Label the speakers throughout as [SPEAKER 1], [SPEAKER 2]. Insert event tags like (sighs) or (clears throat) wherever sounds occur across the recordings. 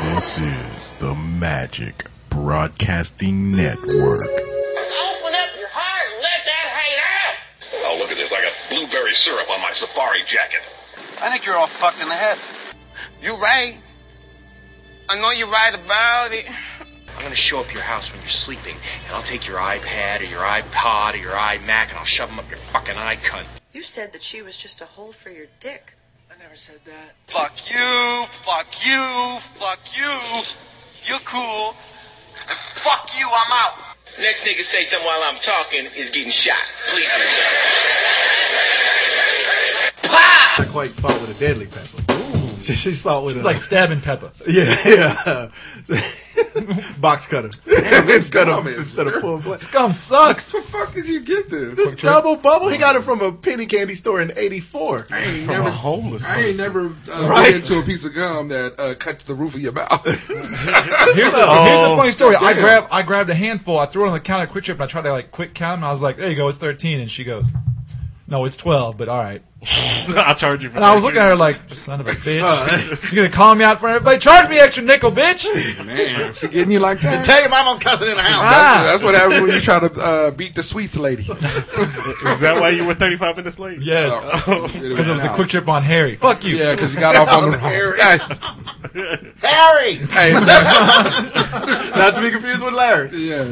[SPEAKER 1] This is the Magic Broadcasting Network.
[SPEAKER 2] Open up your heart and let that hate out.
[SPEAKER 3] Oh, look at this. I got blueberry syrup on my safari jacket.
[SPEAKER 4] I think you're all fucked in the head.
[SPEAKER 2] You right. I know you're right about it.
[SPEAKER 5] I'm gonna show up your house when you're sleeping, and I'll take your iPad or your iPod or your iMac and I'll shove them up your fucking eye cunt.
[SPEAKER 6] You said that she was just a hole for your dick.
[SPEAKER 2] I never said that.
[SPEAKER 4] Fuck you, fuck you, fuck you. You're cool. And fuck you, I'm out.
[SPEAKER 2] Next nigga say something while I'm talking is getting shot. Please do that.
[SPEAKER 7] I quite saw with a deadly pepper. She, (laughs) she saw with
[SPEAKER 8] It's
[SPEAKER 7] a
[SPEAKER 8] like stabbing Pepper.
[SPEAKER 7] (laughs) yeah, yeah. (laughs) box cutter (laughs) instead of
[SPEAKER 9] dumb,
[SPEAKER 7] instead of full blade.
[SPEAKER 8] Gum sucks.
[SPEAKER 9] The fuck did you get this?
[SPEAKER 7] This double bubble, he got it from a penny candy store in '84.
[SPEAKER 9] I ain't
[SPEAKER 1] From
[SPEAKER 9] never,
[SPEAKER 1] a homeless
[SPEAKER 9] I ain't
[SPEAKER 1] person.
[SPEAKER 9] never uh,
[SPEAKER 7] Right.
[SPEAKER 9] ran into a piece of gum that uh, cut the roof of your mouth.
[SPEAKER 8] Here's the, here's the funny story. I
[SPEAKER 9] Yeah.
[SPEAKER 8] grab I grabbed a handful. I threw it on the counter quick trip, and I tried to like quick count, and I was like, "There you go, it's 13." And she goes, "No, it's 12." But all right.
[SPEAKER 1] I charge you for
[SPEAKER 8] And I was looking at her like, "Son of a bitch, you gonna call me out for everybody? Charge me extra nickel, bitch."
[SPEAKER 9] Man, she getting you like that?
[SPEAKER 7] Tell your mom I'm cussing in the house.
[SPEAKER 9] That's,
[SPEAKER 8] Ah.
[SPEAKER 9] (laughs) that's what happens when you try to uh, beat the sweets
[SPEAKER 8] (laughs)
[SPEAKER 9] lady.
[SPEAKER 1] Is that why you were 35 minutes late?
[SPEAKER 8] Yes, because it was a quick trip on Harry. Fuck you.
[SPEAKER 9] Yeah, because you got off
[SPEAKER 8] (laughs)
[SPEAKER 9] on the wrong guy.
[SPEAKER 7] Harry,
[SPEAKER 9] Hey, that's,
[SPEAKER 7] (laughs) not to be confused with Larry.
[SPEAKER 9] (laughs) yeah,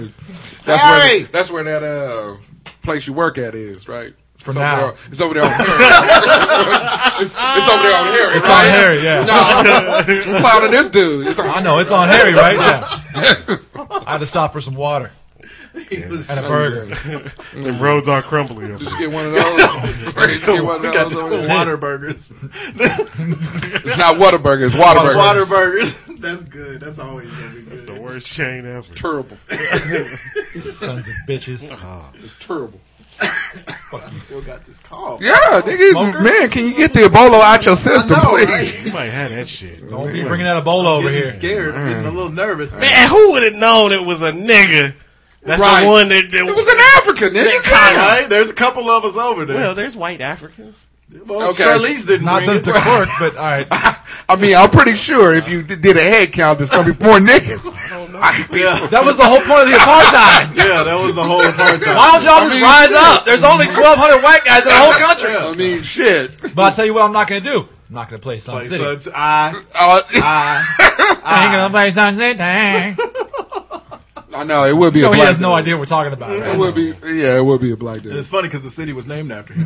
[SPEAKER 9] that's where
[SPEAKER 7] Harry!
[SPEAKER 9] the, that's where that uh, place you work at is, right?
[SPEAKER 8] For
[SPEAKER 9] it's
[SPEAKER 8] now.
[SPEAKER 9] over there, it's over there on
[SPEAKER 8] (laughs)
[SPEAKER 9] Harry. it's, it's over there on Harry.
[SPEAKER 8] It's
[SPEAKER 9] right?
[SPEAKER 8] on Harry. Yeah.
[SPEAKER 9] No, I'm clowning this dude. It's on-
[SPEAKER 8] I know it's on Harry, right? Yeah. I had to stop for some water
[SPEAKER 7] He was (laughs)
[SPEAKER 8] and a burger.
[SPEAKER 1] The roads are crumbling.
[SPEAKER 9] Did you get one of (laughs) those? Did you get one
[SPEAKER 7] we
[SPEAKER 9] of
[SPEAKER 7] got
[SPEAKER 9] those
[SPEAKER 7] the
[SPEAKER 9] over there?
[SPEAKER 7] water burgers.
[SPEAKER 9] It's not Whataburger, it's Whataburger.
[SPEAKER 7] Water burgers. (laughs) That's good. That's always gonna be good.
[SPEAKER 1] The worst chain ever.
[SPEAKER 9] terrible.
[SPEAKER 8] Sons of bitches.
[SPEAKER 9] It's terrible.
[SPEAKER 7] Still got this
[SPEAKER 1] (laughs)
[SPEAKER 7] call.
[SPEAKER 9] Yeah, nigga, man, can you get the Ebola out your system,
[SPEAKER 7] I know,
[SPEAKER 9] please?
[SPEAKER 1] You might have that shit.
[SPEAKER 8] Don't be bringing out a bowl over
[SPEAKER 7] Getting
[SPEAKER 8] here.
[SPEAKER 7] scared, getting a little nervous.
[SPEAKER 1] Man, who would have known it was a nigga? That's
[SPEAKER 9] Right.
[SPEAKER 1] the one that, that
[SPEAKER 9] It was an African, nigga.
[SPEAKER 7] Right? There's a couple of us over there.
[SPEAKER 1] Well, there's white Africans.
[SPEAKER 7] Well,
[SPEAKER 9] okay.
[SPEAKER 7] Charlize didn't
[SPEAKER 8] Not
[SPEAKER 7] bring
[SPEAKER 8] since
[SPEAKER 7] it. (laughs)
[SPEAKER 8] the clerk, but all right.
[SPEAKER 9] I mean, I'm pretty sure if you d- did a head count, there's gonna be more niggas. (laughs) I think- (laughs)
[SPEAKER 8] (laughs) That was the whole point of the
[SPEAKER 7] (laughs)
[SPEAKER 8] apartheid.
[SPEAKER 7] Yeah, that was the whole apartheid.
[SPEAKER 8] Why don't y'all
[SPEAKER 9] I
[SPEAKER 8] just
[SPEAKER 9] mean,
[SPEAKER 8] rise
[SPEAKER 9] shit.
[SPEAKER 8] up? There's only 1,200 white guys in the whole country.
[SPEAKER 7] (laughs)
[SPEAKER 9] I mean, shit.
[SPEAKER 8] But I'll tell you what I'm not going to do. I'm not going to play Sun
[SPEAKER 7] Like,
[SPEAKER 8] City.
[SPEAKER 7] so it's I.
[SPEAKER 9] Uh,
[SPEAKER 8] I ain't going to play Sun City.
[SPEAKER 9] I know it would be. a
[SPEAKER 8] No, he
[SPEAKER 9] black
[SPEAKER 8] has no
[SPEAKER 9] dude.
[SPEAKER 8] idea what we're talking about.
[SPEAKER 9] It
[SPEAKER 8] Right?
[SPEAKER 9] would be. Yeah, it would be a black dude.
[SPEAKER 7] It's funny because the city was named after
[SPEAKER 8] (laughs)
[SPEAKER 7] him.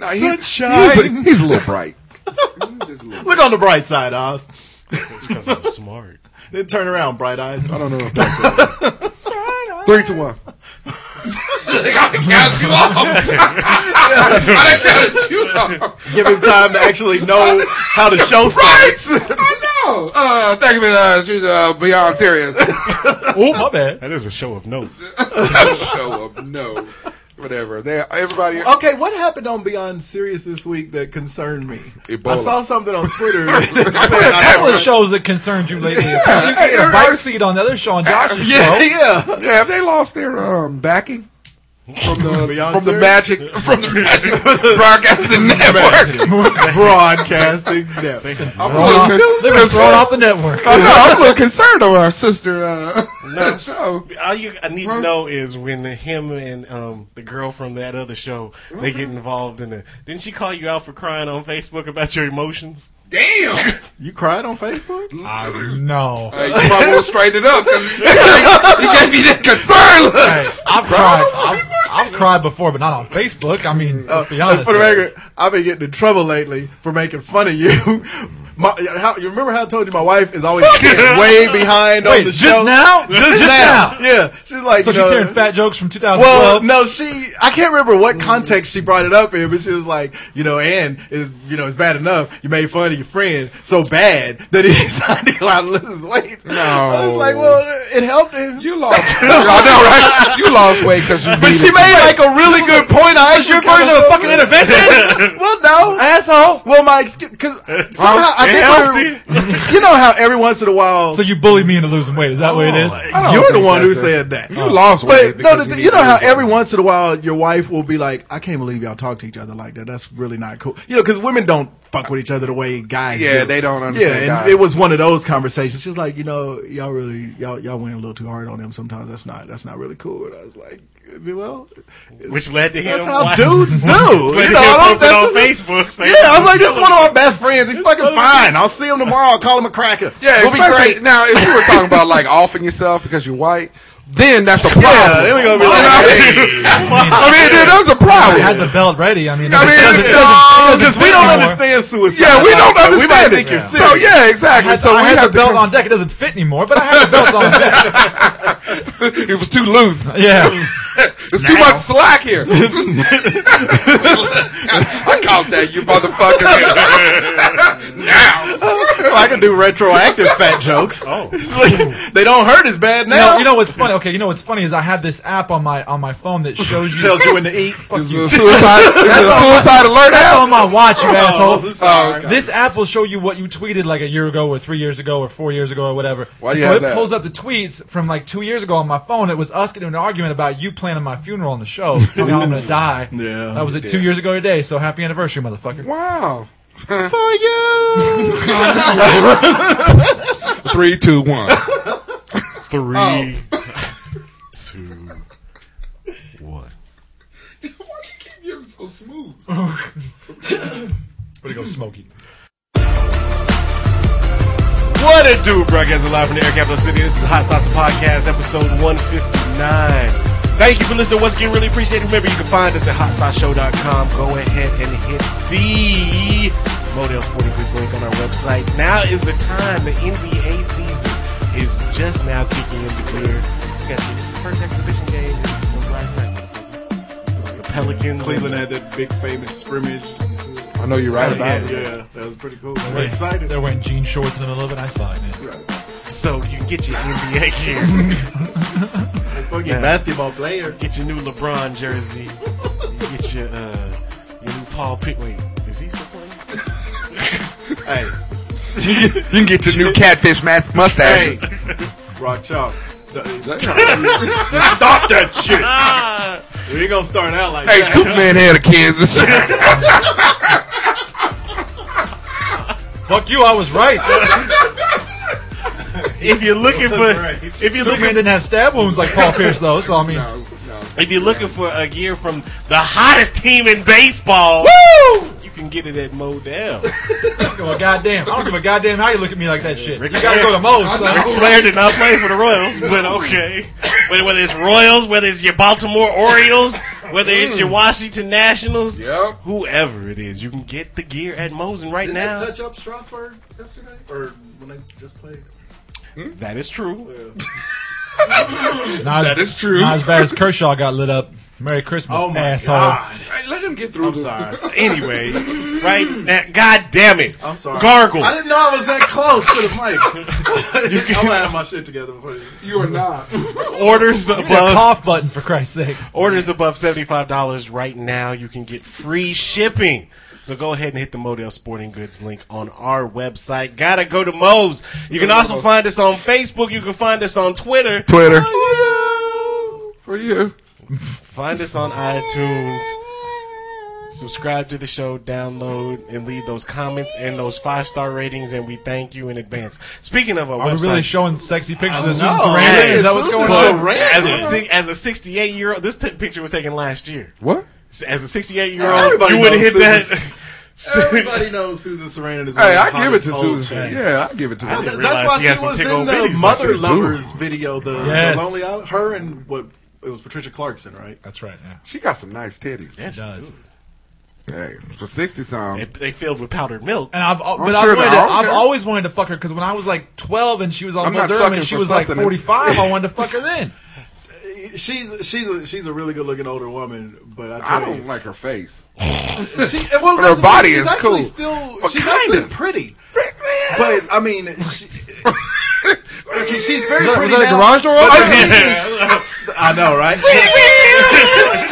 [SPEAKER 9] Nah, he- He's
[SPEAKER 7] Sunshine.
[SPEAKER 9] a, he's a little bright. He's just a little-
[SPEAKER 7] Look on the bright side, Oz.
[SPEAKER 1] It's because I'm smart.
[SPEAKER 7] (laughs) Then turn around, bright eyes.
[SPEAKER 9] I don't know if that's
[SPEAKER 8] (laughs)
[SPEAKER 9] it. Three to one. (laughs)
[SPEAKER 7] Give him time to actually know how to
[SPEAKER 8] (laughs)
[SPEAKER 7] show starts.
[SPEAKER 9] I know. Uh, thank you, Miss, uh, she's uh, beyond serious.
[SPEAKER 8] Oh, my bad.
[SPEAKER 1] That is a show of note.
[SPEAKER 9] (laughs) Show up, no, whatever. They, everybody,
[SPEAKER 8] Oh,
[SPEAKER 7] Okay, what happened on Beyond Serious this week that concerned me?
[SPEAKER 9] Ebola.
[SPEAKER 7] I saw something on Twitter (laughs) that
[SPEAKER 8] (laughs)
[SPEAKER 7] said,
[SPEAKER 8] A couple of shows that concerned you lately. You get a bike seat on the other show on Josh's
[SPEAKER 7] yeah,
[SPEAKER 8] show.
[SPEAKER 7] yeah.
[SPEAKER 9] yeah, have they lost their um, backing from the
[SPEAKER 7] Beyond
[SPEAKER 9] from the
[SPEAKER 7] serious?
[SPEAKER 9] magic (laughs) from the magic (laughs) broadcasting network?
[SPEAKER 7] (laughs) Broadcasting network.
[SPEAKER 9] I'm a
[SPEAKER 8] Uh,
[SPEAKER 9] little
[SPEAKER 8] (laughs) They were thrown
[SPEAKER 9] concerned.
[SPEAKER 8] off the network.
[SPEAKER 9] I know, (laughs) I'm a little concerned over our sister. Uh, (laughs)
[SPEAKER 1] No.
[SPEAKER 9] show.
[SPEAKER 1] (laughs) All you I need to know is when him and um, the girl from that other show they get involved in it. Didn't she call you out for crying on Facebook about your (laughs) emotions?
[SPEAKER 9] Damn,
[SPEAKER 7] You cried on Facebook?
[SPEAKER 8] No.
[SPEAKER 9] hey, you might want to straighten it up because you gave me that concern look.
[SPEAKER 8] Hey, I've cried. I've, I've cried before, but not on Facebook. I mean, let's be honest.
[SPEAKER 7] for the record, I've been getting in trouble lately for making fun of you. (laughs) My, how, you remember how I told you my wife is always way behind on
[SPEAKER 8] Wait,
[SPEAKER 7] the
[SPEAKER 8] just
[SPEAKER 7] show?
[SPEAKER 8] now?
[SPEAKER 7] Just,
[SPEAKER 8] Just
[SPEAKER 7] now.
[SPEAKER 8] now?
[SPEAKER 7] Yeah. She's like,
[SPEAKER 8] So
[SPEAKER 7] you know,
[SPEAKER 8] she's hearing fat jokes from 2012.
[SPEAKER 7] Well, no, she. I can't remember what context she brought it up in, but she was like, you know, and is you know it's bad enough you made fun of your friend so bad that he (laughs) decided to go out and lose his weight. No, I was like, well, it helped him.
[SPEAKER 9] You lost. (laughs) I know, right? You lost weight because you.
[SPEAKER 7] but she made like a really good point. I
[SPEAKER 8] That's your version of a fucking intervention?
[SPEAKER 7] (laughs) well, no,
[SPEAKER 8] Asshole.
[SPEAKER 7] Well, my excuse because somehow I
[SPEAKER 1] it
[SPEAKER 7] think
[SPEAKER 1] helps
[SPEAKER 7] we're, you know how every once in a while
[SPEAKER 8] So you bullied me into losing weight. Is that what it
[SPEAKER 1] Oh
[SPEAKER 8] is?
[SPEAKER 9] don't
[SPEAKER 7] you're the
[SPEAKER 9] think
[SPEAKER 7] one who
[SPEAKER 9] that's it.
[SPEAKER 7] said that.
[SPEAKER 9] You lost weight.
[SPEAKER 7] But no, the,
[SPEAKER 9] because
[SPEAKER 7] thing-
[SPEAKER 9] need
[SPEAKER 7] you know
[SPEAKER 9] to
[SPEAKER 7] how
[SPEAKER 9] lose weight.
[SPEAKER 7] every once in a while your wife will be like, "I can't believe y'all talk to each other like that. That's really not cool." You know, because women don't fuck with each other the way guys
[SPEAKER 10] Yeah,
[SPEAKER 7] do.
[SPEAKER 10] they don't understand
[SPEAKER 7] Yeah, and
[SPEAKER 10] guys.
[SPEAKER 7] it was one of those conversations. She's like, you know, y'all really y'all y'all went a little too hard on him sometimes. That's not that's not really cool. And I was like, well, it's-
[SPEAKER 1] Which led to
[SPEAKER 7] that's
[SPEAKER 1] him
[SPEAKER 7] how (laughs)
[SPEAKER 1] wa-
[SPEAKER 7] dudes do.
[SPEAKER 1] (laughs) Led
[SPEAKER 7] you
[SPEAKER 1] to
[SPEAKER 7] know,
[SPEAKER 1] him
[SPEAKER 7] I don't,
[SPEAKER 1] posting
[SPEAKER 7] that's
[SPEAKER 1] on
[SPEAKER 7] just-
[SPEAKER 1] Facebook. saying,
[SPEAKER 7] yeah, I was like, this is one of (laughs)
[SPEAKER 1] "Fellas,
[SPEAKER 7] my best friends. He's fucking fine. I'll see him tomorrow. I'll call him a cracker.
[SPEAKER 9] Yeah,
[SPEAKER 7] We'll be
[SPEAKER 9] especially
[SPEAKER 7] great.
[SPEAKER 9] now if you were talking about like offing yourself because you're white, then that's a problem.
[SPEAKER 7] Yeah, then we gonna be
[SPEAKER 9] You know
[SPEAKER 7] like,
[SPEAKER 9] what I
[SPEAKER 7] (laughs)
[SPEAKER 9] mean? I mean, then that's a
[SPEAKER 8] I had
[SPEAKER 9] problem.
[SPEAKER 8] the belt ready. I mean,
[SPEAKER 9] I mean,
[SPEAKER 8] it doesn't- it
[SPEAKER 9] no,
[SPEAKER 8] doesn't
[SPEAKER 7] because
[SPEAKER 8] fit
[SPEAKER 7] we don't
[SPEAKER 8] anymore.
[SPEAKER 7] understand suicide.
[SPEAKER 9] Yeah, we don't
[SPEAKER 7] So We might
[SPEAKER 9] understand
[SPEAKER 7] think
[SPEAKER 9] it.
[SPEAKER 7] you're (laughs)
[SPEAKER 9] So
[SPEAKER 7] serious.
[SPEAKER 9] yeah,
[SPEAKER 8] I
[SPEAKER 9] exactly.
[SPEAKER 8] had,
[SPEAKER 9] So
[SPEAKER 8] I
[SPEAKER 9] we
[SPEAKER 8] had
[SPEAKER 9] have
[SPEAKER 8] the belt
[SPEAKER 9] to.
[SPEAKER 8] on deck. It doesn't fit anymore, but I had the belt on deck.
[SPEAKER 9] (laughs) It was too loose.
[SPEAKER 8] Yeah.
[SPEAKER 9] There's too much slack
[SPEAKER 7] (laughs)
[SPEAKER 9] here. I caught that, you
[SPEAKER 7] (laughs)
[SPEAKER 9] motherfucker.
[SPEAKER 7] Well, I can do retroactive fat jokes.
[SPEAKER 1] Oh.
[SPEAKER 7] (laughs) It's like, they don't hurt as bad
[SPEAKER 8] You know,
[SPEAKER 7] now.
[SPEAKER 8] you know what's funny? Okay, you know what's funny is I had this app on my on my phone that shows you.
[SPEAKER 7] tells you when to (laughs) eat.
[SPEAKER 8] Fuck
[SPEAKER 9] Is it
[SPEAKER 8] you.
[SPEAKER 9] a suicide, is it a suicide alert
[SPEAKER 8] That's (laughs) on
[SPEAKER 9] app?
[SPEAKER 8] my watch, you asshole.
[SPEAKER 9] Oh,
[SPEAKER 8] This app will show you what you tweeted like a year ago, or three years ago, or four years ago, or whatever.
[SPEAKER 9] Why do
[SPEAKER 8] And
[SPEAKER 9] you
[SPEAKER 8] so
[SPEAKER 9] have
[SPEAKER 8] it
[SPEAKER 9] that?
[SPEAKER 8] pulls up the tweets from like two years ago on my phone. It was us getting in an argument about you planning my funeral on the show. About how I'm gonna die.
[SPEAKER 7] Yeah.
[SPEAKER 8] that was it two years ago today. So happy anniversary, motherfucker.
[SPEAKER 9] wow.
[SPEAKER 7] For you.
[SPEAKER 9] Three, two, one.
[SPEAKER 1] Three, two, one.
[SPEAKER 9] so smooth?
[SPEAKER 8] Where to go, Smokey?
[SPEAKER 1] What it do, broadcasting live from the Air Capital City. This is the Hot Sauce Podcast, episode 159. Thank you for listening. Once again, really appreciate it. Remember, you can find us at hotsauceshow.com. Go ahead and hit the Model Sporting Goods link on our website. Now is the time. The NBA season is just now kicking into gear. We got your first exhibition game was last night. motherfucker. The Pelicans.
[SPEAKER 7] Cleveland had that big famous scrimmage. Yeah,
[SPEAKER 9] I know you're right about it.
[SPEAKER 7] that was pretty cool. I'm excited.
[SPEAKER 8] They're wearing jean shorts in the middle of it. I saw it, man.
[SPEAKER 1] So you can get your NBA gear. (laughs)
[SPEAKER 7] Fucking basketball player.
[SPEAKER 1] Get your new LeBron jersey. You get your uh, your new Paul Pitt. Wait, is he still playing?
[SPEAKER 7] (laughs) Hey,
[SPEAKER 10] You can get your new catfish ma-
[SPEAKER 7] hey,
[SPEAKER 10] mustache.
[SPEAKER 7] rock chalk. (laughs) Stop that shit.
[SPEAKER 9] (laughs)
[SPEAKER 7] We ain't gonna start out like
[SPEAKER 9] Hey,
[SPEAKER 7] that.
[SPEAKER 9] Superman had a Kansas.
[SPEAKER 8] Fuck you, I
[SPEAKER 9] (laughs)
[SPEAKER 8] was right.
[SPEAKER 1] (laughs) If you're looking for,
[SPEAKER 7] That's right.
[SPEAKER 1] if you're
[SPEAKER 8] Superman
[SPEAKER 1] looking,
[SPEAKER 8] didn't have stab wounds like Paul Pierce though. So I mean,
[SPEAKER 1] if you're looking for a gear from the hottest team in baseball, you can get it at Modell. (laughs)
[SPEAKER 8] well, goddamn, I don't give a goddamn how you look at me like that shit. You gotta go to Mo's, son.
[SPEAKER 1] Flair did not play for the Royals, but okay. Whether, whether it's Royals, whether it's your Baltimore Orioles, whether it's your Washington Nationals,
[SPEAKER 9] Yep.
[SPEAKER 1] whoever it is, you can get the gear at Mosen right
[SPEAKER 7] Didn't
[SPEAKER 1] now.
[SPEAKER 7] they touch up Strasburg yesterday or when they just played?
[SPEAKER 1] that is true.
[SPEAKER 9] (laughs)
[SPEAKER 8] Not,
[SPEAKER 9] That is true.
[SPEAKER 8] Not as bad as Kershaw got lit up. Merry Christmas,
[SPEAKER 7] Oh my
[SPEAKER 8] asshole.
[SPEAKER 7] god!
[SPEAKER 9] Hey, let him get through.
[SPEAKER 7] I'm
[SPEAKER 9] the-
[SPEAKER 7] sorry.
[SPEAKER 1] anyway, right now, god damn it.
[SPEAKER 7] I'm sorry.
[SPEAKER 1] Gargle.
[SPEAKER 7] I didn't know I was that close to the
[SPEAKER 9] (laughs)
[SPEAKER 7] mic. I'm gonna have my shit together before you.
[SPEAKER 9] You are not.
[SPEAKER 1] Orders
[SPEAKER 8] Hit the
[SPEAKER 1] above
[SPEAKER 8] cough button for Christ's sake.
[SPEAKER 1] orders above seventy five dollars right now. You can get free shipping. So go ahead and hit the Model Sporting Goods link on our website. Gotta go to Moe's. You can also find us on Facebook. You can find us on Twitter.
[SPEAKER 10] Twitter.
[SPEAKER 9] For you.
[SPEAKER 1] Find us on iTunes. Subscribe to the show, download, and leave those comments and those five star ratings, and we thank you in advance. Speaking of our
[SPEAKER 8] Are we
[SPEAKER 1] website,
[SPEAKER 8] really showing sexy pictures of Susan
[SPEAKER 7] know.
[SPEAKER 8] Sarandon?
[SPEAKER 1] Hey,
[SPEAKER 8] Is that what's
[SPEAKER 7] Oh, Susan
[SPEAKER 8] going
[SPEAKER 7] Sarandon.
[SPEAKER 8] on?
[SPEAKER 7] So
[SPEAKER 1] as
[SPEAKER 7] random.
[SPEAKER 1] a si- as a 68 year old, this t- picture was taken last year.
[SPEAKER 9] What?
[SPEAKER 1] As a 68 year old,
[SPEAKER 7] Everybody
[SPEAKER 1] you would have hit
[SPEAKER 7] knows
[SPEAKER 1] that.
[SPEAKER 7] Susan-
[SPEAKER 1] (laughs)
[SPEAKER 7] Everybody knows Susan Sarandon is. one
[SPEAKER 9] Hey,
[SPEAKER 7] of the
[SPEAKER 9] I give it to
[SPEAKER 7] hottest old
[SPEAKER 9] Susan.
[SPEAKER 7] chicks.
[SPEAKER 9] Yeah, I give it to
[SPEAKER 1] I
[SPEAKER 9] her.
[SPEAKER 1] didn't
[SPEAKER 7] Th-
[SPEAKER 1] realize
[SPEAKER 7] That's why
[SPEAKER 1] she had
[SPEAKER 7] she
[SPEAKER 1] some
[SPEAKER 7] was
[SPEAKER 1] big old
[SPEAKER 7] in the
[SPEAKER 1] bitties that she
[SPEAKER 7] Mother
[SPEAKER 1] was
[SPEAKER 7] Lovers video, the, the
[SPEAKER 8] Yes.
[SPEAKER 7] Lonely Island. Her and what it was Patricia Clarkson, right?
[SPEAKER 8] That's right. Yeah,
[SPEAKER 9] She got some nice titties.
[SPEAKER 8] it does.
[SPEAKER 9] Hey, for 60
[SPEAKER 1] They,
[SPEAKER 9] something.
[SPEAKER 1] they filled with powdered milk.
[SPEAKER 8] And I've, al- but
[SPEAKER 9] sure
[SPEAKER 8] I've, wanted to,
[SPEAKER 9] they're- I don't
[SPEAKER 8] I've
[SPEAKER 9] care.
[SPEAKER 8] always wanted to fuck her because when I was like 12 and she was on
[SPEAKER 9] I'm not
[SPEAKER 8] Moderna
[SPEAKER 9] sucking
[SPEAKER 8] and she
[SPEAKER 9] for
[SPEAKER 8] was like
[SPEAKER 9] sustenance.
[SPEAKER 8] 45, I wanted to fuck her then.
[SPEAKER 7] She's she's a, she's a really good looking older woman, but I
[SPEAKER 9] I
[SPEAKER 7] tell
[SPEAKER 9] don't
[SPEAKER 7] you,
[SPEAKER 9] like her face.
[SPEAKER 7] she, well,
[SPEAKER 9] her
[SPEAKER 7] that's the thing,
[SPEAKER 9] body
[SPEAKER 7] she's
[SPEAKER 9] is
[SPEAKER 7] actually
[SPEAKER 9] cool.
[SPEAKER 7] Still,
[SPEAKER 9] But
[SPEAKER 7] she's
[SPEAKER 9] kinda.
[SPEAKER 7] actually pretty. But I mean,
[SPEAKER 9] (laughs)
[SPEAKER 7] she, Okay, she's very
[SPEAKER 8] Was
[SPEAKER 7] pretty.
[SPEAKER 8] that a
[SPEAKER 7] now,
[SPEAKER 8] garage door
[SPEAKER 7] but
[SPEAKER 8] opener?
[SPEAKER 7] the thing is- I know, right?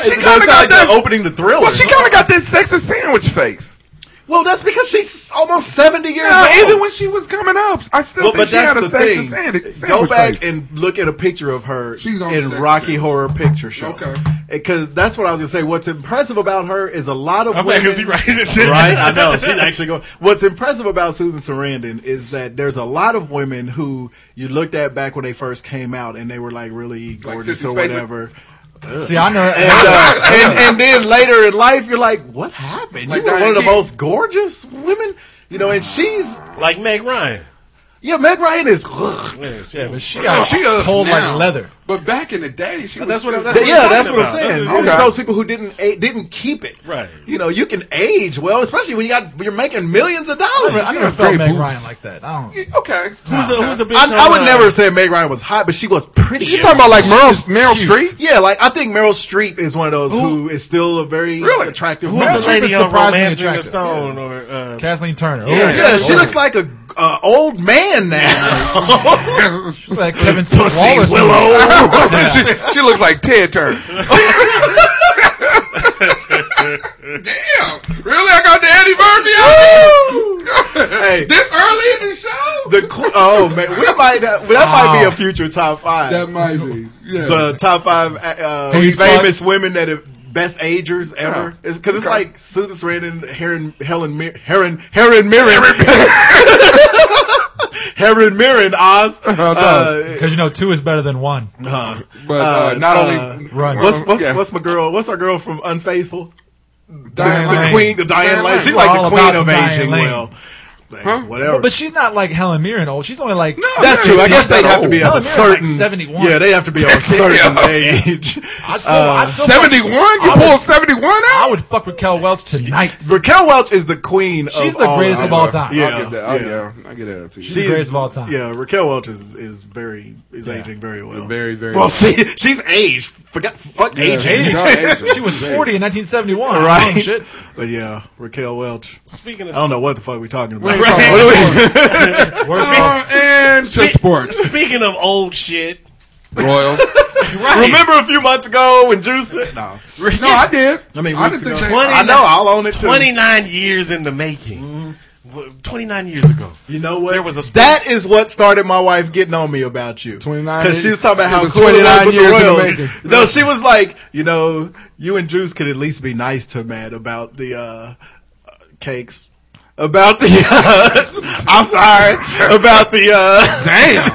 [SPEAKER 7] she kind
[SPEAKER 9] got
[SPEAKER 7] of like
[SPEAKER 9] that-
[SPEAKER 7] the opening to Thriller.
[SPEAKER 9] Well, she kind of got that sexy sandwich face.
[SPEAKER 7] Well, that's because she's almost 70 years
[SPEAKER 9] No,
[SPEAKER 7] old.
[SPEAKER 9] even when she was coming up, I still
[SPEAKER 7] Well,
[SPEAKER 9] think
[SPEAKER 7] but
[SPEAKER 9] she had
[SPEAKER 7] that's
[SPEAKER 9] a
[SPEAKER 7] the
[SPEAKER 9] sex
[SPEAKER 7] thing.
[SPEAKER 9] and sandwich.
[SPEAKER 7] Go
[SPEAKER 9] sandwich
[SPEAKER 7] back
[SPEAKER 9] face.
[SPEAKER 7] and look at a picture of her
[SPEAKER 10] She's on
[SPEAKER 7] in
[SPEAKER 10] the sex
[SPEAKER 7] Rocky
[SPEAKER 10] and-
[SPEAKER 7] Horror Picture Show.
[SPEAKER 10] Okay.
[SPEAKER 7] Because that's what I was going to say. What's impressive about her is a lot of
[SPEAKER 1] I'm
[SPEAKER 7] women.
[SPEAKER 1] like, is he writing it
[SPEAKER 7] (laughs)
[SPEAKER 1] down?
[SPEAKER 7] right? I know she's actually going. What's impressive about Susan Sarandon is that there's a lot of women who you looked at back when they first came out, and they were like really gorgeous
[SPEAKER 9] Sissy Spacek?
[SPEAKER 7] or whatever. (laughs)
[SPEAKER 8] See, I know.
[SPEAKER 7] And, uh, and, and then later in life, you're like, what happened?
[SPEAKER 9] Like
[SPEAKER 7] you were one of
[SPEAKER 9] Diane
[SPEAKER 7] the
[SPEAKER 9] Keaton.
[SPEAKER 7] most gorgeous women, you know. And she's
[SPEAKER 1] (laughs) Like Meg Ryan.
[SPEAKER 7] yeah, Meg Ryan is.
[SPEAKER 8] yeah, but she got
[SPEAKER 9] she up
[SPEAKER 8] pulled
[SPEAKER 9] now.
[SPEAKER 8] like leather.
[SPEAKER 9] But back in the day, she was
[SPEAKER 1] That's what.
[SPEAKER 9] still-
[SPEAKER 1] I'm- That's what
[SPEAKER 7] yeah,
[SPEAKER 1] I'm
[SPEAKER 7] that's
[SPEAKER 1] talking
[SPEAKER 7] what I'm
[SPEAKER 1] about.
[SPEAKER 7] saying.
[SPEAKER 1] That's-
[SPEAKER 7] It's
[SPEAKER 9] Okay.
[SPEAKER 7] those people who didn't a- didn't keep it.
[SPEAKER 1] Right.
[SPEAKER 7] You know, you can age well, especially when you got you're making millions of dollars.
[SPEAKER 8] I never
[SPEAKER 9] has
[SPEAKER 8] felt
[SPEAKER 9] great
[SPEAKER 8] Meg
[SPEAKER 9] boobs.
[SPEAKER 8] Ryan like that. I don't.
[SPEAKER 9] okay.
[SPEAKER 1] Who's a who's a bitch?
[SPEAKER 7] I, I would
[SPEAKER 1] online?
[SPEAKER 7] never say Meg Ryan was hot, but she was pretty.
[SPEAKER 9] You talking about like Meryl, Meryl Streep?
[SPEAKER 7] Yeah, like I think Meryl Streep is one of those who is still a very
[SPEAKER 9] Really?
[SPEAKER 7] attractive.
[SPEAKER 1] Who's
[SPEAKER 7] woman.
[SPEAKER 8] Meryl
[SPEAKER 1] the lady
[SPEAKER 8] Streep is
[SPEAKER 1] on
[SPEAKER 8] surprisingly
[SPEAKER 1] Romancing the
[SPEAKER 8] attractive.
[SPEAKER 1] Stone or uh,
[SPEAKER 8] Kathleen Turner.
[SPEAKER 1] Yeah.
[SPEAKER 8] Ooh,
[SPEAKER 7] Yeah, she looks like a uh, old man now.
[SPEAKER 9] (laughs)
[SPEAKER 8] she's like Kevin
[SPEAKER 7] Pussy
[SPEAKER 8] Wallace.
[SPEAKER 7] Willow.
[SPEAKER 9] she, she looks like Ted (laughs) Turner. Damn. Really? I got Danny Murphy out here?
[SPEAKER 7] Hey.
[SPEAKER 9] This early in the show?
[SPEAKER 7] the qu- oh man, we might that might be a future top five.
[SPEAKER 10] That might be. Yeah.
[SPEAKER 7] the top five uh,
[SPEAKER 8] Hey,
[SPEAKER 7] famous women that have best agers ever. Because it's,
[SPEAKER 9] Okay.
[SPEAKER 7] like Susan Sarandon, Heron, Helen, Mir- Heron, Heron Mirren, (laughs) Heron Mirren, Oz.
[SPEAKER 8] Uh-huh,
[SPEAKER 7] Uh,
[SPEAKER 8] Because you know, two is better than one.
[SPEAKER 9] but uh, not only
[SPEAKER 8] Run.
[SPEAKER 7] what's what's
[SPEAKER 9] Yeah.
[SPEAKER 7] what's my girl? What's our girl from Unfaithful? The,
[SPEAKER 8] Diane
[SPEAKER 7] the
[SPEAKER 8] Lane.
[SPEAKER 7] queen, the Diane
[SPEAKER 8] Diane
[SPEAKER 7] Lane.
[SPEAKER 8] Lane.
[SPEAKER 7] She's
[SPEAKER 8] We're
[SPEAKER 7] like
[SPEAKER 8] all
[SPEAKER 7] the
[SPEAKER 8] about
[SPEAKER 7] queen
[SPEAKER 8] some
[SPEAKER 7] of
[SPEAKER 8] Diane
[SPEAKER 7] aging
[SPEAKER 8] Lane.
[SPEAKER 7] well. Like, Whatever.
[SPEAKER 8] But she's not like Helen Mirren old. She's only like
[SPEAKER 7] That's true. I guess they'd have to be of a
[SPEAKER 8] Helen Mirren's
[SPEAKER 7] certain
[SPEAKER 8] like 71.
[SPEAKER 7] Yeah, they have to be of a certain age. Uh,
[SPEAKER 1] I still, I still
[SPEAKER 9] 71? You pulled 71
[SPEAKER 8] I
[SPEAKER 9] out?
[SPEAKER 8] would fuck with Kel Welch tonight.
[SPEAKER 7] Raquel Welch is the queen.
[SPEAKER 8] She's
[SPEAKER 7] of
[SPEAKER 8] the
[SPEAKER 7] all
[SPEAKER 8] greatest of all time.
[SPEAKER 7] Yeah,
[SPEAKER 9] I'll get that. I'll, yeah. I'll get that out to you.
[SPEAKER 8] the greatest of all time.
[SPEAKER 7] Yeah, Raquel Welch is, is very is aging very well.
[SPEAKER 9] Very, very
[SPEAKER 7] well. She she's aged. Forget fuck aging.
[SPEAKER 9] Y'all aging.
[SPEAKER 8] She
[SPEAKER 9] (laughs)
[SPEAKER 8] was 40 in 1971.
[SPEAKER 7] Right.
[SPEAKER 8] Oh, shit.
[SPEAKER 7] But yeah, Raquel Welch.
[SPEAKER 1] Speaking
[SPEAKER 7] I
[SPEAKER 1] of
[SPEAKER 7] don't know what the fuck we're talking (laughs) about.
[SPEAKER 9] Right.
[SPEAKER 7] What do we-
[SPEAKER 9] Uh, and to sports.
[SPEAKER 1] speaking of old shit,
[SPEAKER 9] Royals.
[SPEAKER 7] Remember a few months ago when Juice? No,
[SPEAKER 9] (laughs) No, I did.
[SPEAKER 7] I mean,
[SPEAKER 9] I
[SPEAKER 7] weeks
[SPEAKER 9] didn't think
[SPEAKER 7] ago.
[SPEAKER 9] they-
[SPEAKER 7] I know. I'll own it too.
[SPEAKER 1] twenty nine years in the making.
[SPEAKER 7] Mm-hmm.
[SPEAKER 1] Twenty nine years
[SPEAKER 7] (laughs)
[SPEAKER 1] ago.
[SPEAKER 7] You know what?
[SPEAKER 1] There was a
[SPEAKER 7] that is what started my wife getting on me about you.
[SPEAKER 10] 29
[SPEAKER 7] Because she was talking about
[SPEAKER 10] it
[SPEAKER 7] how
[SPEAKER 10] was
[SPEAKER 7] cool it was
[SPEAKER 10] 29
[SPEAKER 7] with the
[SPEAKER 10] years in the
[SPEAKER 7] Royals.
[SPEAKER 10] making.
[SPEAKER 7] No, she was like, you know, you and Drews could at least be nice to Matt about the uh, uh, cakes. About the, (laughs) uh, I'm sorry, about the, uh,
[SPEAKER 9] Damn.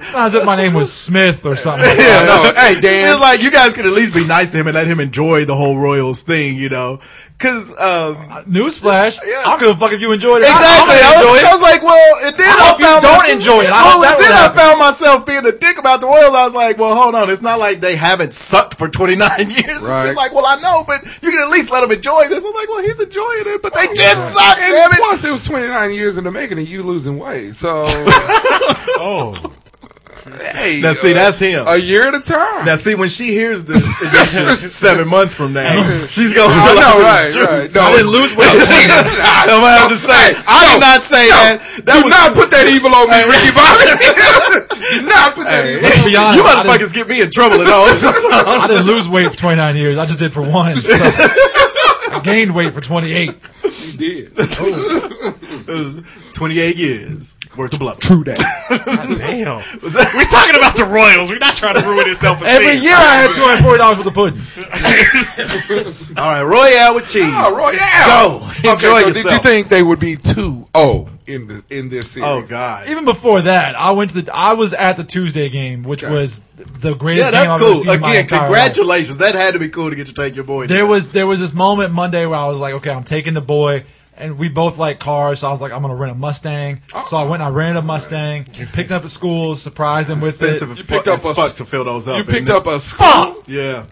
[SPEAKER 8] It's not as if my name was Smith or
[SPEAKER 7] (laughs)
[SPEAKER 8] something. like that.
[SPEAKER 9] I know. Hey,
[SPEAKER 7] It
[SPEAKER 9] Dan.
[SPEAKER 7] was like, you guys could at least be nice to him and let him enjoy the whole Royals thing, you know? Cause, um,
[SPEAKER 8] Newsflash.
[SPEAKER 7] Yeah.
[SPEAKER 8] I don't give a fuck if you enjoyed it.
[SPEAKER 7] Exactly. I,
[SPEAKER 8] I, I
[SPEAKER 7] was, I
[SPEAKER 8] enjoyed it.
[SPEAKER 7] was like, well, and then I,
[SPEAKER 8] hope you
[SPEAKER 7] found
[SPEAKER 8] don't
[SPEAKER 7] myself-
[SPEAKER 8] enjoy it. I hope
[SPEAKER 7] Oh,
[SPEAKER 8] that
[SPEAKER 7] and
[SPEAKER 8] would
[SPEAKER 7] then I
[SPEAKER 8] happen.
[SPEAKER 7] found myself being a dick about the Royals. I was like, well, hold on. It's not like they haven't sucked for 29 (laughs) years. And She's
[SPEAKER 9] Right.
[SPEAKER 7] like, well, I know, but you can at least let them enjoy this. I'm like, well, he's enjoying it, but they did suck. Damn
[SPEAKER 9] Oh, And
[SPEAKER 7] it.
[SPEAKER 9] plus, it was 29 years in the making and you losing weight.
[SPEAKER 7] (laughs)
[SPEAKER 9] So,
[SPEAKER 1] oh,
[SPEAKER 9] hey.
[SPEAKER 7] Now, see,
[SPEAKER 9] uh,
[SPEAKER 7] that's him.
[SPEAKER 9] A year at a time.
[SPEAKER 7] Now, (laughs) see, when she hears
[SPEAKER 9] (laughs)
[SPEAKER 7] this edition seven months from now, she's going to
[SPEAKER 9] I
[SPEAKER 7] realize.
[SPEAKER 9] know, right, right. No,
[SPEAKER 8] I didn't lose
[SPEAKER 7] (laughs)
[SPEAKER 8] weight.
[SPEAKER 7] I'm going to have to say, I did not say that. That
[SPEAKER 9] do
[SPEAKER 7] was
[SPEAKER 9] not put that evil on me, Ricky
[SPEAKER 7] (laughs)
[SPEAKER 9] Bobby. do not put that
[SPEAKER 7] Hey,
[SPEAKER 9] evil.
[SPEAKER 8] be honest,
[SPEAKER 7] you
[SPEAKER 8] I
[SPEAKER 7] motherfuckers get me in trouble at all. (laughs) sometimes.
[SPEAKER 8] I didn't lose weight for 29 years. I just did for one.
[SPEAKER 7] (laughs)
[SPEAKER 8] So I gained weight for 28.
[SPEAKER 7] 28 years worth of blood.
[SPEAKER 10] True that.
[SPEAKER 1] damn!
[SPEAKER 7] Oh,
[SPEAKER 1] We're talking about the Royals. We're not trying to ruin his self esteem.
[SPEAKER 8] Every year I had 240 dollars worth of pudding.
[SPEAKER 7] All right, Royale with cheese.
[SPEAKER 9] Oh, Roy, yeah.
[SPEAKER 7] Go. Enjoy
[SPEAKER 9] okay, so
[SPEAKER 7] yourself.
[SPEAKER 9] did you think they would be 2-0 in, the, in this series?
[SPEAKER 7] Oh God.
[SPEAKER 8] Even before that, I went to the. I was at the Tuesday game, which was the
[SPEAKER 7] Yeah,
[SPEAKER 8] greatest game
[SPEAKER 7] that's
[SPEAKER 8] I've ever
[SPEAKER 7] cool.
[SPEAKER 8] seen in my
[SPEAKER 7] Again,
[SPEAKER 8] entire life.
[SPEAKER 7] congratulations. That had to be cool to get to take your boy.
[SPEAKER 8] There was there was this moment Monday where I was like, okay, I'm taking the boy, and we both like cars, so I was like, I'm gonna rent a Mustang. So I went and I rented a Mustang, picked him up at school, surprised him with it.
[SPEAKER 7] expensive. as
[SPEAKER 9] You
[SPEAKER 7] fuck-
[SPEAKER 9] picked up
[SPEAKER 7] as
[SPEAKER 9] a-
[SPEAKER 7] fuck to fill those up.
[SPEAKER 9] You
[SPEAKER 7] isn't
[SPEAKER 9] picked
[SPEAKER 7] it?
[SPEAKER 9] up a skull?
[SPEAKER 1] (laughs)
[SPEAKER 7] Yeah.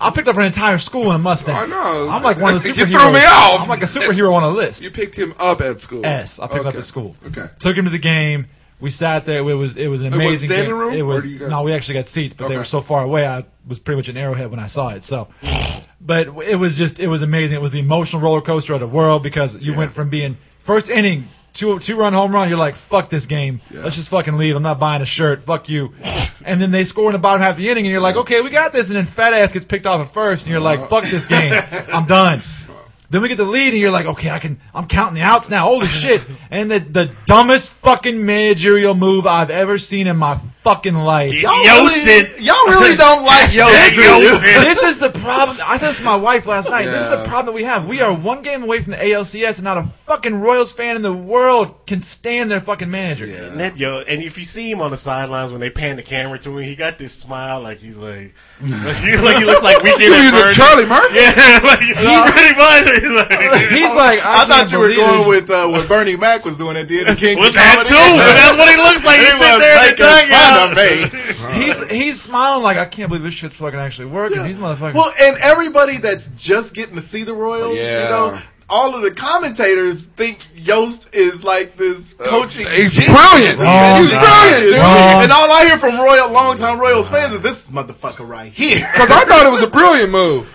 [SPEAKER 8] I picked up an entire school in a Mustang.
[SPEAKER 9] I know.
[SPEAKER 8] I'm like one of the
[SPEAKER 9] You
[SPEAKER 8] superheroes.
[SPEAKER 9] threw me off.
[SPEAKER 8] I'm like a superhero on a list.
[SPEAKER 9] You picked him up at school.
[SPEAKER 8] S. I picked him up
[SPEAKER 9] Okay.
[SPEAKER 8] at school.
[SPEAKER 9] Okay.
[SPEAKER 8] Took him to the game. We sat there. It was it was an
[SPEAKER 9] was
[SPEAKER 8] amazing
[SPEAKER 9] standing
[SPEAKER 8] game.
[SPEAKER 9] room,
[SPEAKER 8] It
[SPEAKER 9] or
[SPEAKER 8] was
[SPEAKER 9] do you got-
[SPEAKER 8] no, we actually got seats, but they
[SPEAKER 9] Okay.
[SPEAKER 8] were so far away. I was pretty much an arrowhead when I saw it. So, but it was just it was amazing. It was the emotional roller coaster of the world because you went from being first inning. Two, two run home run. You're like, fuck this game. Let's just fucking leave. I'm not buying a shirt. Fuck you. (laughs) and then they score in the bottom half of the inning, and you're like, okay, we got this. And then fat ass gets picked off at first, and you're like, fuck this game. I'm done. Then we get the lead, and you're like, okay, I can. I'm counting the outs now. Holy shit! And the the dumbest fucking managerial move I've ever seen in my fucking life.
[SPEAKER 1] Yoasted.
[SPEAKER 8] Really, y'all
[SPEAKER 7] (laughs)
[SPEAKER 8] really don't like
[SPEAKER 1] Hashtag
[SPEAKER 8] Yoasted.
[SPEAKER 1] yoasted.
[SPEAKER 8] this is the problem. I said this to my wife last night. This is the problem that we have. We are one game away from the ALCS, and not a fucking Royals fan in the world can stand their fucking manager.
[SPEAKER 1] And that- yo, and if you see him on the sidelines when they pan the camera to him, he got this smile like he's like, like he, like he looks like weekend
[SPEAKER 10] You
[SPEAKER 1] at
[SPEAKER 10] the
[SPEAKER 1] Bernie's.
[SPEAKER 10] Charlie Murphy?
[SPEAKER 1] (laughs) Yeah, like he's pretty much. He's like,
[SPEAKER 8] (laughs) He's like, I,
[SPEAKER 7] I thought
[SPEAKER 8] can't
[SPEAKER 7] you were
[SPEAKER 8] believe it.
[SPEAKER 7] going with uh, what Bernie Mac was doing at the end
[SPEAKER 1] (laughs)
[SPEAKER 7] of King
[SPEAKER 1] Well, that too, but that's what he looks like. He
[SPEAKER 7] He
[SPEAKER 1] sits
[SPEAKER 7] was
[SPEAKER 1] there in the
[SPEAKER 7] making fun
[SPEAKER 1] dugout.
[SPEAKER 7] of me.
[SPEAKER 1] (laughs)
[SPEAKER 8] He's he's smiling like I can't believe this shit's fucking actually working. These
[SPEAKER 7] (laughs)
[SPEAKER 8] motherfuckers.
[SPEAKER 7] Well, and everybody that's just getting to see the Royals,
[SPEAKER 9] Yeah.
[SPEAKER 7] you know, all of the commentators think Yost is like this coaching.
[SPEAKER 9] Uh, He's
[SPEAKER 7] genius.
[SPEAKER 9] brilliant. He's
[SPEAKER 7] He's
[SPEAKER 9] brilliant, dude.
[SPEAKER 8] Wrong.
[SPEAKER 7] And all I hear from Royal longtime Royals fans is this motherfucker right
[SPEAKER 9] (laughs)
[SPEAKER 7] here.
[SPEAKER 9] Because I thought it
[SPEAKER 7] (laughs)
[SPEAKER 9] was a brilliant move.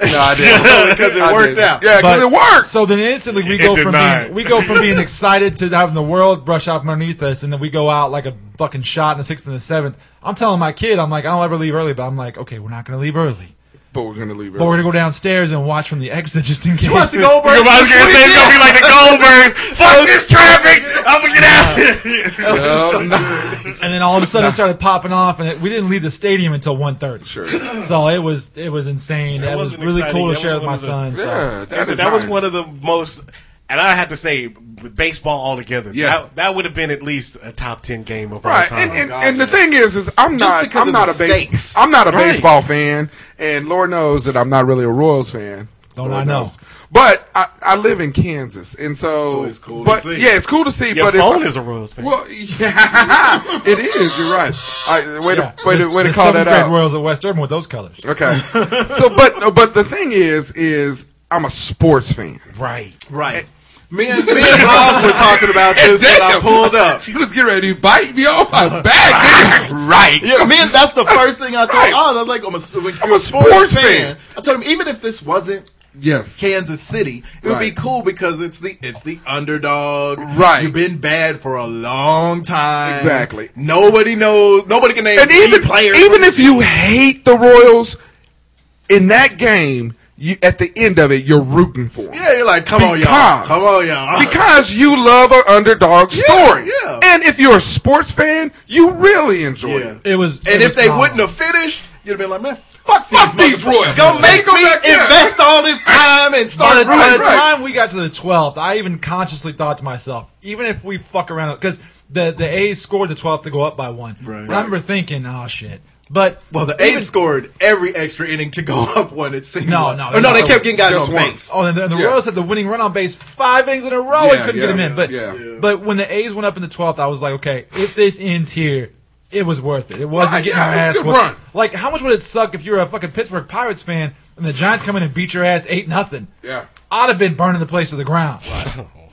[SPEAKER 10] No, I didn't.
[SPEAKER 9] (laughs)
[SPEAKER 7] because it
[SPEAKER 10] I
[SPEAKER 7] worked
[SPEAKER 10] did.
[SPEAKER 7] out.
[SPEAKER 9] Yeah, because
[SPEAKER 8] But-
[SPEAKER 9] it worked.
[SPEAKER 8] So then instantly we
[SPEAKER 1] It
[SPEAKER 8] go
[SPEAKER 1] did
[SPEAKER 8] from
[SPEAKER 1] not.
[SPEAKER 8] being, we go from being excited to having the world brush off underneath us, and then we go out like a fucking shot in the sixth and the seventh. I'm telling my kid, I'm like, I don't ever leave early, but I'm like, okay, we're not gonna leave early,
[SPEAKER 9] But we're going to leave it.
[SPEAKER 8] but we're gonna go downstairs and watch from the exit just in case.
[SPEAKER 7] Wants to go
[SPEAKER 1] I was gonna say it's gonna be like the Goldbergs. Fuck this traffic. I'm gonna get out.
[SPEAKER 8] and then all of a sudden it started popping off, and it, we didn't leave the stadium until 1.30.
[SPEAKER 9] Sure.
[SPEAKER 8] So it was it was insane. That, was
[SPEAKER 1] wasn't
[SPEAKER 8] really
[SPEAKER 1] exciting.
[SPEAKER 8] cool to
[SPEAKER 1] That
[SPEAKER 8] share
[SPEAKER 1] was
[SPEAKER 8] with my
[SPEAKER 1] one
[SPEAKER 8] son. so.
[SPEAKER 9] Yeah,
[SPEAKER 1] That,
[SPEAKER 9] is
[SPEAKER 1] was
[SPEAKER 9] nice.
[SPEAKER 1] one of the most, and I have to say, with baseball altogether,
[SPEAKER 9] Yeah.
[SPEAKER 1] that, that would have been at least a top ten game of
[SPEAKER 9] Right,
[SPEAKER 1] all time. Oh
[SPEAKER 9] and, and, and the thing is, is I'm not
[SPEAKER 7] because
[SPEAKER 9] I'm
[SPEAKER 7] of
[SPEAKER 9] not
[SPEAKER 7] the
[SPEAKER 9] a base,
[SPEAKER 7] stakes.
[SPEAKER 9] I'm not a baseball fan, and Lord knows that I'm not really a Royals fan.
[SPEAKER 8] Don't
[SPEAKER 9] Lord
[SPEAKER 8] I know.
[SPEAKER 9] knows. But I, I live in Kansas, and so,
[SPEAKER 7] So it's cool to
[SPEAKER 9] But
[SPEAKER 7] see.
[SPEAKER 9] yeah, it's cool to see.
[SPEAKER 1] Your
[SPEAKER 9] but
[SPEAKER 1] phone
[SPEAKER 9] it's,
[SPEAKER 1] is a Royals fan.
[SPEAKER 9] well, (laughs) yeah, it is. You're right. I, way
[SPEAKER 8] Yeah.
[SPEAKER 9] to way
[SPEAKER 8] The-
[SPEAKER 9] to, way to
[SPEAKER 8] the
[SPEAKER 9] call that
[SPEAKER 8] seventh grade
[SPEAKER 9] out.
[SPEAKER 8] Royals at West Urban with those colors.
[SPEAKER 9] Okay. so, but but the thing is, is I'm a sports fan.
[SPEAKER 1] right.
[SPEAKER 7] Right. Me and, me and Ross were
[SPEAKER 9] (laughs)
[SPEAKER 7] talking about this and I
[SPEAKER 9] Damn.
[SPEAKER 7] pulled up.
[SPEAKER 9] She was getting ready to bite me off
[SPEAKER 8] Uh,
[SPEAKER 9] my
[SPEAKER 8] (laughs)
[SPEAKER 9] back. nigga. right.
[SPEAKER 7] Yeah, me and that's the first thing I told
[SPEAKER 9] Right.
[SPEAKER 7] Oz. I was like, I'm a, s- if
[SPEAKER 9] I'm a
[SPEAKER 7] you're a sports,
[SPEAKER 9] sports fan.
[SPEAKER 7] fan. I told him, even if this wasn't
[SPEAKER 9] Yes.
[SPEAKER 7] Kansas City, it would be
[SPEAKER 9] Right.
[SPEAKER 7] cool because it's the it's the underdog.
[SPEAKER 9] Right.
[SPEAKER 7] You've been bad for a long time.
[SPEAKER 9] Exactly.
[SPEAKER 7] Nobody knows. Nobody can name
[SPEAKER 9] and
[SPEAKER 7] any
[SPEAKER 9] even
[SPEAKER 7] player.
[SPEAKER 9] even if you hate the Royals in that game, you at the end of it, you're rooting for 'em.
[SPEAKER 7] yeah, you're like, come on, y'all.
[SPEAKER 9] Because-
[SPEAKER 7] Come on,
[SPEAKER 9] (laughs)
[SPEAKER 7] y'all.
[SPEAKER 9] Because you love an underdog story,
[SPEAKER 7] yeah.
[SPEAKER 9] and if you're a sports fan, you really enjoy
[SPEAKER 7] Yeah.
[SPEAKER 9] it.
[SPEAKER 8] It was, it
[SPEAKER 7] and if
[SPEAKER 8] was
[SPEAKER 7] they
[SPEAKER 8] phenomenal.
[SPEAKER 7] wouldn't have finished, you'd have been like, man, fuck,
[SPEAKER 9] Fuck these
[SPEAKER 7] motherfuckers.
[SPEAKER 9] Royals.
[SPEAKER 7] Go make
[SPEAKER 9] Go
[SPEAKER 7] me
[SPEAKER 9] back there.
[SPEAKER 7] invest all this time and
[SPEAKER 8] by the,
[SPEAKER 7] start
[SPEAKER 8] by
[SPEAKER 7] rooting.
[SPEAKER 8] the
[SPEAKER 9] right.
[SPEAKER 8] time we got to the 12th, I even consciously thought to myself, even if we fuck around, because the, the A's scored the 12th to go up by one.
[SPEAKER 7] Right.
[SPEAKER 8] And I remember thinking, oh shit. But
[SPEAKER 7] Well, the
[SPEAKER 8] even-
[SPEAKER 7] A's scored every extra inning to go (laughs) up one. It seemed
[SPEAKER 8] No,
[SPEAKER 7] like.
[SPEAKER 8] no,
[SPEAKER 9] Oh,
[SPEAKER 7] or no,
[SPEAKER 8] they
[SPEAKER 7] they
[SPEAKER 8] got-
[SPEAKER 7] kept getting guys
[SPEAKER 9] just
[SPEAKER 7] on
[SPEAKER 9] once.
[SPEAKER 7] base.
[SPEAKER 8] Oh, and the, and the
[SPEAKER 9] Yeah.
[SPEAKER 8] Royals had the winning run on base five innings in a row and
[SPEAKER 9] Yeah,
[SPEAKER 8] couldn't
[SPEAKER 9] yeah,
[SPEAKER 8] get him in. But
[SPEAKER 9] yeah.
[SPEAKER 8] but when the A's went up in the twelfth, I was like, okay, if this ends here, it was worth it. It wasn't
[SPEAKER 9] Right,
[SPEAKER 8] getting
[SPEAKER 9] yeah,
[SPEAKER 8] our
[SPEAKER 9] it was
[SPEAKER 8] ass
[SPEAKER 9] a good
[SPEAKER 8] whooped.
[SPEAKER 9] run.
[SPEAKER 8] Like, how much would it suck if you were a fucking Pittsburgh Pirates fan and the Giants come in and beat your ass eight nothing?
[SPEAKER 9] Yeah.
[SPEAKER 8] I'd have been burning the place to the ground.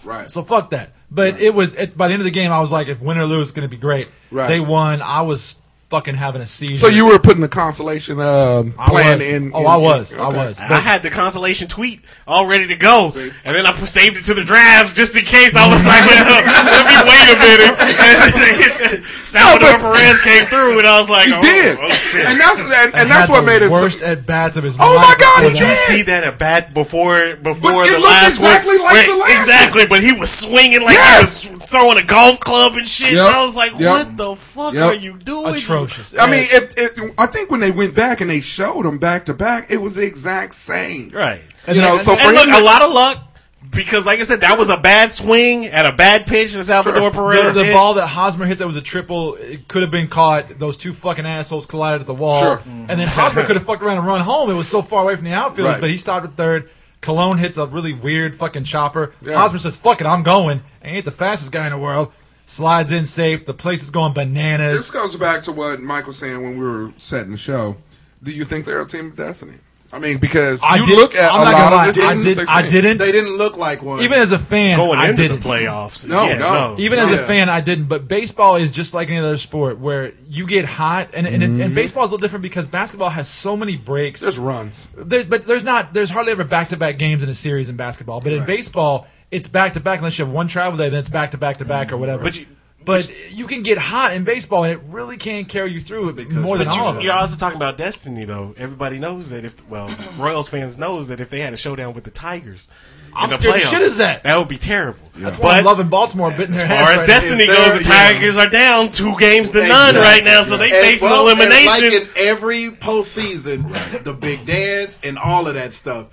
[SPEAKER 9] Right.
[SPEAKER 8] So fuck that. But it was it, by the end of the game, I was like, if win or lose, it's going to be great.
[SPEAKER 9] Right.
[SPEAKER 8] They won. I was fucking having a season.
[SPEAKER 9] So you were putting the consolation um,
[SPEAKER 8] I
[SPEAKER 9] plan
[SPEAKER 8] was.
[SPEAKER 9] in.
[SPEAKER 8] Oh,
[SPEAKER 9] in-
[SPEAKER 8] I was.
[SPEAKER 9] in-
[SPEAKER 8] I
[SPEAKER 9] okay.
[SPEAKER 8] was.
[SPEAKER 1] And I had the consolation tweet all ready to go, and then I saved it to the drafts just in case. I was like, well, let me wait a minute. (laughs) Salvador Perez came through, and I was like,
[SPEAKER 9] He
[SPEAKER 1] oh,
[SPEAKER 9] did,
[SPEAKER 1] oh, shit.
[SPEAKER 9] and that's and, and
[SPEAKER 8] had
[SPEAKER 9] that's what
[SPEAKER 8] the
[SPEAKER 9] made it. so-
[SPEAKER 8] worst at bats of his
[SPEAKER 9] Oh,
[SPEAKER 8] life.
[SPEAKER 9] my God, he
[SPEAKER 8] before
[SPEAKER 1] Did you
[SPEAKER 8] that.
[SPEAKER 1] see that at bat before before
[SPEAKER 9] But it
[SPEAKER 1] the
[SPEAKER 9] looked
[SPEAKER 1] last
[SPEAKER 9] exactly
[SPEAKER 1] one?
[SPEAKER 9] like
[SPEAKER 1] Wait,
[SPEAKER 9] the last one.
[SPEAKER 1] exactly, but he was swinging like
[SPEAKER 9] Yes.
[SPEAKER 1] he was throwing a golf club and shit.
[SPEAKER 9] Yep.
[SPEAKER 1] And I was like,
[SPEAKER 9] Yep.
[SPEAKER 1] what the fuck
[SPEAKER 9] Yep.
[SPEAKER 1] are you doing?
[SPEAKER 8] atrocious.
[SPEAKER 9] I mean, if, if I think when they went back and they showed them back to back, it was the exact same.
[SPEAKER 1] Right.
[SPEAKER 8] And
[SPEAKER 9] you
[SPEAKER 8] then-
[SPEAKER 9] know, so for
[SPEAKER 1] And look,
[SPEAKER 9] him,
[SPEAKER 1] a lot of luck. Because, like I said, that was a bad swing at a bad pitch in Salvador
[SPEAKER 8] the,
[SPEAKER 1] Perez.
[SPEAKER 8] the
[SPEAKER 1] hit.
[SPEAKER 8] ball that Hosmer hit that was a triple it could have been caught. Those two fucking assholes collided at the wall,
[SPEAKER 9] Sure.
[SPEAKER 8] and then Hosmer could have fucked around and run home. It was so far away from the outfield,
[SPEAKER 9] Right.
[SPEAKER 8] but he stopped at third. Cologne hits a really weird fucking chopper.
[SPEAKER 9] Yeah.
[SPEAKER 8] Hosmer says, "Fuck it, I'm going." And he ain't the fastest guy in the world. Slides in safe. The place is going
[SPEAKER 9] this
[SPEAKER 8] bananas.
[SPEAKER 9] goes back to what Mike was saying when we were setting the show. Do you think they're a team of destiny? I mean, because
[SPEAKER 8] I
[SPEAKER 9] you
[SPEAKER 8] did-
[SPEAKER 9] look at
[SPEAKER 8] I'm
[SPEAKER 9] a
[SPEAKER 8] not gonna
[SPEAKER 9] lot
[SPEAKER 8] lie,
[SPEAKER 9] of the
[SPEAKER 8] I
[SPEAKER 9] teams
[SPEAKER 8] did.
[SPEAKER 9] they've
[SPEAKER 8] I
[SPEAKER 9] seen.
[SPEAKER 8] didn't.
[SPEAKER 7] They didn't look like one.
[SPEAKER 8] even as a fan,
[SPEAKER 1] going
[SPEAKER 8] I
[SPEAKER 1] into
[SPEAKER 8] didn't.
[SPEAKER 1] the playoffs.
[SPEAKER 9] No,
[SPEAKER 1] Yeah,
[SPEAKER 9] no.
[SPEAKER 8] Even as a
[SPEAKER 7] Yeah.
[SPEAKER 8] fan, I didn't. But baseball is just like any other sport where you get hot, and and, it- and baseball is a little different because basketball has so many breaks.
[SPEAKER 9] There's runs.
[SPEAKER 8] There, but there's not. There's hardly ever back to back games in a series in basketball. But in baseball, it's back to back unless you have one travel day. Then it's back to back to back or whatever.
[SPEAKER 1] But you,
[SPEAKER 8] But you can get hot in baseball, and it really can carry you through it more than
[SPEAKER 1] But
[SPEAKER 8] all of
[SPEAKER 1] you,
[SPEAKER 8] them.
[SPEAKER 1] you're also talking about destiny, though. Everybody knows that if well, (clears throat) Royals fans knows that if they had a showdown with the Tigers, in
[SPEAKER 8] I'm
[SPEAKER 1] the
[SPEAKER 8] scared of shit
[SPEAKER 1] playoffs,
[SPEAKER 8] is that.
[SPEAKER 1] That would be terrible.
[SPEAKER 8] That's why I'm
[SPEAKER 1] But
[SPEAKER 8] loving (laughs) Baltimore. Bitten their
[SPEAKER 1] as far as
[SPEAKER 8] ass right
[SPEAKER 1] destiny
[SPEAKER 7] now.
[SPEAKER 1] goes, the
[SPEAKER 7] If they're-
[SPEAKER 1] Tigers are down two games to none right now, so they
[SPEAKER 7] And-
[SPEAKER 1] face
[SPEAKER 7] well,
[SPEAKER 1] an
[SPEAKER 7] and
[SPEAKER 1] elimination.
[SPEAKER 7] Like in every postseason, the big dance and all of that stuff.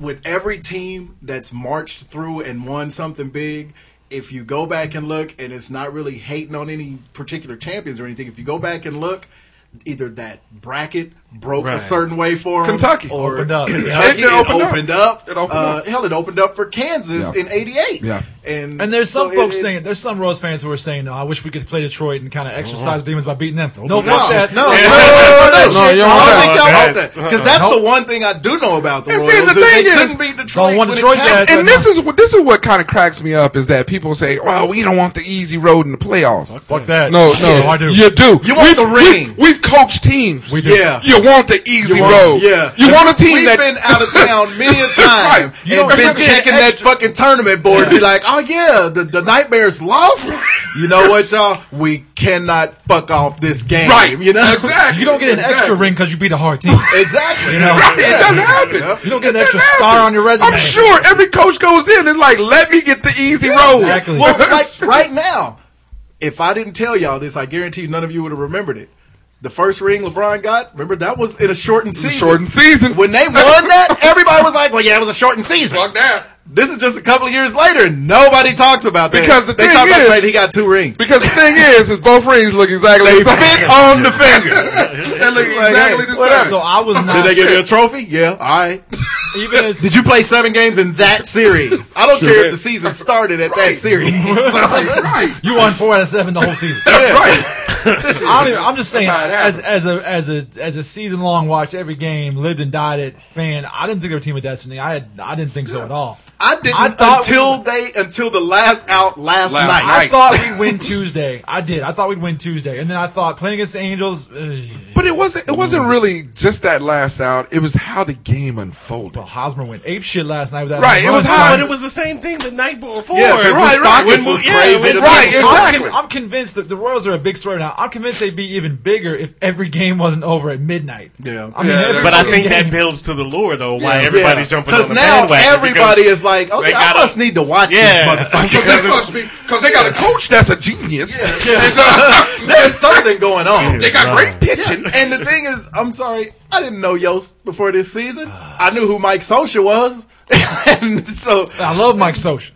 [SPEAKER 7] With every team that's marched through and won something big, if you go back and look, and it's not really hating on any particular champions or anything, if you go back and look, either that bracket broke a
[SPEAKER 1] Right.
[SPEAKER 7] certain way for 'em,
[SPEAKER 9] Kentucky.
[SPEAKER 7] or
[SPEAKER 8] Opened up.
[SPEAKER 7] Kentucky,
[SPEAKER 9] It
[SPEAKER 7] it
[SPEAKER 9] opened
[SPEAKER 7] opened,
[SPEAKER 9] up.
[SPEAKER 7] up.
[SPEAKER 9] It opened
[SPEAKER 7] Uh,
[SPEAKER 9] up.
[SPEAKER 7] Hell, it opened up for Kansas
[SPEAKER 9] Yeah.
[SPEAKER 7] in '88.
[SPEAKER 9] Yeah.
[SPEAKER 7] and
[SPEAKER 8] And there's some
[SPEAKER 7] so it-
[SPEAKER 8] folks
[SPEAKER 7] it-
[SPEAKER 8] saying, there's some Royals fans who are saying, no, I wish we could play Detroit and kind of exercise demons by beating them. No,
[SPEAKER 7] No,
[SPEAKER 8] fuck that.
[SPEAKER 7] no, no,
[SPEAKER 1] Yeah.
[SPEAKER 7] no, no,
[SPEAKER 9] No,
[SPEAKER 7] no,
[SPEAKER 9] you don't want that.
[SPEAKER 7] I don't think y'all
[SPEAKER 1] Nope.
[SPEAKER 7] want that because that's the one thing I do know about the
[SPEAKER 9] And
[SPEAKER 7] Royals.
[SPEAKER 9] see, the
[SPEAKER 7] is they
[SPEAKER 9] thing is-
[SPEAKER 7] couldn't beat Detroit.
[SPEAKER 8] Don't want
[SPEAKER 7] when it
[SPEAKER 8] Detroit
[SPEAKER 7] counted.
[SPEAKER 8] bad.
[SPEAKER 9] and this is what this is what kind of cracks me up is that people say, "Well, we don't want the easy road in the playoffs."
[SPEAKER 8] Fuck that.
[SPEAKER 9] No,
[SPEAKER 8] Shit,
[SPEAKER 9] no,
[SPEAKER 8] I do.
[SPEAKER 9] you do.
[SPEAKER 7] You want the ring.
[SPEAKER 9] We've, we've coached teams.
[SPEAKER 8] We do.
[SPEAKER 7] Yeah.
[SPEAKER 9] You want the easy
[SPEAKER 7] You want-
[SPEAKER 9] road.
[SPEAKER 7] yeah.
[SPEAKER 9] You want a team
[SPEAKER 7] We've
[SPEAKER 9] that
[SPEAKER 7] been out of
[SPEAKER 9] (laughs)
[SPEAKER 7] town many a
[SPEAKER 9] Right.
[SPEAKER 7] time
[SPEAKER 9] You
[SPEAKER 7] and
[SPEAKER 9] don't-
[SPEAKER 7] been
[SPEAKER 9] you're
[SPEAKER 7] checking
[SPEAKER 9] being
[SPEAKER 7] that fucking tournament board. Be like, oh yeah, the, the nightmares lost. You know what, y'all? We cannot fuck off this game.
[SPEAKER 9] Right.
[SPEAKER 7] You know
[SPEAKER 9] Exactly.
[SPEAKER 8] You don't get an extra ring because you beat a hard team.
[SPEAKER 7] Exactly.
[SPEAKER 8] You know?
[SPEAKER 9] Right, It doesn't happen.
[SPEAKER 8] You don't get
[SPEAKER 9] It doesn't
[SPEAKER 8] an extra star
[SPEAKER 9] happen.
[SPEAKER 8] on your resume.
[SPEAKER 9] I'm sure every coach goes in and like, let me get the easy road.
[SPEAKER 8] exactly.
[SPEAKER 9] (laughs)
[SPEAKER 7] Well, like right now, if I didn't tell y'all this, I guarantee none of you would have remembered it. The first ring LeBron got, remember that was in a shortened season.
[SPEAKER 9] Shortened season.
[SPEAKER 7] When they won that, everybody was like, "Well, yeah, it was a shortened season."
[SPEAKER 9] Fuck that.
[SPEAKER 7] This is just a couple of years later, and nobody talks about that
[SPEAKER 9] Because the
[SPEAKER 7] they
[SPEAKER 9] thing
[SPEAKER 7] talk about
[SPEAKER 9] is-
[SPEAKER 7] the fact he got two rings.
[SPEAKER 9] Because the thing is, is both rings look exactly
[SPEAKER 7] They
[SPEAKER 9] the same.
[SPEAKER 7] spit on the finger.
[SPEAKER 9] (laughs) They look
[SPEAKER 7] Like,
[SPEAKER 9] exactly
[SPEAKER 7] hey,
[SPEAKER 9] the
[SPEAKER 7] what
[SPEAKER 9] same.
[SPEAKER 8] So I was
[SPEAKER 7] Did
[SPEAKER 8] not.
[SPEAKER 7] they give you a trophy? Yeah, all right.
[SPEAKER 8] even as,
[SPEAKER 7] (laughs) Did you play seven games in that series? I don't care if the season started at that
[SPEAKER 9] Right.
[SPEAKER 7] series. (laughs) So-
[SPEAKER 9] Right.
[SPEAKER 8] you won four out of seven the whole season.
[SPEAKER 9] Right.
[SPEAKER 8] I don't even, I'm just saying,
[SPEAKER 9] how it
[SPEAKER 8] as as a as a as a season long watch, every game lived and died it fan. I didn't think they were a team of destiny. I had, I didn't think so at all.
[SPEAKER 7] I didn't
[SPEAKER 8] I thought
[SPEAKER 7] until they until the last out last,
[SPEAKER 9] Last
[SPEAKER 7] night.
[SPEAKER 8] I
[SPEAKER 9] night.
[SPEAKER 8] thought
[SPEAKER 9] (laughs)
[SPEAKER 8] we'd win Tuesday. I did. I thought we'd win Tuesday, and then I thought playing against the Angels. eh, ugh.
[SPEAKER 9] But it wasn't it wasn't really just that last out. It was how the game unfolded.
[SPEAKER 8] Well, Hosmer went ape shit last night with that.
[SPEAKER 9] Right, it
[SPEAKER 8] home
[SPEAKER 9] was
[SPEAKER 8] run,
[SPEAKER 9] hot.
[SPEAKER 8] so-
[SPEAKER 1] But it was the same thing the night before.
[SPEAKER 7] Yeah, 'cause
[SPEAKER 9] Right, right.
[SPEAKER 7] Mustakas was
[SPEAKER 1] Yeah,
[SPEAKER 7] crazy.
[SPEAKER 1] when-
[SPEAKER 7] to
[SPEAKER 9] Right,
[SPEAKER 7] people.
[SPEAKER 9] exactly.
[SPEAKER 8] I'm, I'm convinced that the Royals are a big story now. I'm convinced they'd be even bigger if every game wasn't over at midnight.
[SPEAKER 7] Yeah.
[SPEAKER 8] I mean,
[SPEAKER 9] Yeah,
[SPEAKER 8] every
[SPEAKER 1] But I
[SPEAKER 8] fucking
[SPEAKER 1] think that
[SPEAKER 8] game-
[SPEAKER 1] builds to the lure, though, why
[SPEAKER 8] Yeah.
[SPEAKER 1] everybody's jumping on the
[SPEAKER 7] now
[SPEAKER 1] bandwagon. (laughs)
[SPEAKER 7] everybody is like, okay, I
[SPEAKER 1] gotta-
[SPEAKER 7] must need to watch
[SPEAKER 1] Yeah.
[SPEAKER 7] this
[SPEAKER 9] Because
[SPEAKER 7] (laughs) motherfucker.
[SPEAKER 9] they, must be, 'cause they got a coach that's a genius.
[SPEAKER 7] Yeah. There's something going on.
[SPEAKER 9] They got great pitching.
[SPEAKER 7] And the thing is, I'm sorry, I didn't know Yost before this season. I knew who Mike Socia was. (laughs) and so,
[SPEAKER 8] I love Mike Socha.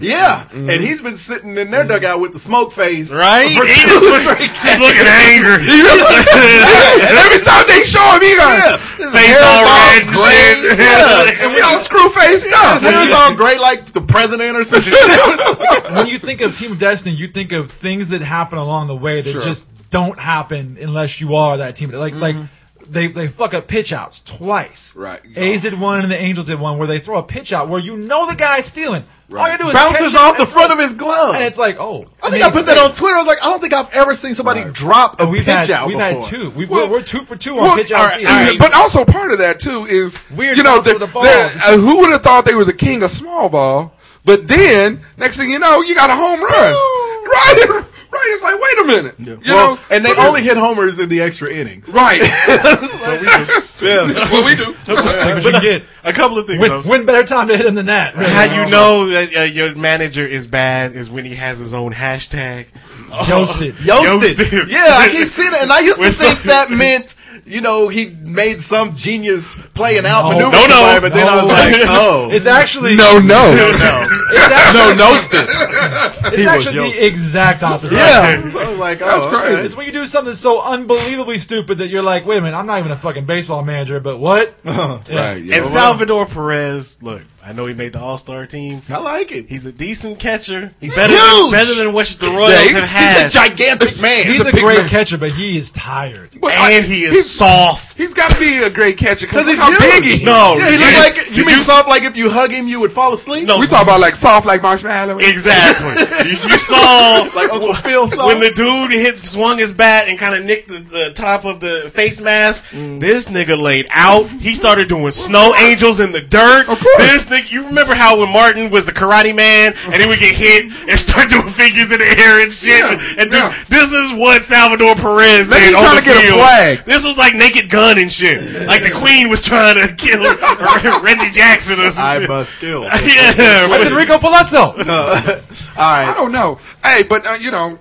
[SPEAKER 7] yeah. And he's been sitting in their dugout with the smoke face.
[SPEAKER 1] Right?
[SPEAKER 7] For
[SPEAKER 1] He
[SPEAKER 7] two
[SPEAKER 1] just look-
[SPEAKER 7] straight
[SPEAKER 1] just looking angry.
[SPEAKER 9] and every time they show him, he got
[SPEAKER 7] His
[SPEAKER 1] Face
[SPEAKER 7] hair's
[SPEAKER 1] all
[SPEAKER 7] all
[SPEAKER 1] red and
[SPEAKER 7] gray.
[SPEAKER 1] shit.
[SPEAKER 7] Yeah.
[SPEAKER 9] and we all screw face
[SPEAKER 7] His
[SPEAKER 9] stuff.
[SPEAKER 7] hair's all great like the president or some
[SPEAKER 1] (laughs)
[SPEAKER 7] shit.
[SPEAKER 8] when you think of Team of Destiny, you think of things that happen along the way that just don't happen unless you are that team. Like like
[SPEAKER 7] Mm-hmm.
[SPEAKER 8] they they fuck up pitch outs twice.
[SPEAKER 9] Right.
[SPEAKER 8] A's did one and the Angels did one where they throw a pitch out where you know the guy's stealing. All you do is catch
[SPEAKER 7] Bounces
[SPEAKER 8] it
[SPEAKER 7] off the
[SPEAKER 8] and-
[SPEAKER 7] front of his glove.
[SPEAKER 8] and it's like, oh,
[SPEAKER 7] I think I put that on Twitter. I was like, I don't think I've ever seen somebody drop a
[SPEAKER 8] Oh, We've
[SPEAKER 7] pitch
[SPEAKER 8] had
[SPEAKER 7] out
[SPEAKER 8] we've
[SPEAKER 7] before.
[SPEAKER 8] had two. We,
[SPEAKER 9] Well-
[SPEAKER 8] we're, we're two for two on
[SPEAKER 9] Well,
[SPEAKER 8] pitch
[SPEAKER 9] all
[SPEAKER 8] outs.
[SPEAKER 9] right,
[SPEAKER 8] steals.
[SPEAKER 9] all right, But also part of that too is
[SPEAKER 8] Weird
[SPEAKER 9] you know
[SPEAKER 8] bounce
[SPEAKER 9] the,
[SPEAKER 8] with the ball.
[SPEAKER 9] uh, who would have thought they were the king of small ball? But then next thing you know, you got a home runs. Right, right. It's like wait a minute. You
[SPEAKER 7] well,
[SPEAKER 9] know,
[SPEAKER 7] and they
[SPEAKER 9] so-
[SPEAKER 7] only hit homers in the extra innings.
[SPEAKER 9] right.
[SPEAKER 7] Yeah.
[SPEAKER 9] That's what
[SPEAKER 1] (laughs)
[SPEAKER 9] we do.
[SPEAKER 8] Things you get.
[SPEAKER 1] A couple of things,
[SPEAKER 8] When,
[SPEAKER 1] though.
[SPEAKER 8] when better time to hit him than that? really?
[SPEAKER 1] How you know that uh, your manager is bad is when he has his own hashtag.
[SPEAKER 8] Yoasted.
[SPEAKER 7] Yoasted.
[SPEAKER 1] Yoasted.
[SPEAKER 7] Yeah,
[SPEAKER 1] (laughs)
[SPEAKER 7] I keep seeing it. And I used to
[SPEAKER 1] We're so-
[SPEAKER 7] think that meant, you know, he made some genius play and outmaneuver
[SPEAKER 8] No,
[SPEAKER 1] no,
[SPEAKER 7] somebody, but then I was
[SPEAKER 8] no. (laughs)
[SPEAKER 7] like, oh.
[SPEAKER 8] It's actually
[SPEAKER 9] No,
[SPEAKER 8] (laughs)
[SPEAKER 9] no.
[SPEAKER 8] It's actually,
[SPEAKER 7] (laughs) no, no.
[SPEAKER 8] (laughs) it's actually the
[SPEAKER 7] Yoasted.
[SPEAKER 8] exact opposite.
[SPEAKER 7] Yeah. (laughs) So I was like, oh.
[SPEAKER 9] That's crazy.
[SPEAKER 8] It's when you do something so unbelievably stupid that you're like, wait a minute, I'm not even a fucking baseball manager, but what?
[SPEAKER 9] Right. yeah.
[SPEAKER 1] (laughs) And Salvador Perez, look, I know he made the All Star team.
[SPEAKER 7] I like it.
[SPEAKER 1] He's a decent catcher. He's better than
[SPEAKER 7] huge.
[SPEAKER 1] better than what the Royals
[SPEAKER 9] Yeah,
[SPEAKER 1] have
[SPEAKER 9] he's-
[SPEAKER 1] had.
[SPEAKER 7] He's a gigantic man.
[SPEAKER 8] He's,
[SPEAKER 9] He's
[SPEAKER 8] a,
[SPEAKER 9] a big
[SPEAKER 8] great
[SPEAKER 9] man.
[SPEAKER 8] catcher, but he is tired.
[SPEAKER 9] But I-
[SPEAKER 1] and he is
[SPEAKER 9] he's-
[SPEAKER 1] soft.
[SPEAKER 9] He's got to be a great catcher because
[SPEAKER 7] Because
[SPEAKER 9] he's
[SPEAKER 7] he's
[SPEAKER 9] how
[SPEAKER 7] huge.
[SPEAKER 9] big he is.
[SPEAKER 1] No,
[SPEAKER 7] Yeah, he
[SPEAKER 1] Did
[SPEAKER 7] looked
[SPEAKER 1] you-
[SPEAKER 7] like, you mean soft like if you hug him, you would fall asleep?
[SPEAKER 1] (laughs) No,
[SPEAKER 9] We talk about like soft like marshmallow.
[SPEAKER 1] exactly. if you saw
[SPEAKER 7] (laughs) Like Uncle
[SPEAKER 9] (laughs)
[SPEAKER 7] feel so.
[SPEAKER 1] when the dude hit swung his bat and kind of nicked the, the top of the face mask,
[SPEAKER 10] Mm.
[SPEAKER 1] this nigga laid out. He started doing snow angels in the dirt. This nigga, you remember how when Martin was the karate man and he would get hit and start doing figures in the air and shit.
[SPEAKER 10] Yeah,
[SPEAKER 1] and dude,
[SPEAKER 10] yeah.
[SPEAKER 1] this is what Salvador Perez
[SPEAKER 10] They
[SPEAKER 1] did
[SPEAKER 10] keep
[SPEAKER 1] on
[SPEAKER 10] trying
[SPEAKER 1] the
[SPEAKER 10] to get a
[SPEAKER 1] field.
[SPEAKER 10] flag.
[SPEAKER 1] This was like Naked Gun and shit. Like the Queen was trying to
[SPEAKER 10] (laughs)
[SPEAKER 1] kill Reggie Jackson or some
[SPEAKER 9] (laughs)
[SPEAKER 7] I
[SPEAKER 1] shit.
[SPEAKER 7] must kill.
[SPEAKER 1] (laughs)
[SPEAKER 7] (laughs)
[SPEAKER 1] yeah,
[SPEAKER 8] That's Enrico Palazzo.
[SPEAKER 7] All
[SPEAKER 9] I (laughs)
[SPEAKER 7] right,
[SPEAKER 9] don't know. Hey, but uh, you know,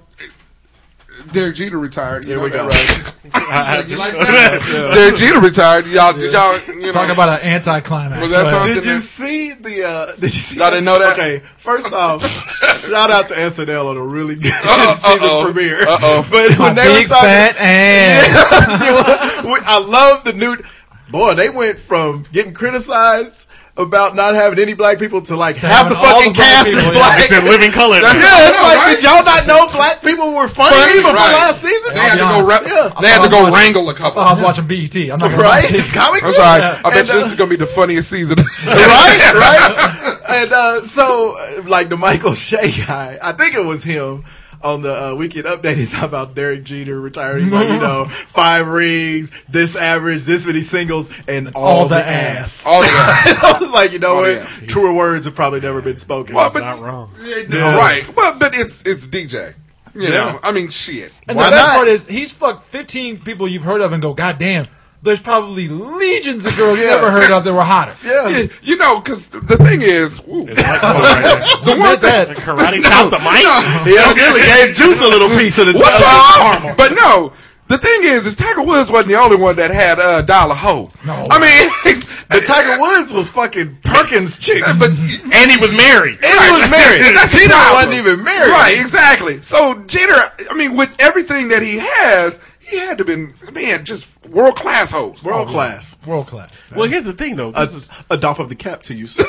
[SPEAKER 9] Derek Jeter retired. You
[SPEAKER 7] here
[SPEAKER 9] know
[SPEAKER 7] we
[SPEAKER 9] that,
[SPEAKER 7] go.
[SPEAKER 9] right? You like that? Derek Jeter retired. Y'all, did y'all, you know,
[SPEAKER 8] Talk about an anticlimax.
[SPEAKER 9] was that
[SPEAKER 8] but-
[SPEAKER 9] something?
[SPEAKER 7] Did you
[SPEAKER 9] that-
[SPEAKER 7] see the? uh (laughs) Did you see?
[SPEAKER 9] Y'all didn't know that?
[SPEAKER 7] Okay, first
[SPEAKER 9] (laughs)
[SPEAKER 7] off, shout out to SNL on a really good
[SPEAKER 9] Uh-oh,
[SPEAKER 7] (laughs) season
[SPEAKER 9] uh-oh,
[SPEAKER 7] premiere.
[SPEAKER 9] uh-oh.
[SPEAKER 7] But (laughs)
[SPEAKER 8] My
[SPEAKER 7] when they
[SPEAKER 8] big
[SPEAKER 7] were talking,
[SPEAKER 8] fat ass.
[SPEAKER 7] (laughs) We- I love the new. Boy, they went from getting criticized about not having any black people to like half
[SPEAKER 8] having
[SPEAKER 7] the
[SPEAKER 8] all
[SPEAKER 7] fucking
[SPEAKER 8] the black
[SPEAKER 7] cast
[SPEAKER 8] people,
[SPEAKER 7] is
[SPEAKER 8] yeah.
[SPEAKER 7] black. (laughs)
[SPEAKER 1] (laughs) It's in living color.
[SPEAKER 9] That's-
[SPEAKER 7] Yeah, it's
[SPEAKER 9] Yeah,
[SPEAKER 7] like
[SPEAKER 9] right?
[SPEAKER 7] did y'all not know black people were funny,
[SPEAKER 9] Funny,
[SPEAKER 7] before
[SPEAKER 9] right.
[SPEAKER 7] last season?
[SPEAKER 9] They had to
[SPEAKER 8] I'll
[SPEAKER 9] go.
[SPEAKER 8] be
[SPEAKER 9] Ra-
[SPEAKER 8] honest.
[SPEAKER 9] They had to
[SPEAKER 8] I
[SPEAKER 9] go
[SPEAKER 8] was
[SPEAKER 9] wrangle a
[SPEAKER 8] Oh, I was
[SPEAKER 9] couple.
[SPEAKER 8] watching BET. I'm not gonna
[SPEAKER 7] Right,
[SPEAKER 8] (laughs) lie.
[SPEAKER 7] comic.
[SPEAKER 9] I'm sorry.
[SPEAKER 7] book?
[SPEAKER 9] I bet
[SPEAKER 7] And,
[SPEAKER 9] you
[SPEAKER 7] uh,
[SPEAKER 9] this is gonna be the funniest season.
[SPEAKER 7] (laughs)
[SPEAKER 9] (laughs)
[SPEAKER 7] right, right. And uh, so, uh, like the Michael Shea guy, I think it was him on the uh, Weekend Update. He's talking about Derek Jeter retiring. He's like,
[SPEAKER 9] (laughs)
[SPEAKER 7] you know, five rings, this average, this many singles, and all,
[SPEAKER 8] All
[SPEAKER 7] the,
[SPEAKER 8] the
[SPEAKER 7] ass. (laughs)
[SPEAKER 9] All that.
[SPEAKER 7] And I was like, you know
[SPEAKER 9] the
[SPEAKER 7] what?
[SPEAKER 9] ass.
[SPEAKER 7] Truer words have probably never been spoken.
[SPEAKER 9] Well,
[SPEAKER 7] (laughs)
[SPEAKER 9] but-
[SPEAKER 1] not wrong.
[SPEAKER 9] No, Right. Well, but it's it's DJ. You know, I mean, shit.
[SPEAKER 8] And
[SPEAKER 7] Why
[SPEAKER 8] the best
[SPEAKER 7] not?
[SPEAKER 8] part is he's fucked 15 people you've heard of and go, God damn, there's probably legions of girls you
[SPEAKER 7] Yeah.
[SPEAKER 8] never heard of that were hotter.
[SPEAKER 7] yeah.
[SPEAKER 9] You know, because the thing is, woo,
[SPEAKER 1] It's
[SPEAKER 9] (laughs)
[SPEAKER 1] like come on right there.
[SPEAKER 9] the one thing.
[SPEAKER 1] (laughs)
[SPEAKER 8] that.
[SPEAKER 1] Karate chopped the mic.
[SPEAKER 7] He accidentally gave Juice a little piece of the
[SPEAKER 9] What
[SPEAKER 7] chocolate
[SPEAKER 9] y'all? But no, the thing is, is Tiger Woods wasn't the only one that had a uh, dollar hoe.
[SPEAKER 8] No.
[SPEAKER 9] I
[SPEAKER 7] (laughs)
[SPEAKER 9] mean,
[SPEAKER 7] The (laughs) Tiger Woods was fucking Perkins
[SPEAKER 9] (laughs)
[SPEAKER 7] chicks.
[SPEAKER 9] but
[SPEAKER 1] And he was married.
[SPEAKER 7] And he was
[SPEAKER 1] (laughs)
[SPEAKER 7] married.
[SPEAKER 9] That's the
[SPEAKER 7] Tito
[SPEAKER 9] problem.
[SPEAKER 7] wasn't even married.
[SPEAKER 9] right? Exactly. So Jeter, I mean, with everything that he has, he had to been man just world class hoes.
[SPEAKER 7] World class.
[SPEAKER 8] World class.
[SPEAKER 1] Well, here's the thing, though.
[SPEAKER 7] A,
[SPEAKER 1] This
[SPEAKER 9] (laughs)
[SPEAKER 1] is
[SPEAKER 7] a doff of the cap to you, sir.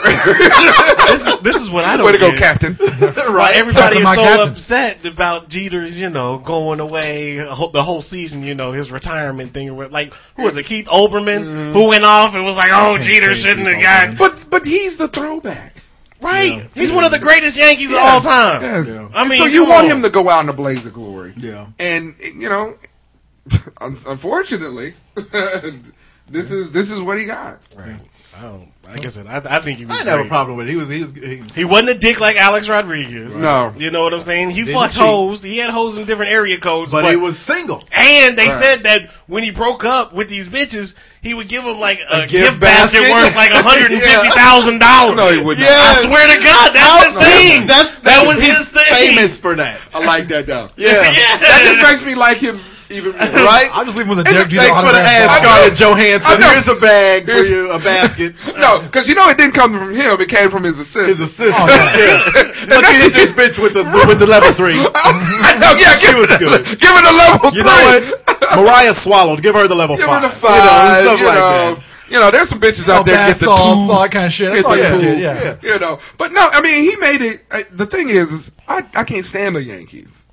[SPEAKER 1] this, is- this is what I don't.
[SPEAKER 9] Way to go,
[SPEAKER 1] get.
[SPEAKER 9] Captain.
[SPEAKER 7] (laughs)
[SPEAKER 1] Why everybody
[SPEAKER 8] Captain,
[SPEAKER 1] is
[SPEAKER 8] my
[SPEAKER 1] so
[SPEAKER 8] captain.
[SPEAKER 1] upset about Jeter's, you know, going away ho- the whole season, you know, his retirement thing. or what- Like, who was it? Keith Olbermann,
[SPEAKER 9] Mm-hmm.
[SPEAKER 1] who went off and was like, "Oh, Jeter shouldn't have gotten."
[SPEAKER 9] but but he's the throwback.
[SPEAKER 1] Right? He's one of the greatest Yankees of all time.
[SPEAKER 9] Yes.
[SPEAKER 1] I mean,
[SPEAKER 9] so you
[SPEAKER 1] come
[SPEAKER 9] want
[SPEAKER 1] on.
[SPEAKER 9] him to go out in a blaze of glory.
[SPEAKER 7] Yeah.
[SPEAKER 9] And you know, (laughs) un- unfortunately, (laughs) this is this is what he got.
[SPEAKER 1] I don't. Like I said, I, I think he was.
[SPEAKER 7] I didn't have a
[SPEAKER 1] great.
[SPEAKER 7] problem with it. He was, he was, he,
[SPEAKER 1] He wasn't a dick like Alex Rodriguez.
[SPEAKER 9] No.
[SPEAKER 1] you know what I'm saying. He
[SPEAKER 7] Didn't
[SPEAKER 1] fucked
[SPEAKER 7] cheat.
[SPEAKER 1] hoes. He had hoes in different area codes,
[SPEAKER 7] but he was single.
[SPEAKER 1] And they said that when he broke up with these bitches, he would give them like a, gift,
[SPEAKER 7] gift
[SPEAKER 1] basket,
[SPEAKER 7] basket? (laughs)
[SPEAKER 1] worth like one hundred and fifty thousand dollars.
[SPEAKER 9] No, he wouldn't.
[SPEAKER 1] I
[SPEAKER 7] Yes.
[SPEAKER 1] swear to God, that's his thing.
[SPEAKER 7] That's,
[SPEAKER 1] that
[SPEAKER 7] that's-
[SPEAKER 1] was
[SPEAKER 7] he's
[SPEAKER 1] his thing. (laughs)
[SPEAKER 7] Famous for that.
[SPEAKER 9] I like that though.
[SPEAKER 7] Yeah.
[SPEAKER 9] That just makes me like him even
[SPEAKER 7] (laughs)
[SPEAKER 9] more.
[SPEAKER 7] Right?
[SPEAKER 8] I'll just leave him with a
[SPEAKER 7] And
[SPEAKER 8] Derek Jeter
[SPEAKER 7] thanks for the
[SPEAKER 8] autograph.
[SPEAKER 7] ass, Scarlett Johansson.
[SPEAKER 9] I know.
[SPEAKER 7] Here's a bag
[SPEAKER 9] Here's-
[SPEAKER 7] for you, a basket.
[SPEAKER 9] No, because you know it didn't come from him. It came from his assistant.
[SPEAKER 7] His assistant. (laughs) yeah. Look at this bitch with the with the level three. You
[SPEAKER 9] (laughs) I know, yeah,
[SPEAKER 7] She
[SPEAKER 9] give
[SPEAKER 7] was
[SPEAKER 9] it,
[SPEAKER 7] good.
[SPEAKER 9] Give it a level
[SPEAKER 7] know
[SPEAKER 9] three.
[SPEAKER 7] what? Mariah swallowed. Give her the level
[SPEAKER 9] Give
[SPEAKER 7] five.
[SPEAKER 9] it a
[SPEAKER 7] You know,
[SPEAKER 9] five.
[SPEAKER 7] stuff
[SPEAKER 9] You know,
[SPEAKER 7] like that.
[SPEAKER 9] You know, there's some bitches
[SPEAKER 8] Oh,
[SPEAKER 9] out there
[SPEAKER 8] bath
[SPEAKER 9] get the two.
[SPEAKER 8] salts, all that kind of shit. That's
[SPEAKER 9] Get
[SPEAKER 8] all
[SPEAKER 9] the
[SPEAKER 8] you
[SPEAKER 9] two.
[SPEAKER 8] get, yeah.
[SPEAKER 9] You know, but no, I mean, he made it. I, the thing is, is I, I can't stand the Yankees,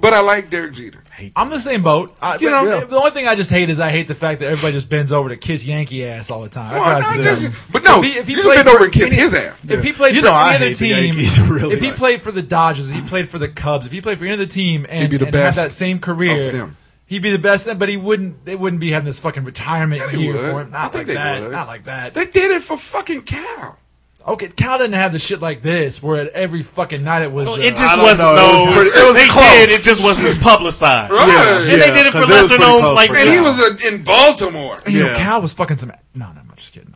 [SPEAKER 9] but I like Derek Jeter.
[SPEAKER 8] I'm the same boat. I,
[SPEAKER 9] You
[SPEAKER 8] you
[SPEAKER 9] know?
[SPEAKER 8] know, the only thing I just hate is I hate the fact that everybody just bends over to kiss Yankee ass all the time.
[SPEAKER 9] Well,
[SPEAKER 8] I'd rather
[SPEAKER 9] not
[SPEAKER 8] do that.
[SPEAKER 9] just- but no, you can
[SPEAKER 8] played
[SPEAKER 9] bend over
[SPEAKER 8] for
[SPEAKER 9] and kiss
[SPEAKER 8] any-
[SPEAKER 9] his ass.
[SPEAKER 8] If he played
[SPEAKER 7] You
[SPEAKER 8] for
[SPEAKER 7] know, I
[SPEAKER 8] any other
[SPEAKER 7] hate the
[SPEAKER 8] team,
[SPEAKER 7] Yankees,
[SPEAKER 9] (laughs)
[SPEAKER 7] really.
[SPEAKER 8] if he played for the Dodgers, if he played for the Cubs, if he played for any other team, and,
[SPEAKER 9] be the
[SPEAKER 8] and had
[SPEAKER 9] best
[SPEAKER 8] that same career,
[SPEAKER 9] of them.
[SPEAKER 8] he'd be the best. But he wouldn't. They wouldn't be having this fucking retirement
[SPEAKER 9] Yeah, they
[SPEAKER 8] year
[SPEAKER 9] would.
[SPEAKER 8] for him.
[SPEAKER 9] I
[SPEAKER 8] Not
[SPEAKER 9] think
[SPEAKER 8] like
[SPEAKER 9] they
[SPEAKER 8] that.
[SPEAKER 9] would.
[SPEAKER 8] Not like that.
[SPEAKER 9] They did it for fucking Cal.
[SPEAKER 8] okay, Cal didn't have the shit like this, where every fucking night it was.
[SPEAKER 1] Well,
[SPEAKER 8] the-
[SPEAKER 1] It
[SPEAKER 7] I
[SPEAKER 1] just
[SPEAKER 7] don't
[SPEAKER 1] wasn't.
[SPEAKER 7] know. It was
[SPEAKER 1] though.
[SPEAKER 7] pretty- it was
[SPEAKER 1] they
[SPEAKER 7] close.
[SPEAKER 1] did. It just wasn't as publicized.
[SPEAKER 9] Right.
[SPEAKER 1] And
[SPEAKER 7] Yeah,
[SPEAKER 1] they did it for
[SPEAKER 7] 'cause it was
[SPEAKER 1] lesser
[SPEAKER 7] pretty
[SPEAKER 1] known.
[SPEAKER 7] close
[SPEAKER 1] Like
[SPEAKER 7] for
[SPEAKER 9] And he was uh, in Baltimore.
[SPEAKER 8] you know,
[SPEAKER 7] yeah.
[SPEAKER 8] Cal was fucking some. No, no, I'm just kidding.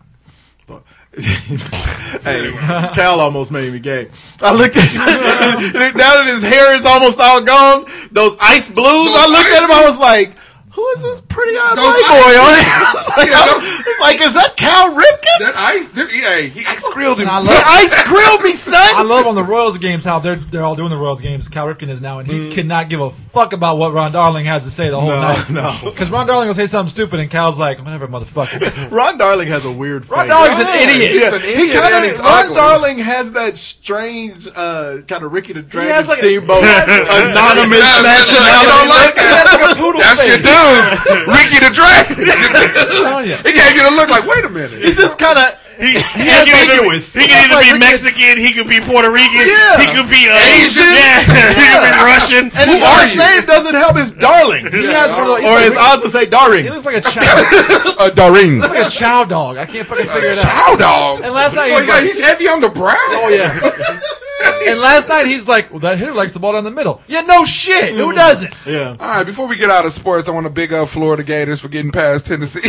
[SPEAKER 7] (laughs) hey, Cal almost made me gay. I looked at (laughs) now that his hair is almost all gone, those ice blues. I looked at him. I was like, "Who is this pretty eyed
[SPEAKER 9] Those
[SPEAKER 7] white
[SPEAKER 9] ice-
[SPEAKER 7] boy?" on here? (laughs) I was like,
[SPEAKER 9] Yeah,
[SPEAKER 7] I-
[SPEAKER 9] those-
[SPEAKER 7] it's like, is that Cal Ripken?
[SPEAKER 9] That ice, th- yeah, he ice grilled him.
[SPEAKER 8] I
[SPEAKER 7] He ice grilled me,
[SPEAKER 8] (laughs) I
[SPEAKER 7] son.
[SPEAKER 8] love on the Royals games how they're they're all doing the Royals games. Cal Ripken is now, and he cannot give a fuck about what Ron Darling has to say the whole
[SPEAKER 7] Mm. No,
[SPEAKER 8] night.
[SPEAKER 7] no.
[SPEAKER 8] because Ron Darling will say something stupid, and Cal's like, "Whatever,
[SPEAKER 7] (laughs)
[SPEAKER 8] motherfucker."
[SPEAKER 7] Ron Darling has a weird. Face.
[SPEAKER 8] Ron Darling's an
[SPEAKER 9] Yeah.
[SPEAKER 8] idiot.
[SPEAKER 9] He's
[SPEAKER 7] Yeah,
[SPEAKER 9] an
[SPEAKER 7] he
[SPEAKER 9] idiot and
[SPEAKER 7] kind
[SPEAKER 9] he's
[SPEAKER 7] of Ron
[SPEAKER 9] ugly.
[SPEAKER 7] Darling has that strange uh, kind of Ricky the Dragon
[SPEAKER 8] has like a-
[SPEAKER 7] Steamboat
[SPEAKER 8] (laughs) he has like-
[SPEAKER 7] (laughs) anonymous
[SPEAKER 9] That's- that's-
[SPEAKER 7] nationality.
[SPEAKER 9] you don't like
[SPEAKER 7] look.
[SPEAKER 9] that.
[SPEAKER 8] He has like a poodle
[SPEAKER 9] That's
[SPEAKER 8] face.
[SPEAKER 9] your dude.
[SPEAKER 8] (laughs)
[SPEAKER 9] dude, Ricky the Dragon.
[SPEAKER 8] telling you.
[SPEAKER 9] he gave you the look like, wait a minute.
[SPEAKER 7] He just kind of
[SPEAKER 1] He, he,
[SPEAKER 7] (laughs) That's
[SPEAKER 1] could either,
[SPEAKER 7] ambiguous.
[SPEAKER 1] he could
[SPEAKER 7] That's
[SPEAKER 1] either
[SPEAKER 7] like
[SPEAKER 1] be
[SPEAKER 7] Ricky-
[SPEAKER 1] Mexican, he could be Puerto Rican,
[SPEAKER 7] Yeah.
[SPEAKER 1] he could be uh,
[SPEAKER 7] Asian.
[SPEAKER 1] Yeah, (laughs) he could be Russian.
[SPEAKER 7] and his
[SPEAKER 9] Who are
[SPEAKER 7] last
[SPEAKER 9] you?
[SPEAKER 7] name doesn't help. His darling,
[SPEAKER 8] He has one of those.
[SPEAKER 7] or his
[SPEAKER 8] he's like-
[SPEAKER 7] odds would say darling.
[SPEAKER 8] He looks like a child,
[SPEAKER 9] Uh, Doreen.
[SPEAKER 8] like a chow dog. I can't fucking figure it out.
[SPEAKER 9] Chow dog.
[SPEAKER 8] And last night
[SPEAKER 9] So
[SPEAKER 8] he was
[SPEAKER 9] he's, like,
[SPEAKER 8] like-
[SPEAKER 9] he's heavy on the brow.
[SPEAKER 8] Oh yeah. and last night he's like, "Well, that hitter likes the ball down the middle." Yeah, no shit. Who
[SPEAKER 7] Mm.
[SPEAKER 8] doesn't?
[SPEAKER 7] Yeah,
[SPEAKER 9] All right, before we get out of sports, I want to big up Florida Gators for getting past Tennessee.
[SPEAKER 8] (laughs)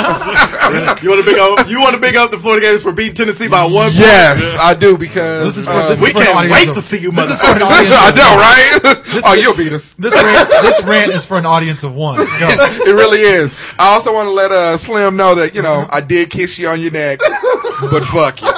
[SPEAKER 7] you want to big up? You want to big up the Florida Gators for beating Tennessee by one?
[SPEAKER 9] yes, I do because
[SPEAKER 8] This is for-
[SPEAKER 9] uh,
[SPEAKER 8] this
[SPEAKER 7] point?
[SPEAKER 8] is for
[SPEAKER 7] we
[SPEAKER 8] an
[SPEAKER 7] can't
[SPEAKER 8] audience
[SPEAKER 7] wait
[SPEAKER 8] of-
[SPEAKER 7] to see you,
[SPEAKER 8] This is
[SPEAKER 7] motherfucker.
[SPEAKER 8] for an
[SPEAKER 9] this
[SPEAKER 8] audience
[SPEAKER 9] is- I
[SPEAKER 8] of one.
[SPEAKER 9] know, right? (laughs) oh, you'll beat us.
[SPEAKER 8] (laughs) This rant, this rant is for an audience
[SPEAKER 7] (laughs)
[SPEAKER 8] of one. Go.
[SPEAKER 9] It really is. I also want to let uh, Slim know that you know I did kiss you on your neck, but fuck
[SPEAKER 8] (laughs)
[SPEAKER 9] you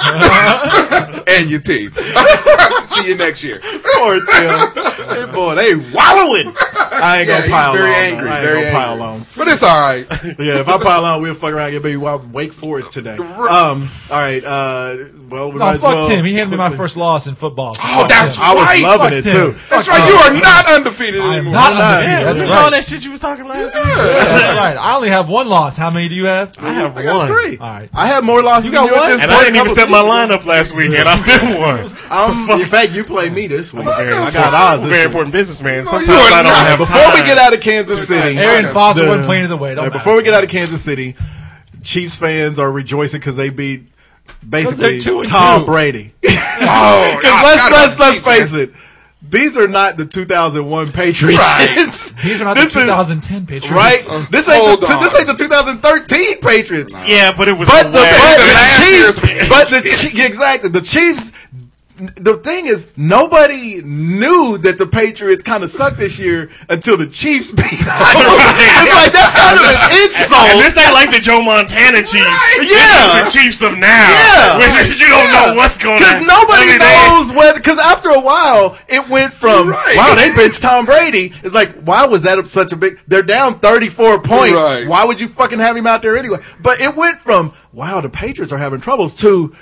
[SPEAKER 9] and your teeth. (laughs) See you next year.
[SPEAKER 7] Poor Tim. Hey, boy, they wallowing. I ain't gonna
[SPEAKER 9] he's
[SPEAKER 7] pile
[SPEAKER 9] very
[SPEAKER 7] on.
[SPEAKER 9] angry,
[SPEAKER 7] I ain't
[SPEAKER 9] very
[SPEAKER 7] gonna
[SPEAKER 9] angry.
[SPEAKER 7] pile on.
[SPEAKER 9] But it's all
[SPEAKER 8] (laughs)
[SPEAKER 9] right.
[SPEAKER 7] Yeah, if I pile on, we'll fuck around and get baby wild Wake Forest today. Um, all right. Uh, well, we
[SPEAKER 8] No,
[SPEAKER 7] might as
[SPEAKER 8] fuck
[SPEAKER 7] well
[SPEAKER 8] Tim. He handed me my
[SPEAKER 7] quickly-
[SPEAKER 8] first loss in football.
[SPEAKER 9] Oh, that's
[SPEAKER 7] I was
[SPEAKER 9] right.
[SPEAKER 7] loving it
[SPEAKER 8] Fuck Tim.
[SPEAKER 7] too.
[SPEAKER 9] That's right. You are not undefeated
[SPEAKER 8] I am
[SPEAKER 9] anymore.
[SPEAKER 8] not undefeated.
[SPEAKER 1] Yeah,
[SPEAKER 8] That's
[SPEAKER 1] remember all
[SPEAKER 8] right.
[SPEAKER 1] that shit you was talking last week?
[SPEAKER 8] That's right. I only have one loss. How many do you have?
[SPEAKER 1] I have
[SPEAKER 7] I got
[SPEAKER 1] one.
[SPEAKER 7] three.
[SPEAKER 8] All right.
[SPEAKER 7] I had more losses
[SPEAKER 8] You got
[SPEAKER 7] than you at
[SPEAKER 8] one?
[SPEAKER 7] this
[SPEAKER 1] And
[SPEAKER 7] point.
[SPEAKER 1] I didn't even
[SPEAKER 7] was-
[SPEAKER 1] set my lineup last week, and I
[SPEAKER 7] (laughs)
[SPEAKER 1] still won.
[SPEAKER 7] I'm- Um, in fact, you played me this week. I
[SPEAKER 1] important-
[SPEAKER 7] got odds. this
[SPEAKER 1] I'm a very
[SPEAKER 7] week.
[SPEAKER 1] important
[SPEAKER 7] Oh,
[SPEAKER 1] businessman. Sometimes
[SPEAKER 9] you are
[SPEAKER 1] I don't
[SPEAKER 9] not.
[SPEAKER 1] have
[SPEAKER 7] Before we get out of Kansas City,
[SPEAKER 8] Aaron Foster
[SPEAKER 7] the-
[SPEAKER 8] wasn't playing the way. Don't
[SPEAKER 7] uh,
[SPEAKER 8] matter.
[SPEAKER 7] before we get out of Kansas City, Chiefs fans are rejoicing because they beat basically
[SPEAKER 8] two and
[SPEAKER 7] Tom
[SPEAKER 8] two.
[SPEAKER 7] Brady. (laughs)
[SPEAKER 9] Oh,
[SPEAKER 7] Because
[SPEAKER 9] I
[SPEAKER 7] let's
[SPEAKER 9] forgot
[SPEAKER 7] let's
[SPEAKER 9] about
[SPEAKER 7] let's
[SPEAKER 9] these
[SPEAKER 7] face it, these are not the 2001 Patriots.
[SPEAKER 8] These are not the
[SPEAKER 7] This is-
[SPEAKER 8] 2010 Patriots.
[SPEAKER 7] right? This ain't
[SPEAKER 9] Hold
[SPEAKER 7] the,
[SPEAKER 9] on.
[SPEAKER 7] this ain't the 2013 Patriots.
[SPEAKER 1] Yeah, but it was.
[SPEAKER 7] But the,
[SPEAKER 1] way-
[SPEAKER 7] but
[SPEAKER 9] the
[SPEAKER 7] the
[SPEAKER 9] last
[SPEAKER 7] Chiefs,
[SPEAKER 9] year's-
[SPEAKER 7] but the Chi- exactly the Chiefs. The thing is, nobody knew that the Patriots kind of sucked this year until the Chiefs beat. them. (laughs) it's like that's kind of an
[SPEAKER 1] and
[SPEAKER 7] insult.
[SPEAKER 1] this ain't like the Joe Montana Chiefs. (laughs)
[SPEAKER 7] Yeah.
[SPEAKER 1] This is the Chiefs of now.
[SPEAKER 7] Yeah.
[SPEAKER 1] Which you don't know Oh, what's going on.
[SPEAKER 7] Because nobody
[SPEAKER 1] I mean, they-
[SPEAKER 7] knows whether. Because after a while, it went from
[SPEAKER 9] Right.
[SPEAKER 7] wow they bitched Tom Brady. It's like why was that such a big? They're down thirty four points.
[SPEAKER 9] Right.
[SPEAKER 7] Why would you fucking have him out there anyway? But it went from wow the Patriots are having troubles to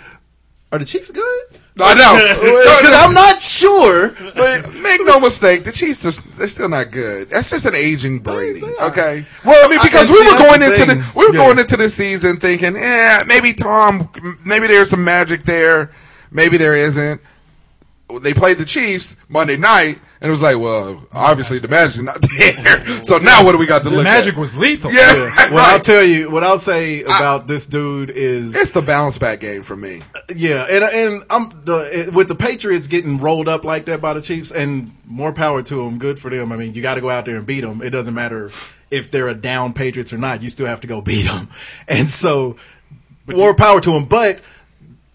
[SPEAKER 7] are the Chiefs good?
[SPEAKER 9] I
[SPEAKER 8] (laughs)
[SPEAKER 7] Because
[SPEAKER 9] know.
[SPEAKER 7] I'm not sure.
[SPEAKER 9] But make no mistake, the Chiefs are they're still not good. That's just an aging Brady.
[SPEAKER 7] They are.
[SPEAKER 9] Okay. Well, I mean,
[SPEAKER 7] I-
[SPEAKER 9] because
[SPEAKER 7] and
[SPEAKER 9] we
[SPEAKER 7] see,
[SPEAKER 9] were
[SPEAKER 7] that's
[SPEAKER 9] going
[SPEAKER 7] the
[SPEAKER 9] into
[SPEAKER 7] thing.
[SPEAKER 9] the we were
[SPEAKER 7] Yeah.
[SPEAKER 9] going into the season thinking, yeah, maybe Tom, maybe there's some magic there, maybe there isn't. They played the Chiefs Monday night, and it was like, well, obviously the magic's not (laughs) there. So now what do we got to
[SPEAKER 8] The
[SPEAKER 9] look
[SPEAKER 8] magic
[SPEAKER 9] at?
[SPEAKER 8] was lethal.
[SPEAKER 9] Yeah,
[SPEAKER 7] What I'll
[SPEAKER 9] right.
[SPEAKER 7] tell you, what I'll say about this dude is
[SPEAKER 9] (laughs) it's the bounce back game for me.
[SPEAKER 7] Yeah, and and I'm the with the Patriots getting rolled up like that by the Chiefs, and more power to them. Good for them. I mean, you got to go out there and beat them. It doesn't matter if they're a down Patriots or not. You still have to go beat them, (laughs) and so more power to them. But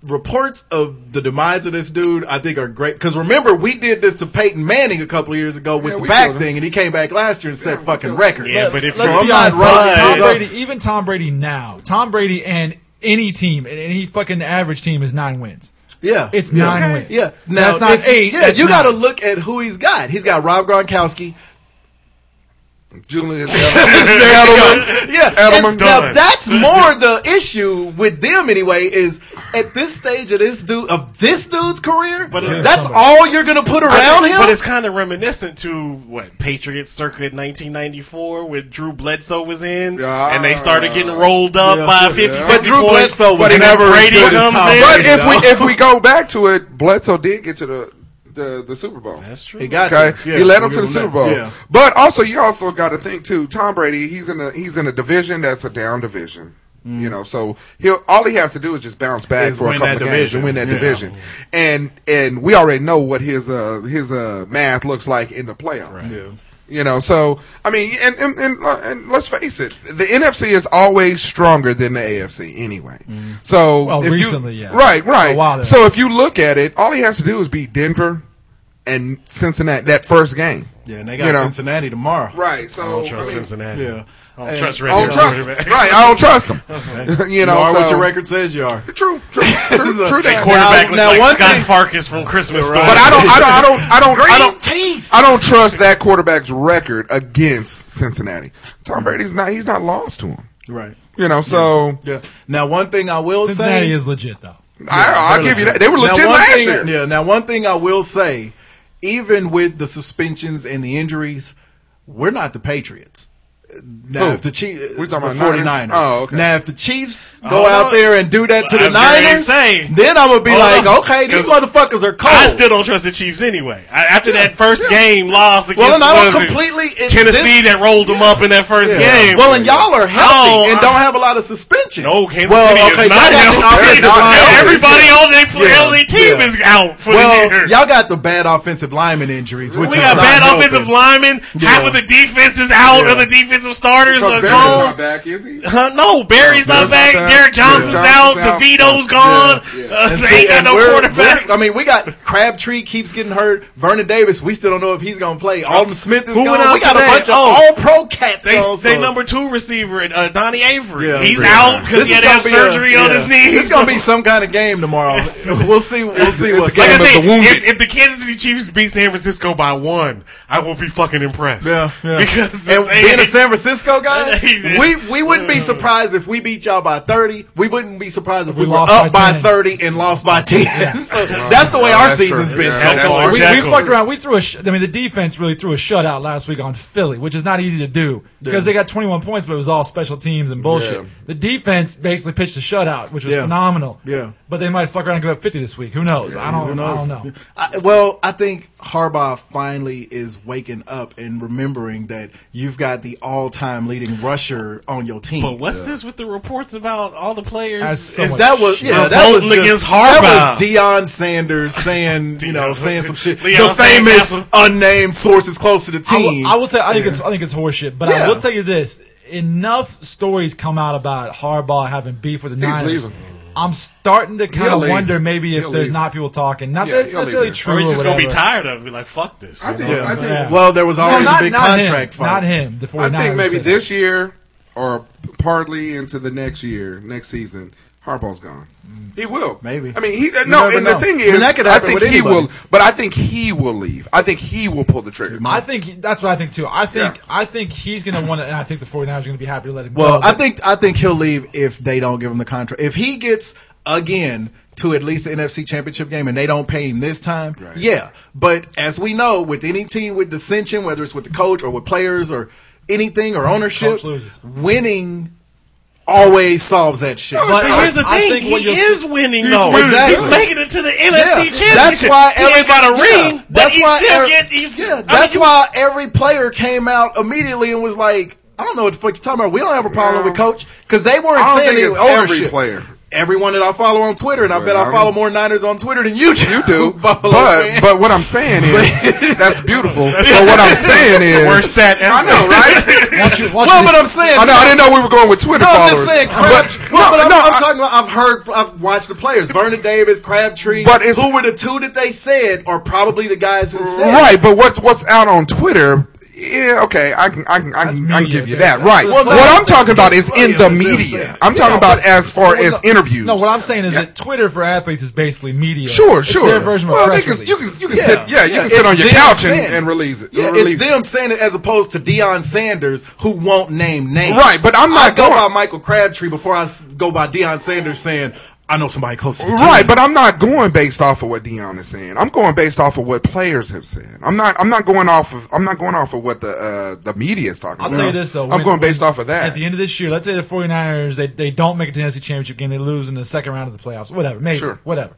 [SPEAKER 7] reports of the demise of this dude, I think, are great because remember we did this to Peyton Manning a couple of years ago with
[SPEAKER 9] Yeah,
[SPEAKER 7] the
[SPEAKER 9] we
[SPEAKER 7] back
[SPEAKER 9] killed him.
[SPEAKER 7] thing, and he came back last year and set fucking records.
[SPEAKER 1] Yeah, but if
[SPEAKER 8] Let's
[SPEAKER 1] so, I'm
[SPEAKER 8] be
[SPEAKER 1] not
[SPEAKER 8] honest. Tom,
[SPEAKER 1] right.
[SPEAKER 8] Tom Brady, even Tom Brady now, Tom Brady and any team, and any fucking average team is nine wins.
[SPEAKER 7] Yeah,
[SPEAKER 8] It's
[SPEAKER 7] yeah.
[SPEAKER 8] nine wins.
[SPEAKER 7] Yeah,
[SPEAKER 8] that's not
[SPEAKER 7] if-
[SPEAKER 8] eight.
[SPEAKER 7] Yeah,
[SPEAKER 8] that's
[SPEAKER 7] you
[SPEAKER 8] nine.
[SPEAKER 7] got to look at who he's got. He's got Rob Gronkowski.
[SPEAKER 8] (laughs)
[SPEAKER 9] Julian Edelman.
[SPEAKER 7] Yeah,
[SPEAKER 9] Edelman
[SPEAKER 7] and now
[SPEAKER 1] done.
[SPEAKER 7] that's more the issue with them anyway. Is at this stage of this dude of this dude's career, but
[SPEAKER 1] it-
[SPEAKER 7] that's all you're gonna put around him.
[SPEAKER 1] But it's kind of reminiscent to what Patriots circuit 1994 when Drew Bledsoe was in,
[SPEAKER 9] Yeah.
[SPEAKER 1] and they started getting rolled up by 50,
[SPEAKER 7] But
[SPEAKER 1] 60
[SPEAKER 7] Drew
[SPEAKER 1] points,
[SPEAKER 7] Bledsoe was
[SPEAKER 1] and then
[SPEAKER 7] never as
[SPEAKER 1] Brady
[SPEAKER 7] good as
[SPEAKER 1] comes
[SPEAKER 7] Tom
[SPEAKER 1] in.
[SPEAKER 9] But
[SPEAKER 7] Brady.
[SPEAKER 9] if we if we go back to it, Bledsoe did get to the the, the Super Bowl.
[SPEAKER 1] That's true.
[SPEAKER 7] He got
[SPEAKER 9] Okay,
[SPEAKER 7] there. Yeah,
[SPEAKER 9] you led him
[SPEAKER 7] we'll
[SPEAKER 9] to the
[SPEAKER 7] give
[SPEAKER 9] Super
[SPEAKER 7] him
[SPEAKER 9] Bowl,
[SPEAKER 7] that. Yeah.
[SPEAKER 9] but also you also got to think too. Tom Brady, he's in a he's in a division that's a down division. You know, so he'll all he has to do is just bounce back
[SPEAKER 7] Mm. Is
[SPEAKER 9] for a
[SPEAKER 7] win
[SPEAKER 9] couple
[SPEAKER 7] that
[SPEAKER 9] of games
[SPEAKER 7] division.
[SPEAKER 9] and win that
[SPEAKER 7] Yeah.
[SPEAKER 9] division, and and we already know what his uh his uh math looks like in the playoffs. You know, so I mean, and and, and and let's face it, the NFC is always stronger than the AFC anyway.
[SPEAKER 7] Mm.
[SPEAKER 9] So
[SPEAKER 8] Well,
[SPEAKER 9] you-
[SPEAKER 8] Oh, recently, yeah.
[SPEAKER 9] right,
[SPEAKER 8] For a
[SPEAKER 9] right.
[SPEAKER 8] while there.
[SPEAKER 9] so if you look at it, all he has to do is beat Denver and Cincinnati that first game.
[SPEAKER 7] yeah, and they got
[SPEAKER 9] you know.
[SPEAKER 7] Cincinnati tomorrow.
[SPEAKER 9] Right. So
[SPEAKER 1] I don't trust Cincinnati.
[SPEAKER 7] Yeah,
[SPEAKER 1] I don't
[SPEAKER 7] And-
[SPEAKER 1] trust
[SPEAKER 9] I don't
[SPEAKER 1] Reddick
[SPEAKER 9] trust-
[SPEAKER 7] (laughs)
[SPEAKER 1] quarterback.
[SPEAKER 9] right. I don't trust them. (laughs) you
[SPEAKER 7] You
[SPEAKER 9] know,
[SPEAKER 7] are what
[SPEAKER 9] so-
[SPEAKER 7] your record says you are.
[SPEAKER 9] (laughs) True.
[SPEAKER 7] (laughs)
[SPEAKER 9] True. True. true that.
[SPEAKER 7] Now-
[SPEAKER 1] Quarterback looks
[SPEAKER 7] now
[SPEAKER 1] like
[SPEAKER 7] one
[SPEAKER 1] Scott
[SPEAKER 7] thing-
[SPEAKER 1] Farkas from Christmas Story.
[SPEAKER 9] But I don't. I don't. I don't. I don't. I don't
[SPEAKER 7] teeth.
[SPEAKER 9] I don't trust that quarterback's record against Cincinnati. Tom Brady's not. He's not lost to him.
[SPEAKER 7] Right.
[SPEAKER 9] You know. So
[SPEAKER 7] Yeah. Now one thing I will
[SPEAKER 8] Cincinnati
[SPEAKER 7] say
[SPEAKER 8] is legit though.
[SPEAKER 9] I, I'll give you that. They were
[SPEAKER 7] Now,
[SPEAKER 9] legit
[SPEAKER 7] one
[SPEAKER 9] last
[SPEAKER 7] thing-
[SPEAKER 9] year.
[SPEAKER 7] Yeah. Now, one thing I will say, even with the suspensions and the injuries, we're not the Patriots. Now,
[SPEAKER 9] Who?
[SPEAKER 7] if the Chiefs,
[SPEAKER 9] We talking
[SPEAKER 7] the
[SPEAKER 9] about
[SPEAKER 7] 49ers.
[SPEAKER 9] Niners? Oh, okay.
[SPEAKER 7] Now, if the Chiefs go
[SPEAKER 1] Hold
[SPEAKER 7] out
[SPEAKER 1] on.
[SPEAKER 7] there and do that to
[SPEAKER 1] Well,
[SPEAKER 7] the
[SPEAKER 1] I was gonna
[SPEAKER 7] Niners,
[SPEAKER 1] say.
[SPEAKER 7] then I'm gonna be
[SPEAKER 1] Hold
[SPEAKER 7] like,
[SPEAKER 1] on.
[SPEAKER 7] okay, these
[SPEAKER 1] 'Cause
[SPEAKER 7] motherfuckers are cold.
[SPEAKER 1] I still don't trust the Chiefs anyway. I, after that first game loss against
[SPEAKER 7] well, and I
[SPEAKER 1] what
[SPEAKER 7] don't
[SPEAKER 1] is it,
[SPEAKER 7] completely it-
[SPEAKER 1] Tennessee
[SPEAKER 7] this-
[SPEAKER 1] that rolled them up in that first game.
[SPEAKER 7] Well, and y'all are healthy
[SPEAKER 1] Oh,
[SPEAKER 7] and
[SPEAKER 1] I-
[SPEAKER 7] don't have a lot of suspensions.
[SPEAKER 1] no, Kansas
[SPEAKER 7] well,
[SPEAKER 1] City
[SPEAKER 7] okay,
[SPEAKER 1] is not
[SPEAKER 7] y'all got the
[SPEAKER 1] healthy.
[SPEAKER 7] offensive line.
[SPEAKER 1] Everybody on their play,
[SPEAKER 7] Yeah,
[SPEAKER 1] on their team
[SPEAKER 7] yeah.
[SPEAKER 1] is out for
[SPEAKER 7] Well,
[SPEAKER 1] the year.
[SPEAKER 7] y'all got the bad offensive lineman injuries, which
[SPEAKER 1] we
[SPEAKER 7] is
[SPEAKER 1] got
[SPEAKER 7] not
[SPEAKER 1] bad
[SPEAKER 7] helping.
[SPEAKER 1] offensive linemen.
[SPEAKER 7] Yeah.
[SPEAKER 1] Half of the defense is out,
[SPEAKER 7] Yeah.
[SPEAKER 1] of the defensive starters
[SPEAKER 9] Because
[SPEAKER 1] are
[SPEAKER 9] Barry's
[SPEAKER 1] gone.
[SPEAKER 9] not back, is he?
[SPEAKER 1] Huh, no, Barry's not
[SPEAKER 9] Barry's
[SPEAKER 1] back.
[SPEAKER 9] not back.
[SPEAKER 1] Derek Johnson's
[SPEAKER 9] Yeah.
[SPEAKER 1] out.
[SPEAKER 9] Johnson's out.
[SPEAKER 1] DeVito's gone. Uh,
[SPEAKER 7] And
[SPEAKER 1] they
[SPEAKER 7] see,
[SPEAKER 1] (laughs) ain't got
[SPEAKER 7] and
[SPEAKER 1] no
[SPEAKER 7] we're-
[SPEAKER 1] quarterback.
[SPEAKER 7] we're- I mean, we got Crabtree keeps getting hurt. Vernon Davis, we still don't know if he's going to play. Alden Smith is
[SPEAKER 1] Who went
[SPEAKER 7] gone.
[SPEAKER 1] out
[SPEAKER 7] We got
[SPEAKER 1] today?
[SPEAKER 7] a bunch of
[SPEAKER 1] Oh.
[SPEAKER 7] all pro cats.
[SPEAKER 1] They
[SPEAKER 7] gone,
[SPEAKER 1] say
[SPEAKER 7] so-
[SPEAKER 1] number two receiver, uh, Donnie Avery.
[SPEAKER 7] Yeah,
[SPEAKER 1] He's
[SPEAKER 7] yeah.
[SPEAKER 1] out because
[SPEAKER 7] This
[SPEAKER 1] he
[SPEAKER 7] is
[SPEAKER 1] had to have
[SPEAKER 7] gonna be a-
[SPEAKER 1] surgery on
[SPEAKER 7] yeah.
[SPEAKER 1] his knee.
[SPEAKER 7] It's
[SPEAKER 1] So- (laughs)
[SPEAKER 7] going to be some kind of game tomorrow. we'll see. We'll see
[SPEAKER 9] it's
[SPEAKER 7] what
[SPEAKER 9] a
[SPEAKER 1] like I
[SPEAKER 9] game of
[SPEAKER 1] said,
[SPEAKER 9] the wounded.
[SPEAKER 1] if, if the Kansas City Chiefs beat San Francisco by one, I will be fucking impressed.
[SPEAKER 7] Yeah, yeah.
[SPEAKER 1] (laughs) because
[SPEAKER 7] and
[SPEAKER 1] they- (laughs)
[SPEAKER 7] being a San Francisco guy,
[SPEAKER 1] They-
[SPEAKER 7] we we wouldn't be surprised if we beat y'all by thirty. We wouldn't be surprised if we,
[SPEAKER 8] we
[SPEAKER 7] were
[SPEAKER 8] lost
[SPEAKER 7] up
[SPEAKER 8] by
[SPEAKER 7] by
[SPEAKER 8] 10.
[SPEAKER 7] thirty and lost by ten. (laughs) so that's the way our
[SPEAKER 9] that's
[SPEAKER 7] season's
[SPEAKER 9] true.
[SPEAKER 7] been
[SPEAKER 9] Yeah,
[SPEAKER 7] so
[SPEAKER 9] that's
[SPEAKER 7] far.
[SPEAKER 1] true.
[SPEAKER 8] We, we
[SPEAKER 1] Jackal.
[SPEAKER 8] fucked around. We threw a. Sh- I mean, the defense really threw a shutout last week on Philly, which is not easy to do because they got 21 points, but it was all special teams and bullshit.
[SPEAKER 9] Yeah.
[SPEAKER 8] The defense basically pitched a shutout, which was
[SPEAKER 7] Yeah.
[SPEAKER 8] phenomenal.
[SPEAKER 7] Yeah.
[SPEAKER 8] but they might fuck around and go up 50 this week. Who knows? I don't.
[SPEAKER 7] Who knows?
[SPEAKER 8] I don't know.
[SPEAKER 7] I- well, I think Harbaugh finally is waking up and remembering that you've got the all-time leading rusher on your team.
[SPEAKER 1] But what's this with the reports about all the
[SPEAKER 8] That's
[SPEAKER 1] players?
[SPEAKER 8] so
[SPEAKER 1] Is
[SPEAKER 8] much
[SPEAKER 7] that was
[SPEAKER 1] shit.
[SPEAKER 7] yeah, that was
[SPEAKER 1] Revolting
[SPEAKER 7] just,
[SPEAKER 1] against
[SPEAKER 7] That
[SPEAKER 1] Harbaugh.
[SPEAKER 7] was Deion Sanders
[SPEAKER 1] (laughs)
[SPEAKER 7] saying you know saying some shit.
[SPEAKER 1] Leon
[SPEAKER 7] the famous
[SPEAKER 1] Sandcastle.
[SPEAKER 7] unnamed sources close to the
[SPEAKER 8] I will-
[SPEAKER 7] team.
[SPEAKER 8] I will, tell. I think it's. I think it's horseshit. But
[SPEAKER 7] Yeah.
[SPEAKER 8] I will tell you this: enough stories come out about Harbaugh having beef with the Niners.
[SPEAKER 9] leaving.
[SPEAKER 8] I'm starting to kind
[SPEAKER 9] He'll
[SPEAKER 8] of
[SPEAKER 9] leave.
[SPEAKER 8] wonder maybe if
[SPEAKER 9] He'll
[SPEAKER 8] there's
[SPEAKER 9] leave.
[SPEAKER 8] not people talking. Not
[SPEAKER 9] Yeah,
[SPEAKER 8] that it's
[SPEAKER 9] he'll leave
[SPEAKER 8] necessarily
[SPEAKER 9] there.
[SPEAKER 8] true.
[SPEAKER 1] Or he's just
[SPEAKER 8] or
[SPEAKER 1] gonna be
[SPEAKER 8] whatever.
[SPEAKER 1] tired of it. Be like, fuck this.
[SPEAKER 9] I
[SPEAKER 1] you
[SPEAKER 9] think,
[SPEAKER 1] know?
[SPEAKER 9] I think,
[SPEAKER 8] Yeah.
[SPEAKER 7] Well, there was
[SPEAKER 8] No,
[SPEAKER 7] already
[SPEAKER 8] not,
[SPEAKER 7] a big
[SPEAKER 8] not
[SPEAKER 7] contract
[SPEAKER 8] him.
[SPEAKER 7] fight.
[SPEAKER 8] Not him. The 49ers
[SPEAKER 9] I think maybe
[SPEAKER 8] said that.
[SPEAKER 9] this year or partly into the next year, next season, Harbaugh's gone. He will.
[SPEAKER 7] Maybe.
[SPEAKER 9] I mean, he,
[SPEAKER 7] You
[SPEAKER 9] no,
[SPEAKER 7] never
[SPEAKER 9] and
[SPEAKER 7] know.
[SPEAKER 9] the thing
[SPEAKER 7] I
[SPEAKER 9] is, I,
[SPEAKER 7] mean, that could happen
[SPEAKER 9] think
[SPEAKER 7] with
[SPEAKER 9] he will,
[SPEAKER 7] anybody.
[SPEAKER 9] but I think he will leave. I think he will pull the trigger.
[SPEAKER 8] I think he- that's what I think too. I think
[SPEAKER 9] Yeah.
[SPEAKER 8] I think he's going to want to, and I think the 49ers are going to be happy to let him
[SPEAKER 7] Well,
[SPEAKER 8] go.
[SPEAKER 7] I
[SPEAKER 8] but
[SPEAKER 7] think I think he'll leave if they don't give him the contract. If he gets again to at least the NFC Championship game and they don't pay him this time, yeah. But as we know, with any team with dissension, whether it's with the coach or with players or anything or ownership,
[SPEAKER 8] Coach loses.
[SPEAKER 7] winning always solves that shit.
[SPEAKER 8] But-
[SPEAKER 1] But here's the
[SPEAKER 8] I
[SPEAKER 1] thing:
[SPEAKER 8] think what
[SPEAKER 1] he
[SPEAKER 8] you'll
[SPEAKER 1] is
[SPEAKER 8] see-
[SPEAKER 1] winning though.
[SPEAKER 7] Exactly.
[SPEAKER 1] He's making it to the NFC Championship.
[SPEAKER 7] That's why
[SPEAKER 1] he ain't got a
[SPEAKER 7] everybody- yeah,
[SPEAKER 1] ring. but he still
[SPEAKER 7] every-
[SPEAKER 1] get- he- I
[SPEAKER 7] er- yeah,
[SPEAKER 1] mean,
[SPEAKER 7] that's
[SPEAKER 1] you-
[SPEAKER 7] why every player came out immediately and was like, "I don't know what the fuck you're talking about. We don't have a problem
[SPEAKER 9] Yeah.
[SPEAKER 7] with coach because they weren't
[SPEAKER 9] I don't
[SPEAKER 7] saying
[SPEAKER 9] think
[SPEAKER 7] it
[SPEAKER 9] it's
[SPEAKER 7] was
[SPEAKER 9] every
[SPEAKER 7] ownership.
[SPEAKER 9] player.
[SPEAKER 7] Everyone that I follow on Twitter, and I bet I
[SPEAKER 9] Well,
[SPEAKER 7] follow more Niners on Twitter than you do.
[SPEAKER 9] You
[SPEAKER 7] (laughs)
[SPEAKER 9] do, but
[SPEAKER 7] Buffalo fan.
[SPEAKER 9] but what I'm saying
[SPEAKER 7] (laughs)
[SPEAKER 9] is that's beautiful. but what I'm saying is
[SPEAKER 1] Worst stat ever.
[SPEAKER 9] I know, right?
[SPEAKER 7] (laughs)
[SPEAKER 8] Once you- once
[SPEAKER 7] well,
[SPEAKER 8] you-
[SPEAKER 7] but I'm saying,
[SPEAKER 9] I know. I didn't know we were going with Twitter
[SPEAKER 7] No, I'm
[SPEAKER 9] followers.
[SPEAKER 7] just saying. Crab,
[SPEAKER 9] But-
[SPEAKER 7] no, but I'm, I'm
[SPEAKER 9] I-
[SPEAKER 7] talking about. I've heard. I've watched the players: Vernon Davis, Crabtree.
[SPEAKER 9] But it's-
[SPEAKER 7] who were the two that they said are probably the guys who said
[SPEAKER 9] Right, but what's what's out on Twitter? Yeah, okay, I can I can I can, I can
[SPEAKER 8] media,
[SPEAKER 9] give you
[SPEAKER 8] that's-
[SPEAKER 9] that. Right.
[SPEAKER 8] Well, no,
[SPEAKER 9] what I'm talking about
[SPEAKER 7] that's
[SPEAKER 9] is in the
[SPEAKER 7] radio, that's what I'm saying.
[SPEAKER 9] media. I'm talking about as far
[SPEAKER 8] Well,
[SPEAKER 9] as
[SPEAKER 8] no-
[SPEAKER 9] interviews.
[SPEAKER 8] No, what I'm saying is
[SPEAKER 9] Yeah.
[SPEAKER 8] that Twitter for athletes is basically media.
[SPEAKER 9] Sure,
[SPEAKER 8] It's
[SPEAKER 9] sure.
[SPEAKER 8] Their version of a
[SPEAKER 9] well, they
[SPEAKER 8] press
[SPEAKER 9] can,
[SPEAKER 8] release.
[SPEAKER 9] you can you can sit yeah you can sit
[SPEAKER 7] it's
[SPEAKER 9] on your
[SPEAKER 7] them
[SPEAKER 9] couch and,
[SPEAKER 7] saying it.
[SPEAKER 9] and release it.
[SPEAKER 7] Yeah,
[SPEAKER 9] release
[SPEAKER 7] it's
[SPEAKER 9] it.
[SPEAKER 7] them saying it as opposed to Deion Sanders, who won't name names.
[SPEAKER 9] Right, but I'm not
[SPEAKER 7] I go
[SPEAKER 9] going-
[SPEAKER 7] by Michael Crabtree before I s- go by Deion Sanders saying I know somebody close to the team."
[SPEAKER 9] Right, but I'm not going based off of what Dion is saying. I'm going based off of what players have said. I'm not. I'm not going off of. I'm not going off of what the uh, the media is talking
[SPEAKER 8] I'll
[SPEAKER 9] about.
[SPEAKER 8] tell you this though.
[SPEAKER 9] I'm
[SPEAKER 8] when-
[SPEAKER 9] going based off of
[SPEAKER 8] At
[SPEAKER 9] that.
[SPEAKER 8] the end of this year, let's say the 49ers they, they don't make it to the NFC Championship game, they lose in the second round of the playoffs. Whatever, maybe
[SPEAKER 9] Sure.
[SPEAKER 8] whatever.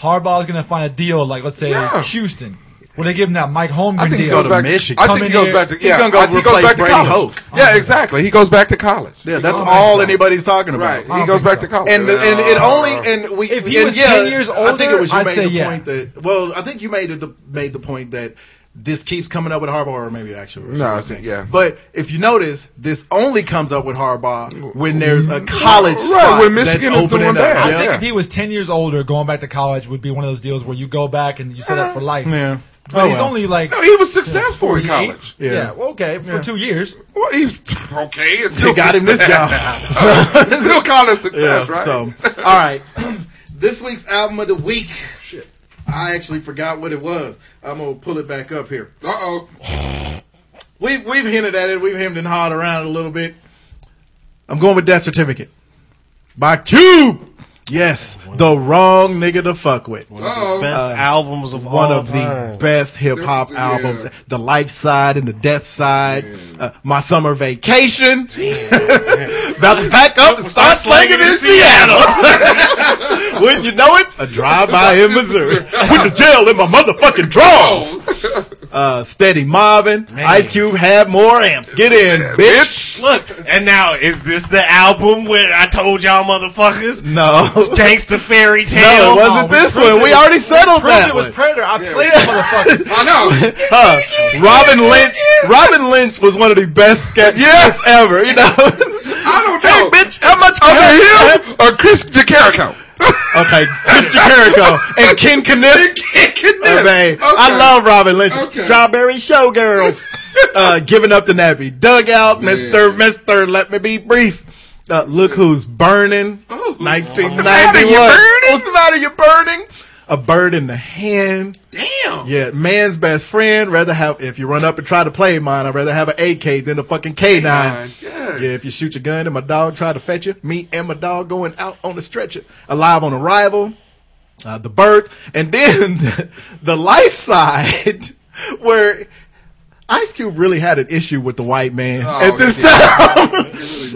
[SPEAKER 8] Harbaugh's going to find a deal like let's say
[SPEAKER 9] Yeah.
[SPEAKER 8] Houston. Will they give him that Mike Holmgren
[SPEAKER 9] I think he
[SPEAKER 8] deal?
[SPEAKER 9] goes
[SPEAKER 7] to
[SPEAKER 9] back
[SPEAKER 7] Michigan.
[SPEAKER 9] I
[SPEAKER 8] Come
[SPEAKER 9] think he
[SPEAKER 8] in
[SPEAKER 9] goes
[SPEAKER 8] here.
[SPEAKER 9] back to.
[SPEAKER 7] He's
[SPEAKER 9] Yeah,
[SPEAKER 7] gonna go
[SPEAKER 9] I think he goes
[SPEAKER 7] replace
[SPEAKER 9] back to
[SPEAKER 7] Brady
[SPEAKER 9] college.
[SPEAKER 7] Hoke.
[SPEAKER 9] Yeah, exactly. He goes back to college.
[SPEAKER 7] Yeah, that's all anybody's talking about.
[SPEAKER 9] Right.
[SPEAKER 8] I
[SPEAKER 9] He
[SPEAKER 8] don't
[SPEAKER 9] goes back
[SPEAKER 8] think so.
[SPEAKER 9] to college.
[SPEAKER 7] And and it only and we
[SPEAKER 8] If he
[SPEAKER 7] and
[SPEAKER 8] was
[SPEAKER 7] yeah,
[SPEAKER 8] 10 years
[SPEAKER 7] I think it was you
[SPEAKER 8] older, I'd
[SPEAKER 7] made
[SPEAKER 8] say
[SPEAKER 7] the
[SPEAKER 8] yeah.
[SPEAKER 7] point that well, I think you made it the, made the point that this keeps coming up with Harbaugh, or maybe actually
[SPEAKER 9] No, I think- yeah.
[SPEAKER 7] But if you notice, this only comes up with Harbaugh when there's a college
[SPEAKER 9] Right,
[SPEAKER 7] spot
[SPEAKER 9] when Michigan
[SPEAKER 7] that's
[SPEAKER 9] is doing
[SPEAKER 7] opening up.
[SPEAKER 9] bad.
[SPEAKER 8] I
[SPEAKER 9] Yeah.
[SPEAKER 8] think if he was 10 years older, going back to college would be one of those deals where you go back and you set up for life.
[SPEAKER 7] Yeah.
[SPEAKER 8] But
[SPEAKER 7] Oh,
[SPEAKER 8] he's
[SPEAKER 7] well.
[SPEAKER 8] only like
[SPEAKER 9] No, he was successful in
[SPEAKER 8] 48.
[SPEAKER 9] college.
[SPEAKER 8] Yeah.
[SPEAKER 7] Yeah.
[SPEAKER 8] well, okay, for two years.
[SPEAKER 9] Well, he was okay. It's
[SPEAKER 7] They
[SPEAKER 9] still
[SPEAKER 7] got him this
[SPEAKER 9] success.
[SPEAKER 7] job. (laughs) So-
[SPEAKER 9] (laughs) Still college
[SPEAKER 7] Yeah,
[SPEAKER 9] success, right?
[SPEAKER 7] So, all right. (clears throat) this week's album of the week. Shit. I actually forgot what it was. I'm gonna pull it back up here.
[SPEAKER 9] Uh oh.
[SPEAKER 7] (sighs) We've we've hinted at it. We've hemmed and hawed around a little bit. I'm going with Death Certificate by Cube. Yes, the wrong nigga to fuck with.
[SPEAKER 1] One of the best albums Uh, of
[SPEAKER 7] One
[SPEAKER 1] all
[SPEAKER 7] of
[SPEAKER 1] time.
[SPEAKER 7] the best hip hop
[SPEAKER 9] Yeah.
[SPEAKER 7] albums, the life side and the death side. Uh, my summer vacation, (laughs) about to pack up and start slanging in Seattle. (laughs) Wouldn't you know it? A drive by in Missouri, with the jail in my motherfucking drawers. Uh, steady mobbing. Ice Cube had more amps. Get in, bitch.
[SPEAKER 1] Look, and now is this the album where I told y'all motherfuckers?
[SPEAKER 7] No. (laughs)
[SPEAKER 1] Gangsta Fairy
[SPEAKER 7] No,
[SPEAKER 1] Tale.
[SPEAKER 7] it wasn't this one. We already settled
[SPEAKER 8] Proved
[SPEAKER 7] that
[SPEAKER 8] it was
[SPEAKER 7] one.
[SPEAKER 8] Predator. I played that motherfucker.
[SPEAKER 9] I know.
[SPEAKER 7] Huh. Robin Lynch. Robin Lynch was one of the best sketches
[SPEAKER 9] Yes.
[SPEAKER 7] ever.
[SPEAKER 9] (laughs)
[SPEAKER 7] You know.
[SPEAKER 9] I don't
[SPEAKER 7] Hey,
[SPEAKER 9] know.
[SPEAKER 7] bitch, how much
[SPEAKER 9] Either
[SPEAKER 7] crack-
[SPEAKER 9] him or Chris DeCarico.
[SPEAKER 7] Okay, Chris Jericho and Ken
[SPEAKER 9] (laughs)
[SPEAKER 7] Kniff.
[SPEAKER 9] Kniff.
[SPEAKER 7] Okay. I
[SPEAKER 9] Okay.
[SPEAKER 7] love Robin Lynch.
[SPEAKER 9] Okay.
[SPEAKER 7] Strawberry Showgirls. uh, giving up the nappy dugout. Mister, Mister, let me be brief. Uh, look who's burning.
[SPEAKER 9] Who's-
[SPEAKER 7] Nineteen
[SPEAKER 9] matter,
[SPEAKER 7] ninety
[SPEAKER 9] you
[SPEAKER 7] one.
[SPEAKER 9] burning?
[SPEAKER 7] What's the matter? You burning? A bird in the hand.
[SPEAKER 9] Damn.
[SPEAKER 7] Yeah, man's best friend. Rather have if you run up and try to play mine, I'd rather have an AK than a fucking K nine.
[SPEAKER 9] yes.
[SPEAKER 7] Yeah, if you shoot your gun and my dog try to fetch you, me and my dog going out on the stretcher, alive on arrival, uh, the birth, and then (laughs) the life side (laughs) where. Ice Cube really had an issue with the white man at this time.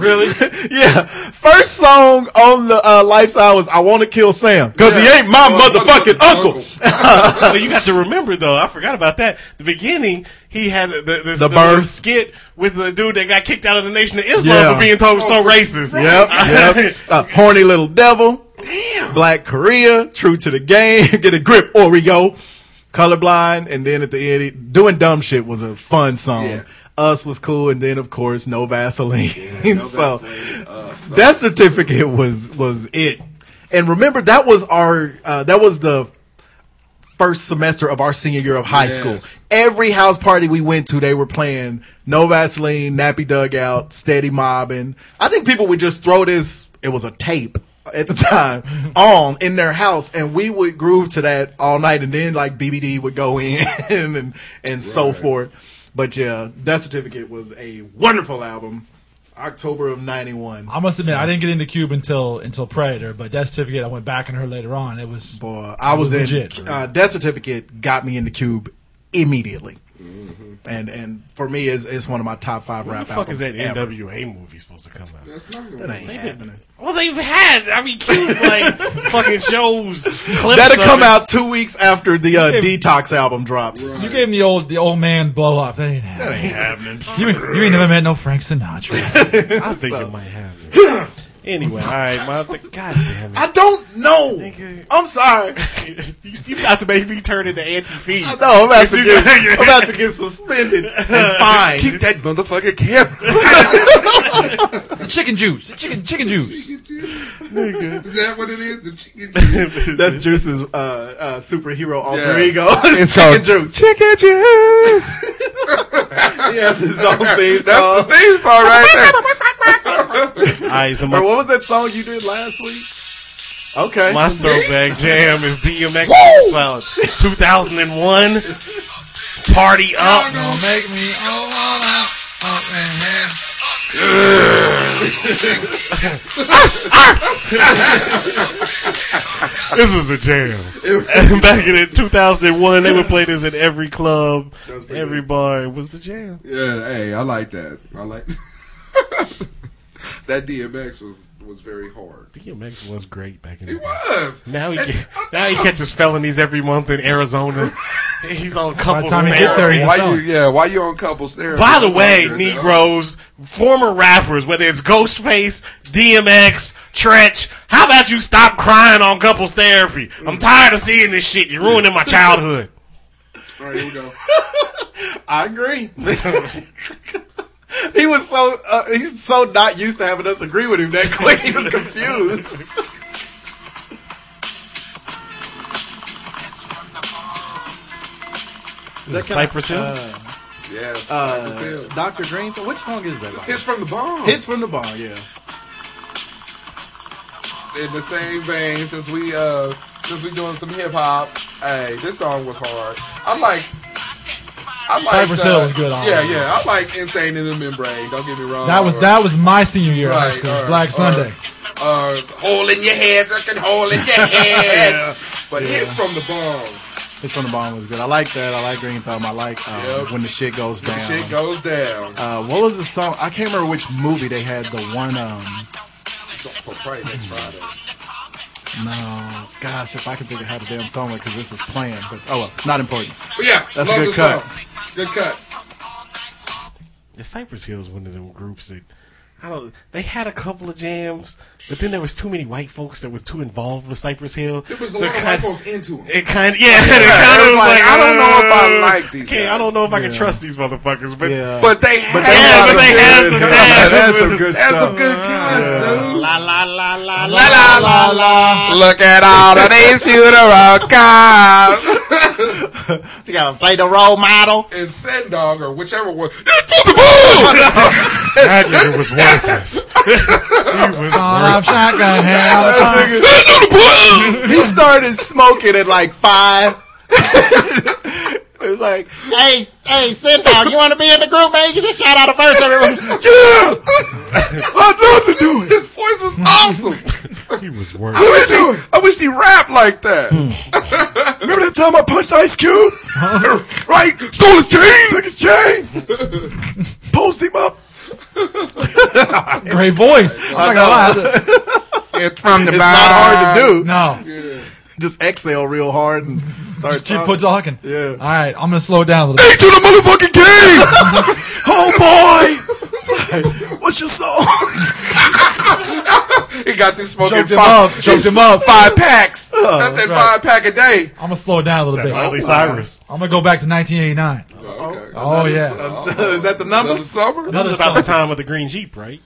[SPEAKER 7] (laughs) really? yeah. First song on the uh, Life Side was "I Want to Kill Sam" because he ain't my motherfucking uncle.
[SPEAKER 1] Well, you got to remember though. I forgot about that. The beginning, he had the, this,
[SPEAKER 7] The
[SPEAKER 1] the little
[SPEAKER 7] birth.
[SPEAKER 1] skit with the dude that got kicked out of the Nation of Islam
[SPEAKER 7] Yeah.
[SPEAKER 1] for being told so racist. (laughs)
[SPEAKER 7] Yep, (laughs) yep. Uh, horny little devil. Damn. Black Korea, true to the game. (laughs) Get a grip, Oreo. Colorblind, and then at the end, it- doing dumb shit was a fun song.
[SPEAKER 9] Yeah.
[SPEAKER 7] Us was cool, and then of course, no Vaseline. (laughs) uh, so that certificate was was it. And remember, that was our uh, that was the first semester of our senior year of high school. Every house party we went to, they were playing No Vaseline, Nappy Dugout, Steady Mobbing. I think people would just throw this, it was a tape at the (laughs) time, on in their house, and we would groove to that all night, and then like BBD would go (laughs) in and, and so forth. But yeah, Death Certificate was a wonderful album. October of 91.
[SPEAKER 8] (laughs) I must admit, I didn't get into Cube until until Predator, but Death Certificate, I went back on her later on. It was
[SPEAKER 7] Boy, I was,
[SPEAKER 8] was
[SPEAKER 7] in
[SPEAKER 8] legit.
[SPEAKER 7] uh, death certificate got me into Cube immediately, and and for me it's, it's one of my top five
[SPEAKER 1] When
[SPEAKER 7] rap
[SPEAKER 1] the fuck is
[SPEAKER 7] albums.
[SPEAKER 1] that
[SPEAKER 7] ever.
[SPEAKER 1] NWA movie supposed to come out?
[SPEAKER 7] That ain't happening.
[SPEAKER 1] Well, they've had. I mean,
[SPEAKER 7] (laughs)
[SPEAKER 1] Cube like fucking shows clips.
[SPEAKER 7] That'll
[SPEAKER 1] of
[SPEAKER 7] come
[SPEAKER 1] it.
[SPEAKER 7] out two weeks after the uh,
[SPEAKER 8] If-
[SPEAKER 7] Detox album drops.
[SPEAKER 8] You gave him the old the old man blow off. That ain't happening.
[SPEAKER 1] Ain't happening.
[SPEAKER 8] You, ain't- you ain't never met no Frank Sinatra.
[SPEAKER 1] I think it might happen. anyway, all right, my
[SPEAKER 7] (laughs)
[SPEAKER 1] th- God damn it.
[SPEAKER 7] I don't know. I'm sorry.
[SPEAKER 1] (laughs) you, you got to make me turn into anti-feed.
[SPEAKER 7] I know. I'm about to get, I'm about to get suspended and fined.
[SPEAKER 9] Keep that motherfucking camera.
[SPEAKER 8] it's a chicken juice. It's chicken chicken juice.
[SPEAKER 9] is that what it is? The chicken-
[SPEAKER 7] (laughs)
[SPEAKER 1] (laughs)
[SPEAKER 7] That's Juice's uh, uh, superhero alter
[SPEAKER 9] Yeah.
[SPEAKER 7] ego.
[SPEAKER 9] It's
[SPEAKER 7] Chicken
[SPEAKER 9] called
[SPEAKER 7] Juice.
[SPEAKER 9] (laughs) Chicken juice.
[SPEAKER 7] He has his own theme
[SPEAKER 9] That's the
[SPEAKER 7] song.
[SPEAKER 9] theme song
[SPEAKER 7] (laughs)
[SPEAKER 9] right
[SPEAKER 1] All right, so
[SPEAKER 7] Or
[SPEAKER 1] my,
[SPEAKER 7] what was that song you did last week? Okay.
[SPEAKER 1] my throwback jam is DMX Cloud 2001 Party Up.
[SPEAKER 8] Make me
[SPEAKER 1] This was a jam. (laughs) Back in 2001, they would play this at every club, every bar. It was the jam.
[SPEAKER 9] there. yeah, hey, I like that. I like (laughs) that. DMX was was very hard.
[SPEAKER 1] DMX was great back in the
[SPEAKER 9] He
[SPEAKER 1] day.
[SPEAKER 9] was.
[SPEAKER 1] Now he ca- now he catches felonies every month in Arizona. He's on couples
[SPEAKER 8] time he
[SPEAKER 1] therapy.
[SPEAKER 8] gets there, he's-
[SPEAKER 9] Why
[SPEAKER 8] done.
[SPEAKER 9] you? Yeah. Why you on couples there?
[SPEAKER 1] By the way, Negroes, former rappers, whether it's Ghostface, DMX, Tretch, how about you stop crying on couples therapy?
[SPEAKER 9] Mm.
[SPEAKER 1] I'm tired of seeing this shit. You're ruining
[SPEAKER 9] (laughs)
[SPEAKER 1] my childhood.
[SPEAKER 9] All right, here we go.
[SPEAKER 7] I agree. he was so uh, he's so not used to having us agree with him that quick. He was confused.
[SPEAKER 1] Is that Cypress Hill?
[SPEAKER 9] uh, Yes.
[SPEAKER 7] uh,
[SPEAKER 9] Cypress Hill.
[SPEAKER 7] Doctor Dream. What song is that?
[SPEAKER 9] Hits from the bomb.
[SPEAKER 7] Hits from the bar. Yeah.
[SPEAKER 9] in the same vein since we uh since we doing some hip hop. Hey, this song was hard. I like. I like uh,
[SPEAKER 8] Cypress Hill was good on
[SPEAKER 9] Yeah,
[SPEAKER 8] it.
[SPEAKER 9] yeah. I like Insane in the Membrane. Don't get me wrong.
[SPEAKER 8] That was that was my senior year of high
[SPEAKER 9] Right,
[SPEAKER 8] school.
[SPEAKER 9] or-
[SPEAKER 8] Black
[SPEAKER 9] or-
[SPEAKER 8] Sunday.
[SPEAKER 9] Or, uh, hole in your head, fucking hole in
[SPEAKER 4] (laughs)
[SPEAKER 9] your head. But hit from the bomb.
[SPEAKER 7] This from the bomb was good. I like that. I like Green Thumb. I like um,
[SPEAKER 9] Yep.
[SPEAKER 7] when the shit goes down.
[SPEAKER 9] Shit goes down.
[SPEAKER 7] uh, what was the song? I can't remember which movie they had the one. Um,
[SPEAKER 9] So, for probably next Friday.
[SPEAKER 7] no, gosh, if I could think of how the damn song because this is playing. But oh well, not important.
[SPEAKER 9] But yeah,
[SPEAKER 7] That's
[SPEAKER 9] love
[SPEAKER 7] a good
[SPEAKER 9] the
[SPEAKER 7] cut.
[SPEAKER 9] song. Good cut.
[SPEAKER 1] The Cypress Hill is one of them groups that I don't. They had a couple of jams, but then there was too many white folks that was too involved with Cypress Hill.
[SPEAKER 9] It was a
[SPEAKER 1] So
[SPEAKER 9] lot of white
[SPEAKER 1] kind-
[SPEAKER 9] folks into him.
[SPEAKER 1] It kind of yeah. (laughs) It kind
[SPEAKER 9] it
[SPEAKER 1] of
[SPEAKER 9] was
[SPEAKER 1] was
[SPEAKER 9] like,
[SPEAKER 1] like
[SPEAKER 9] I don't know if I
[SPEAKER 1] uh,
[SPEAKER 9] like these
[SPEAKER 1] can't- I
[SPEAKER 9] guys.
[SPEAKER 1] don't know if I can trust these motherfuckers, but.
[SPEAKER 7] Yeah.
[SPEAKER 9] But they but
[SPEAKER 7] they
[SPEAKER 1] Yeah, but they had some
[SPEAKER 7] Yeah,
[SPEAKER 1] jams.
[SPEAKER 7] (laughs) that's some good
[SPEAKER 9] That's
[SPEAKER 7] stuff.
[SPEAKER 9] some good guns, dude.
[SPEAKER 7] La la la la.
[SPEAKER 9] Look at all of these funeral (laughs) cars.
[SPEAKER 7] You gotta play the role model.
[SPEAKER 9] and Sendog or whichever one. It's for the ball!
[SPEAKER 1] That nigga was worthless.
[SPEAKER 8] Sawed off shotgun hair all the
[SPEAKER 9] (laughs)
[SPEAKER 8] time.
[SPEAKER 7] he started smoking at
[SPEAKER 9] (laughs)
[SPEAKER 7] like five. It's like, hey, hey, Sin Dog, you want to be in the group, man? You just shout out a verse,
[SPEAKER 9] (laughs)
[SPEAKER 7] everyone.
[SPEAKER 9] I'd love to do it. His voice was awesome.
[SPEAKER 1] He was
[SPEAKER 9] I
[SPEAKER 1] worthless.
[SPEAKER 9] wish he, (laughs) I wish he rapped like that.
[SPEAKER 7] Hmm.
[SPEAKER 9] Remember that time I punched Ice Cube? right? Stole his chain! Took his chain! Post him up.
[SPEAKER 8] Great voice. I'm oh, not gonna lie. I said,
[SPEAKER 10] It's from the
[SPEAKER 7] It's not hard to do.
[SPEAKER 8] No,
[SPEAKER 7] Just exhale real hard (laughs) and start
[SPEAKER 8] just keep
[SPEAKER 7] talking.
[SPEAKER 8] put talking.
[SPEAKER 7] Yeah.
[SPEAKER 8] All right, I'm gonna slow it down a little bit.
[SPEAKER 9] To the motherfucking game! (laughs)
[SPEAKER 7] Oh (laughs) boy! What's your song?
[SPEAKER 9] he got through smoking
[SPEAKER 8] Choked him
[SPEAKER 9] five,
[SPEAKER 8] up. Choked him up.
[SPEAKER 9] five packs. (laughs) That's that five
[SPEAKER 8] right.
[SPEAKER 9] pack a day.
[SPEAKER 8] I'm gonna slow it down a little bit.
[SPEAKER 1] Miley Cyrus.
[SPEAKER 8] I'm gonna go back to 1989.
[SPEAKER 9] Okay.
[SPEAKER 8] Oh yeah.
[SPEAKER 7] Is that the number?
[SPEAKER 9] Another summer?
[SPEAKER 1] This
[SPEAKER 8] Another
[SPEAKER 1] is
[SPEAKER 8] song.
[SPEAKER 1] about the time of the green jeep, right?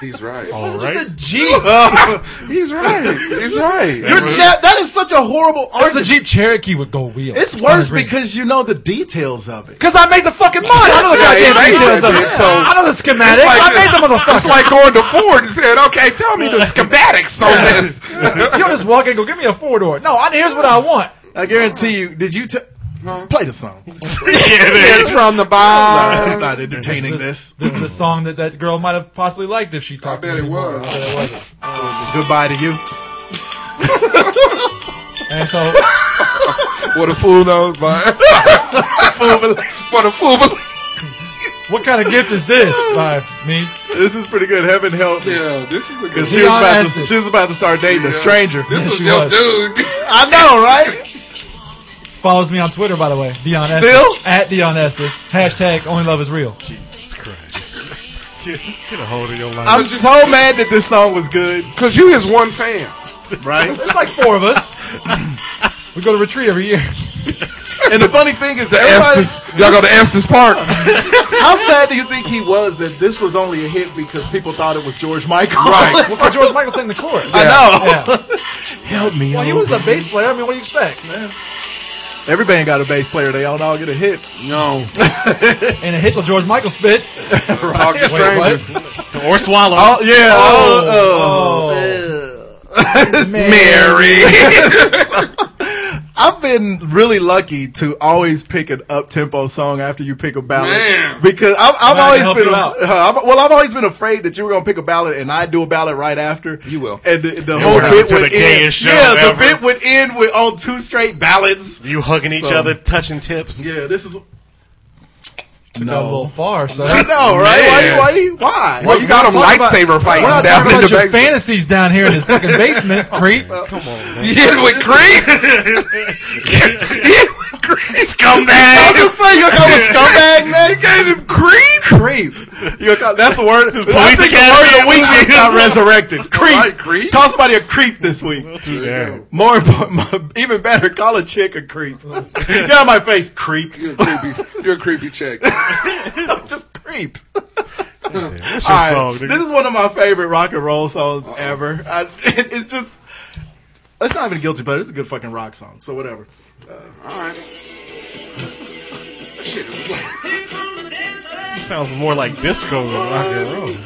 [SPEAKER 9] He's right.
[SPEAKER 1] All
[SPEAKER 8] It's
[SPEAKER 1] (laughs) right.
[SPEAKER 8] a Jeep.
[SPEAKER 9] He's right. He's right.
[SPEAKER 7] You're, yeah, that is such a horrible
[SPEAKER 8] It's a
[SPEAKER 7] argument.
[SPEAKER 8] Jeep Cherokee with gold wheels.
[SPEAKER 7] It's
[SPEAKER 8] On the
[SPEAKER 7] worse
[SPEAKER 8] green. (laughs)
[SPEAKER 7] because you know the details of it.
[SPEAKER 8] Cause I made the fucking mod. I know
[SPEAKER 9] (laughs)
[SPEAKER 8] the
[SPEAKER 9] Yeah,
[SPEAKER 8] goddamn
[SPEAKER 9] you made
[SPEAKER 8] details
[SPEAKER 9] it,
[SPEAKER 8] of
[SPEAKER 9] dude.
[SPEAKER 8] it.
[SPEAKER 9] So-
[SPEAKER 8] I know the schematics.
[SPEAKER 9] like
[SPEAKER 8] I
[SPEAKER 9] this-
[SPEAKER 8] made the
[SPEAKER 9] It's
[SPEAKER 8] motherfucker.
[SPEAKER 9] like going to Ford and saying, okay, tell me the schematics on
[SPEAKER 7] (laughs)
[SPEAKER 9] this.
[SPEAKER 8] you don't just walk in and go, give me a four door. No, I, here's what I want.
[SPEAKER 7] I guarantee you. Did you t- play
[SPEAKER 9] (laughs)
[SPEAKER 7] the song?
[SPEAKER 9] it's from the bomb.
[SPEAKER 7] I'm not entertaining this.
[SPEAKER 8] This is a song that that girl might have possibly liked if she talked.
[SPEAKER 9] bet
[SPEAKER 8] to
[SPEAKER 9] it
[SPEAKER 8] me.
[SPEAKER 9] was.
[SPEAKER 8] I bet it was.
[SPEAKER 7] Goodbye to you. (laughs)
[SPEAKER 8] And so
[SPEAKER 9] What a fool knows, man. What a fool. bel-
[SPEAKER 8] What kind of gift is this by me?
[SPEAKER 7] This is pretty good. Heaven help me.
[SPEAKER 9] Yeah, this is a good.
[SPEAKER 7] Because she was
[SPEAKER 8] Leon
[SPEAKER 7] about to
[SPEAKER 8] Estes.
[SPEAKER 7] she was about to start dating a stranger.
[SPEAKER 9] This was
[SPEAKER 8] she
[SPEAKER 9] your
[SPEAKER 8] was.
[SPEAKER 9] (laughs) dude.
[SPEAKER 7] I know, right?
[SPEAKER 8] Follows me on Twitter, by the way. Dion Estes.
[SPEAKER 7] Still?
[SPEAKER 8] At Dion Estes. Hashtag only love is real.
[SPEAKER 1] Jesus Christ. Get, get a hold of your life.
[SPEAKER 7] I'm so mad that this song was good,
[SPEAKER 9] Because you is one fan.
[SPEAKER 7] (laughs) right?
[SPEAKER 8] There's like four of us. we go to retreat every year.
[SPEAKER 7] And the funny thing is that
[SPEAKER 9] Estes,
[SPEAKER 7] everybody,
[SPEAKER 9] y'all go to Estes (laughs) Park.
[SPEAKER 7] (laughs) how sad do you think he was that this was only a hit because people thought it was George Michael?
[SPEAKER 9] Right.
[SPEAKER 8] Well, for George Michael sang the chorus.
[SPEAKER 7] (laughs) I know.
[SPEAKER 8] Yeah.
[SPEAKER 7] (laughs) Help me.
[SPEAKER 8] Well, he
[SPEAKER 7] over.
[SPEAKER 8] was the bass player. I mean, what do you expect, man?
[SPEAKER 7] Every band got a bass player. They don't all get a hit.
[SPEAKER 9] No.
[SPEAKER 8] And it hits till George Michael spit.
[SPEAKER 9] Talk to strangers.
[SPEAKER 1] Or swallow.
[SPEAKER 7] Oh yeah. Oh,
[SPEAKER 9] Mary.
[SPEAKER 7] (laughs) I've been really lucky to always pick an up tempo song after you pick a ballad
[SPEAKER 9] Man.
[SPEAKER 7] because I've, I've
[SPEAKER 8] Glad to
[SPEAKER 7] always
[SPEAKER 8] help
[SPEAKER 7] been
[SPEAKER 8] you
[SPEAKER 7] uh,
[SPEAKER 8] out.
[SPEAKER 7] (laughs) I've- well I've always been afraid that you were gonna pick a ballad and I do a ballad right after
[SPEAKER 9] You will.
[SPEAKER 7] and the, the whole
[SPEAKER 1] turn
[SPEAKER 7] bit
[SPEAKER 1] into
[SPEAKER 7] would
[SPEAKER 1] the
[SPEAKER 7] end
[SPEAKER 1] gayest show
[SPEAKER 7] yeah the
[SPEAKER 1] ever.
[SPEAKER 7] bit would end with on two straight ballads
[SPEAKER 1] You hugging each
[SPEAKER 7] So-
[SPEAKER 1] other, touching tips.
[SPEAKER 7] yeah this is
[SPEAKER 8] Took that a little
[SPEAKER 9] (laughs)
[SPEAKER 8] far, so.
[SPEAKER 7] I know right
[SPEAKER 9] Man.
[SPEAKER 7] why you- why you why
[SPEAKER 9] Well, you got them
[SPEAKER 8] We're not
[SPEAKER 9] lightsaber
[SPEAKER 8] talking about-
[SPEAKER 9] fighting
[SPEAKER 8] We're not
[SPEAKER 9] down
[SPEAKER 8] talking
[SPEAKER 9] in the
[SPEAKER 8] about your
[SPEAKER 9] basement.
[SPEAKER 8] fantasies down here in this fucking basement,
[SPEAKER 9] (laughs)
[SPEAKER 8] creep.
[SPEAKER 9] You hit it with cream.
[SPEAKER 7] scumbag you say you're gonna scumbag man
[SPEAKER 9] You gave him cream.
[SPEAKER 1] (laughs)
[SPEAKER 7] creep. You're co- that's the word. I
[SPEAKER 1] police
[SPEAKER 7] think the
[SPEAKER 1] academy
[SPEAKER 7] word of the week
[SPEAKER 1] advice.
[SPEAKER 7] just got
[SPEAKER 1] (laughs)
[SPEAKER 7] resurrected. Creep.
[SPEAKER 9] Right, creep.
[SPEAKER 7] Call somebody a creep this week.
[SPEAKER 1] Yeah.
[SPEAKER 7] More, important, even better, call a chick a
[SPEAKER 1] (laughs)
[SPEAKER 7] creep. Get out of my face, creep.
[SPEAKER 9] You're a creepy. You're a creepy chick.
[SPEAKER 7] (laughs) Just creep.
[SPEAKER 1] That's your
[SPEAKER 7] All
[SPEAKER 1] song,
[SPEAKER 7] right.
[SPEAKER 1] nigga.
[SPEAKER 7] This is one of my favorite rock and roll songs ever. I, (laughs) it's just, it's not even a guilty pleasure. It's a good fucking rock song. So whatever.
[SPEAKER 1] sounds more like disco than rock and roll.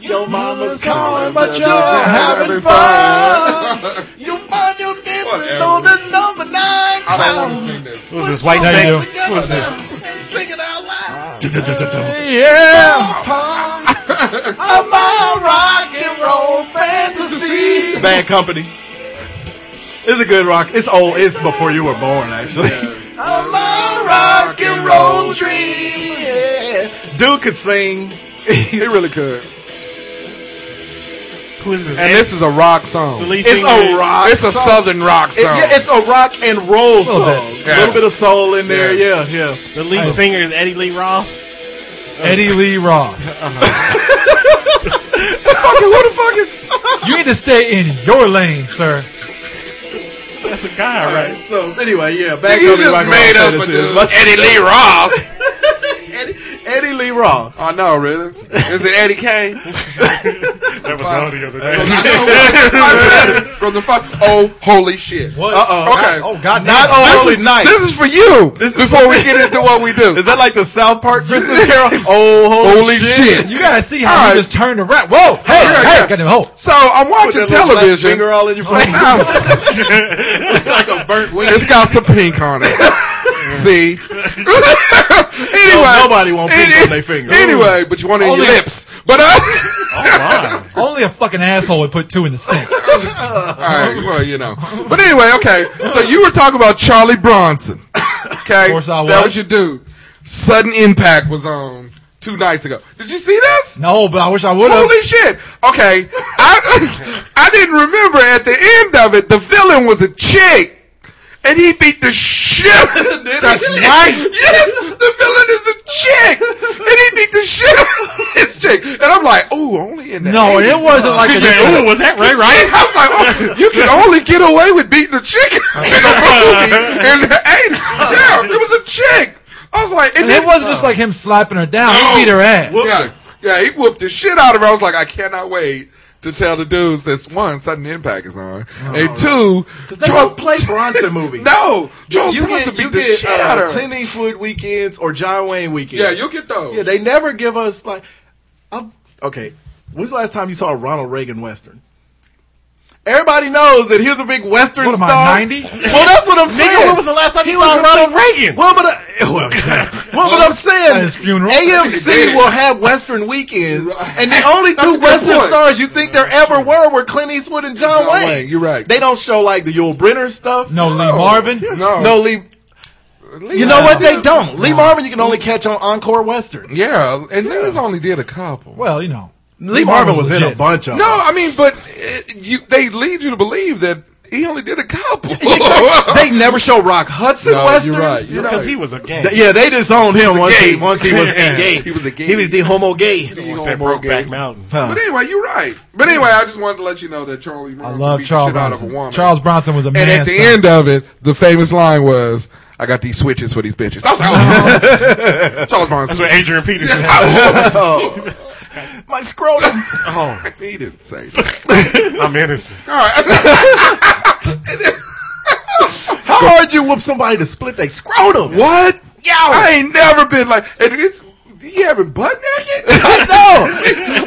[SPEAKER 7] Your mama's calling, but you're having fun. You find your dancing
[SPEAKER 9] Whatever.
[SPEAKER 7] on the number nine
[SPEAKER 9] I don't want
[SPEAKER 7] clown.
[SPEAKER 9] to sing (laughs) this.
[SPEAKER 1] What was this, White
[SPEAKER 8] There you
[SPEAKER 1] Snake?
[SPEAKER 8] go.
[SPEAKER 1] What was this?
[SPEAKER 7] And sing it out loud.
[SPEAKER 8] Yeah!
[SPEAKER 7] Pop. of my rock and roll fantasy. Bad Company. It's a good rock. It's old. It's before you were born, actually. Of my rock and roll dream. Yeah. Dude could (laughs) sing.
[SPEAKER 9] He really could.
[SPEAKER 1] Who is this?
[SPEAKER 9] And this is a rock song.
[SPEAKER 1] Lead
[SPEAKER 7] It's
[SPEAKER 1] singer
[SPEAKER 7] a
[SPEAKER 1] is-
[SPEAKER 7] rock.
[SPEAKER 9] It's a
[SPEAKER 7] song.
[SPEAKER 9] southern rock
[SPEAKER 7] It-
[SPEAKER 9] song.
[SPEAKER 7] yeah, it's a rock and roll song. A little
[SPEAKER 8] bit.
[SPEAKER 7] bit,
[SPEAKER 9] Yeah.
[SPEAKER 7] of soul in there. Yeah, yeah.
[SPEAKER 1] The lead singer is Eddie Lee Roth.
[SPEAKER 8] Eddie Lee Roth.
[SPEAKER 7] Who the fuck is?
[SPEAKER 8] You need to stay in your lane, sir.
[SPEAKER 1] That's a guy, right?
[SPEAKER 7] So anyway, yeah, back
[SPEAKER 9] you
[SPEAKER 7] up to
[SPEAKER 9] just
[SPEAKER 7] rock and
[SPEAKER 9] made
[SPEAKER 7] roll
[SPEAKER 9] up a dude.
[SPEAKER 7] Eddie Lee Roth. Eddie, Eddie Lee Roth.
[SPEAKER 9] I know, really. Is it Eddie Kane?
[SPEAKER 1] That was on the other day.
[SPEAKER 9] I know. (laughs) I said it. From the fuck. Oh, holy shit.
[SPEAKER 8] What?
[SPEAKER 7] Uh oh.
[SPEAKER 9] Okay.
[SPEAKER 8] Oh God,
[SPEAKER 7] Not
[SPEAKER 8] damn.
[SPEAKER 7] on
[SPEAKER 9] This
[SPEAKER 7] Holy
[SPEAKER 9] is-
[SPEAKER 7] Night.
[SPEAKER 9] This is for you.
[SPEAKER 7] This is
[SPEAKER 9] before
[SPEAKER 7] for
[SPEAKER 9] we
[SPEAKER 7] me.
[SPEAKER 9] get into what we do.
[SPEAKER 7] Is that like the South Park (laughs) Christmas Carol? Oh, holy,
[SPEAKER 9] Holy shit.
[SPEAKER 8] You gotta see how
[SPEAKER 9] Alright.
[SPEAKER 8] you just turned around. Whoa, hey,
[SPEAKER 9] Yeah,
[SPEAKER 8] hey,
[SPEAKER 9] yeah.
[SPEAKER 8] got him. Oh,
[SPEAKER 9] So I'm
[SPEAKER 7] Put
[SPEAKER 9] watching
[SPEAKER 7] that little black
[SPEAKER 9] television. (laughs)
[SPEAKER 7] Finger all in your face. (laughs) like a burnt wing.
[SPEAKER 9] It's got some pink on
[SPEAKER 7] (laughs)
[SPEAKER 9] it. See. (laughs) anyway,
[SPEAKER 7] No- nobody want pink on their finger. Oh,
[SPEAKER 9] Anyway, but you want it in
[SPEAKER 8] Only-
[SPEAKER 9] your lips. But uh, (laughs)
[SPEAKER 8] only a fucking asshole would put two in the sink.
[SPEAKER 9] all
[SPEAKER 8] (laughs)
[SPEAKER 9] right, well, you know. But anyway, okay. So you were talking about Charlie Bronson. Okay,
[SPEAKER 8] course I
[SPEAKER 9] that
[SPEAKER 8] was.
[SPEAKER 9] was your dude. Sudden Impact was on two nights ago. Did you see this?
[SPEAKER 8] No, but I wish I would have.
[SPEAKER 9] Holy shit! Okay, I (laughs) I didn't remember at the end of it the villain was a chick, and he beat the shit. That's
[SPEAKER 8] right.
[SPEAKER 9] (laughs) Yes, the villain is a chick, and he beat the shit. (laughs) It's chick, and I'm like, oh, only in the
[SPEAKER 8] No, it
[SPEAKER 9] 80s.
[SPEAKER 8] wasn't like
[SPEAKER 1] He said,
[SPEAKER 8] a.
[SPEAKER 1] "Ooh, was that Ray Rice?
[SPEAKER 9] (laughs) I was like, oh, you can only get away with beating a chick
[SPEAKER 1] (laughs)
[SPEAKER 9] in a movie in the 80s. Yeah, it was a chick. I was like, and
[SPEAKER 8] And
[SPEAKER 9] then,
[SPEAKER 8] it wasn't just like him slapping her down. He beat her
[SPEAKER 9] (laughs)
[SPEAKER 8] ass.
[SPEAKER 9] yeah, yeah, he whooped the shit out of her. I was like, I cannot wait to tell the dudes this one, sudden impact is on, and two,
[SPEAKER 7] Oh, They don't play (laughs) Bronson movies.
[SPEAKER 9] no, Joel's
[SPEAKER 7] you
[SPEAKER 9] supposed
[SPEAKER 7] get,
[SPEAKER 9] to beat
[SPEAKER 7] you
[SPEAKER 9] the
[SPEAKER 7] get
[SPEAKER 9] shit out
[SPEAKER 7] uh,
[SPEAKER 9] of her.
[SPEAKER 7] Clint Eastwood weekends or John Wayne weekends.
[SPEAKER 9] yeah, you'll get those.
[SPEAKER 7] Yeah, they never give us like. i okay, when's the last time you saw a Ronald Reagan Western? Everybody knows that he was a big Western
[SPEAKER 8] What am I,
[SPEAKER 7] star.
[SPEAKER 8] 90?
[SPEAKER 7] Well, that's what I'm saying.
[SPEAKER 1] when was the last time you
[SPEAKER 7] He was
[SPEAKER 1] saw
[SPEAKER 7] a-
[SPEAKER 1] Ronald Reagan?
[SPEAKER 7] Well, but I, well, (laughs) well, but I'm saying
[SPEAKER 8] At his funeral.
[SPEAKER 7] AMC will have Western weekends, and the only
[SPEAKER 9] That's a
[SPEAKER 7] two
[SPEAKER 9] good
[SPEAKER 7] Western
[SPEAKER 9] point.
[SPEAKER 7] stars you think there ever were were Clint Eastwood and John,
[SPEAKER 9] John
[SPEAKER 7] Wayne.
[SPEAKER 9] Wayne, you're right.
[SPEAKER 7] They don't show like the Yul Brynner stuff.
[SPEAKER 8] No, Lee Marvin.
[SPEAKER 9] no,
[SPEAKER 7] no Lee. You know what? They don't. Lee Marvin, you can only catch on Encore Westerns.
[SPEAKER 9] Yeah, and niggas only did a couple.
[SPEAKER 8] Well, you know.
[SPEAKER 7] Lee Marvin was in a
[SPEAKER 8] legit.
[SPEAKER 7] bunch of.
[SPEAKER 9] No,
[SPEAKER 7] them.
[SPEAKER 9] I mean, but uh, you, they lead you to believe that he only did a couple.
[SPEAKER 7] (laughs)
[SPEAKER 9] (laughs)
[SPEAKER 7] they never show Rock Hudson
[SPEAKER 9] No, you're
[SPEAKER 7] westerns.
[SPEAKER 9] right,
[SPEAKER 7] you
[SPEAKER 9] you're
[SPEAKER 7] know?
[SPEAKER 1] Because he was a gang.
[SPEAKER 7] Th- Yeah, they disowned him once
[SPEAKER 9] gay.
[SPEAKER 7] he once
[SPEAKER 9] (laughs)
[SPEAKER 7] he was a gay.
[SPEAKER 9] He was a gay.
[SPEAKER 7] He was the homo gay.
[SPEAKER 1] That broke back mountain.
[SPEAKER 9] But anyway, you're right. But anyway, I just wanted to let you know that Charlie
[SPEAKER 8] I
[SPEAKER 9] Bronson
[SPEAKER 8] love
[SPEAKER 9] beat
[SPEAKER 8] Charles
[SPEAKER 9] the shit out of a
[SPEAKER 8] Bronson.
[SPEAKER 9] woman.
[SPEAKER 8] Charles Bronson was a man.
[SPEAKER 9] and at the
[SPEAKER 8] son.
[SPEAKER 9] end of it, the famous line was, "I got these switches for these bitches." I was like,
[SPEAKER 8] Uh-huh.
[SPEAKER 9] oh. (laughs) Charles
[SPEAKER 1] That's
[SPEAKER 9] Bronson.
[SPEAKER 1] what Adrian Peterson said.
[SPEAKER 7] My scrotum.
[SPEAKER 9] He didn't say. That.
[SPEAKER 1] I'm innocent.
[SPEAKER 9] All right.
[SPEAKER 7] How hard you whoop somebody to split their scrotum?
[SPEAKER 9] what? Yeah. I ain't never been like. And it's, you haven't butt naked?
[SPEAKER 7] (laughs) I
[SPEAKER 9] (laughs)
[SPEAKER 7] know.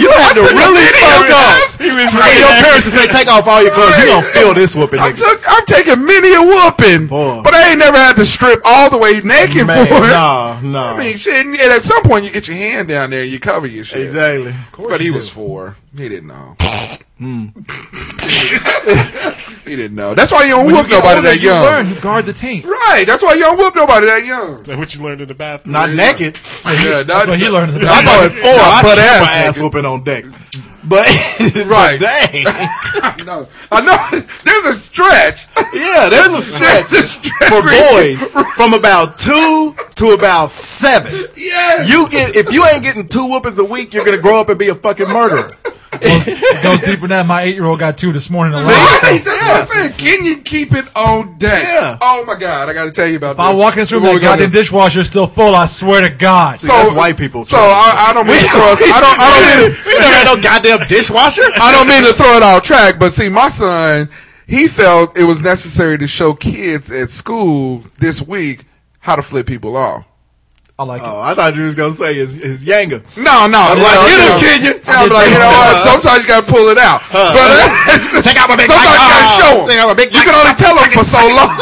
[SPEAKER 7] you had to really fuck up.
[SPEAKER 1] He was
[SPEAKER 7] Hey,
[SPEAKER 1] really
[SPEAKER 7] your
[SPEAKER 1] that-
[SPEAKER 7] parents to say, take off all your clothes. You gonna feel this whooping,
[SPEAKER 9] I
[SPEAKER 7] nigga.
[SPEAKER 9] took, I've taken many a whooping,
[SPEAKER 7] Boy.
[SPEAKER 9] but I ain't never had to strip all the way naked
[SPEAKER 7] Man,
[SPEAKER 9] for it.
[SPEAKER 7] nah, nah.
[SPEAKER 9] I mean, shit. And at some point, you get your hand down there and you cover your shit.
[SPEAKER 7] Exactly.
[SPEAKER 9] But he was four. He didn't
[SPEAKER 8] (laughs)
[SPEAKER 9] know.
[SPEAKER 8] Hmm.
[SPEAKER 9] (laughs) he didn't know. That's why you don't
[SPEAKER 8] When you
[SPEAKER 9] whoop
[SPEAKER 8] get
[SPEAKER 9] nobody
[SPEAKER 8] older,
[SPEAKER 9] that
[SPEAKER 8] you
[SPEAKER 9] young.
[SPEAKER 8] learn. You guard the taint.
[SPEAKER 9] Right. That's why you don't whoop nobody that young.
[SPEAKER 1] That's what you learned in the bathroom.
[SPEAKER 7] Not naked.
[SPEAKER 9] Yeah,
[SPEAKER 8] That's what he learned. in the
[SPEAKER 9] I
[SPEAKER 8] bathroom.
[SPEAKER 9] know at four,
[SPEAKER 7] I
[SPEAKER 9] I butt
[SPEAKER 7] keep
[SPEAKER 9] ass.
[SPEAKER 7] my ass
[SPEAKER 9] naked.
[SPEAKER 7] whooping on deck. But (laughs)
[SPEAKER 9] Right.
[SPEAKER 7] dang.
[SPEAKER 9] No, I know. There's a stretch.
[SPEAKER 7] Yeah, there's a stretch
[SPEAKER 9] There's a stretch.
[SPEAKER 7] (laughs) for boys from about two to about seven.
[SPEAKER 9] Yes.
[SPEAKER 7] You get if you ain't getting two whoopings a week, you're gonna grow up and be a fucking murderer.
[SPEAKER 8] It goes deeper than that. My eight-year-old got two this morning alone.
[SPEAKER 9] Right,
[SPEAKER 8] So
[SPEAKER 9] that's what I'm saying. Can you keep it on deck?
[SPEAKER 7] Yeah.
[SPEAKER 9] Oh my God, I got to tell you about
[SPEAKER 8] if I
[SPEAKER 9] this.
[SPEAKER 8] walk in this room,
[SPEAKER 9] Before we
[SPEAKER 8] that
[SPEAKER 9] go
[SPEAKER 8] goddamn
[SPEAKER 9] to-
[SPEAKER 8] dishwasher's still full. I swear to God.
[SPEAKER 9] So-
[SPEAKER 7] That's white people.
[SPEAKER 9] So I, I don't mean to throw. us- I don't. I don't mean.
[SPEAKER 7] we (laughs) never had no goddamn dishwasher.
[SPEAKER 9] I don't mean to throw it out track, but see, my son, he felt it was necessary to show kids at school this week how to flip people off.
[SPEAKER 8] I like it.
[SPEAKER 7] Oh, I thought you was gonna say is is Yanga.
[SPEAKER 9] No, no, I'm
[SPEAKER 7] like, you done
[SPEAKER 9] kid,
[SPEAKER 7] kid you.
[SPEAKER 9] I'm like, you know what? Sometimes you gotta pull it out. But, uh,
[SPEAKER 7] Take out my big (laughs)
[SPEAKER 9] sometimes you
[SPEAKER 7] mic.
[SPEAKER 9] gotta
[SPEAKER 7] Ah,
[SPEAKER 9] show them.
[SPEAKER 7] take out my big
[SPEAKER 9] you
[SPEAKER 7] mic.
[SPEAKER 9] can only
[SPEAKER 7] Stop
[SPEAKER 9] tell them
[SPEAKER 7] sucking,
[SPEAKER 9] for so long.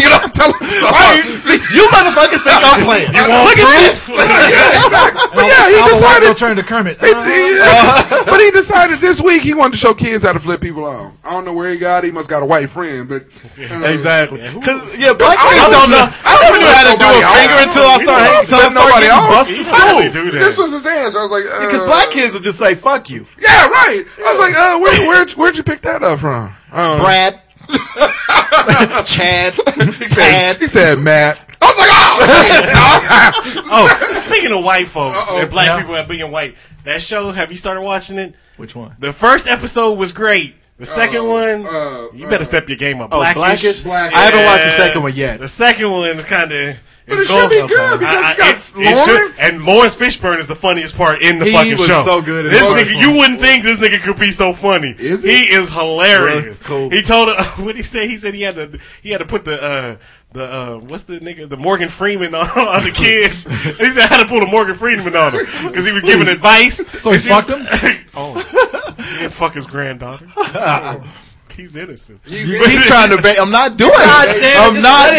[SPEAKER 9] (laughs) you know, I'm telling you.
[SPEAKER 7] (laughs) See, you motherfuckers think I'm (laughs) playing.
[SPEAKER 9] Look at this. yeah,
[SPEAKER 7] (laughs)
[SPEAKER 9] exactly. But yeah, he
[SPEAKER 8] I'm
[SPEAKER 9] decided.
[SPEAKER 8] Go turn to Kermit.
[SPEAKER 9] He- (laughs) he-
[SPEAKER 7] Uh-huh.
[SPEAKER 9] but he decided this week he wanted to show kids how to flip people off. I don't know where he got. it. He must got a white friend, but uh,
[SPEAKER 7] Exactly. Because, yeah, black
[SPEAKER 9] I
[SPEAKER 7] kids
[SPEAKER 9] don't
[SPEAKER 7] don't know.
[SPEAKER 9] know.
[SPEAKER 7] I never knew how to do
[SPEAKER 9] Nobody
[SPEAKER 7] a finger
[SPEAKER 9] else.
[SPEAKER 7] until I
[SPEAKER 9] We
[SPEAKER 7] started
[SPEAKER 9] don't
[SPEAKER 7] hanging- until I
[SPEAKER 9] flip
[SPEAKER 7] started
[SPEAKER 9] nobody
[SPEAKER 7] getting
[SPEAKER 9] else.
[SPEAKER 7] bused to
[SPEAKER 1] They
[SPEAKER 7] school.
[SPEAKER 1] do that.
[SPEAKER 9] This was his answer. I was like, uh,
[SPEAKER 7] Because black kids will just say, fuck you.
[SPEAKER 9] Yeah, right. I was like, uh, where, where, where'd you pick that up from? Uh,
[SPEAKER 7] (laughs) Brad. Chad.
[SPEAKER 9] he said,
[SPEAKER 7] Chad.
[SPEAKER 9] he said, Matt. I was like, oh, shit. (laughs)
[SPEAKER 1] Oh, speaking of white folks and black
[SPEAKER 8] Yeah.
[SPEAKER 1] people and being white, that show, have you started watching it?
[SPEAKER 8] Which one?
[SPEAKER 1] The first episode was great. The second one,
[SPEAKER 9] Uh,
[SPEAKER 1] you better step your game up.
[SPEAKER 7] Oh,
[SPEAKER 1] Blackish.
[SPEAKER 7] Blackish?
[SPEAKER 9] Blackish.
[SPEAKER 7] I haven't watched the
[SPEAKER 1] Yeah.
[SPEAKER 7] second one yet.
[SPEAKER 1] The second one kind of.
[SPEAKER 9] But it should be good because you got Lawrence.
[SPEAKER 1] and Lawrence Fishburne is the funniest part in the
[SPEAKER 7] He
[SPEAKER 1] fucking
[SPEAKER 7] was
[SPEAKER 1] show.
[SPEAKER 7] so good in
[SPEAKER 1] This
[SPEAKER 7] the
[SPEAKER 1] nigga,
[SPEAKER 7] first
[SPEAKER 1] you
[SPEAKER 7] one.
[SPEAKER 1] wouldn't think this nigga could be so funny.
[SPEAKER 9] Is he?
[SPEAKER 1] he? is hilarious.
[SPEAKER 7] Really? Cool.
[SPEAKER 1] He told (laughs) what he say. He said he had to he had to put the uh, the uh, what's the nigga the Morgan Freeman on, (laughs) on the kid. he said I had to pull the Morgan Freeman on him because he was
[SPEAKER 7] (laughs)
[SPEAKER 1] giving advice. Oh.
[SPEAKER 8] So he fucked
[SPEAKER 1] (laughs)
[SPEAKER 8] him?
[SPEAKER 1] He didn't fuck his granddaughter.
[SPEAKER 7] (laughs)
[SPEAKER 1] He's innocent.
[SPEAKER 7] You keep trying to bait. I'm not doing it.
[SPEAKER 9] (laughs)
[SPEAKER 7] I'm not
[SPEAKER 9] let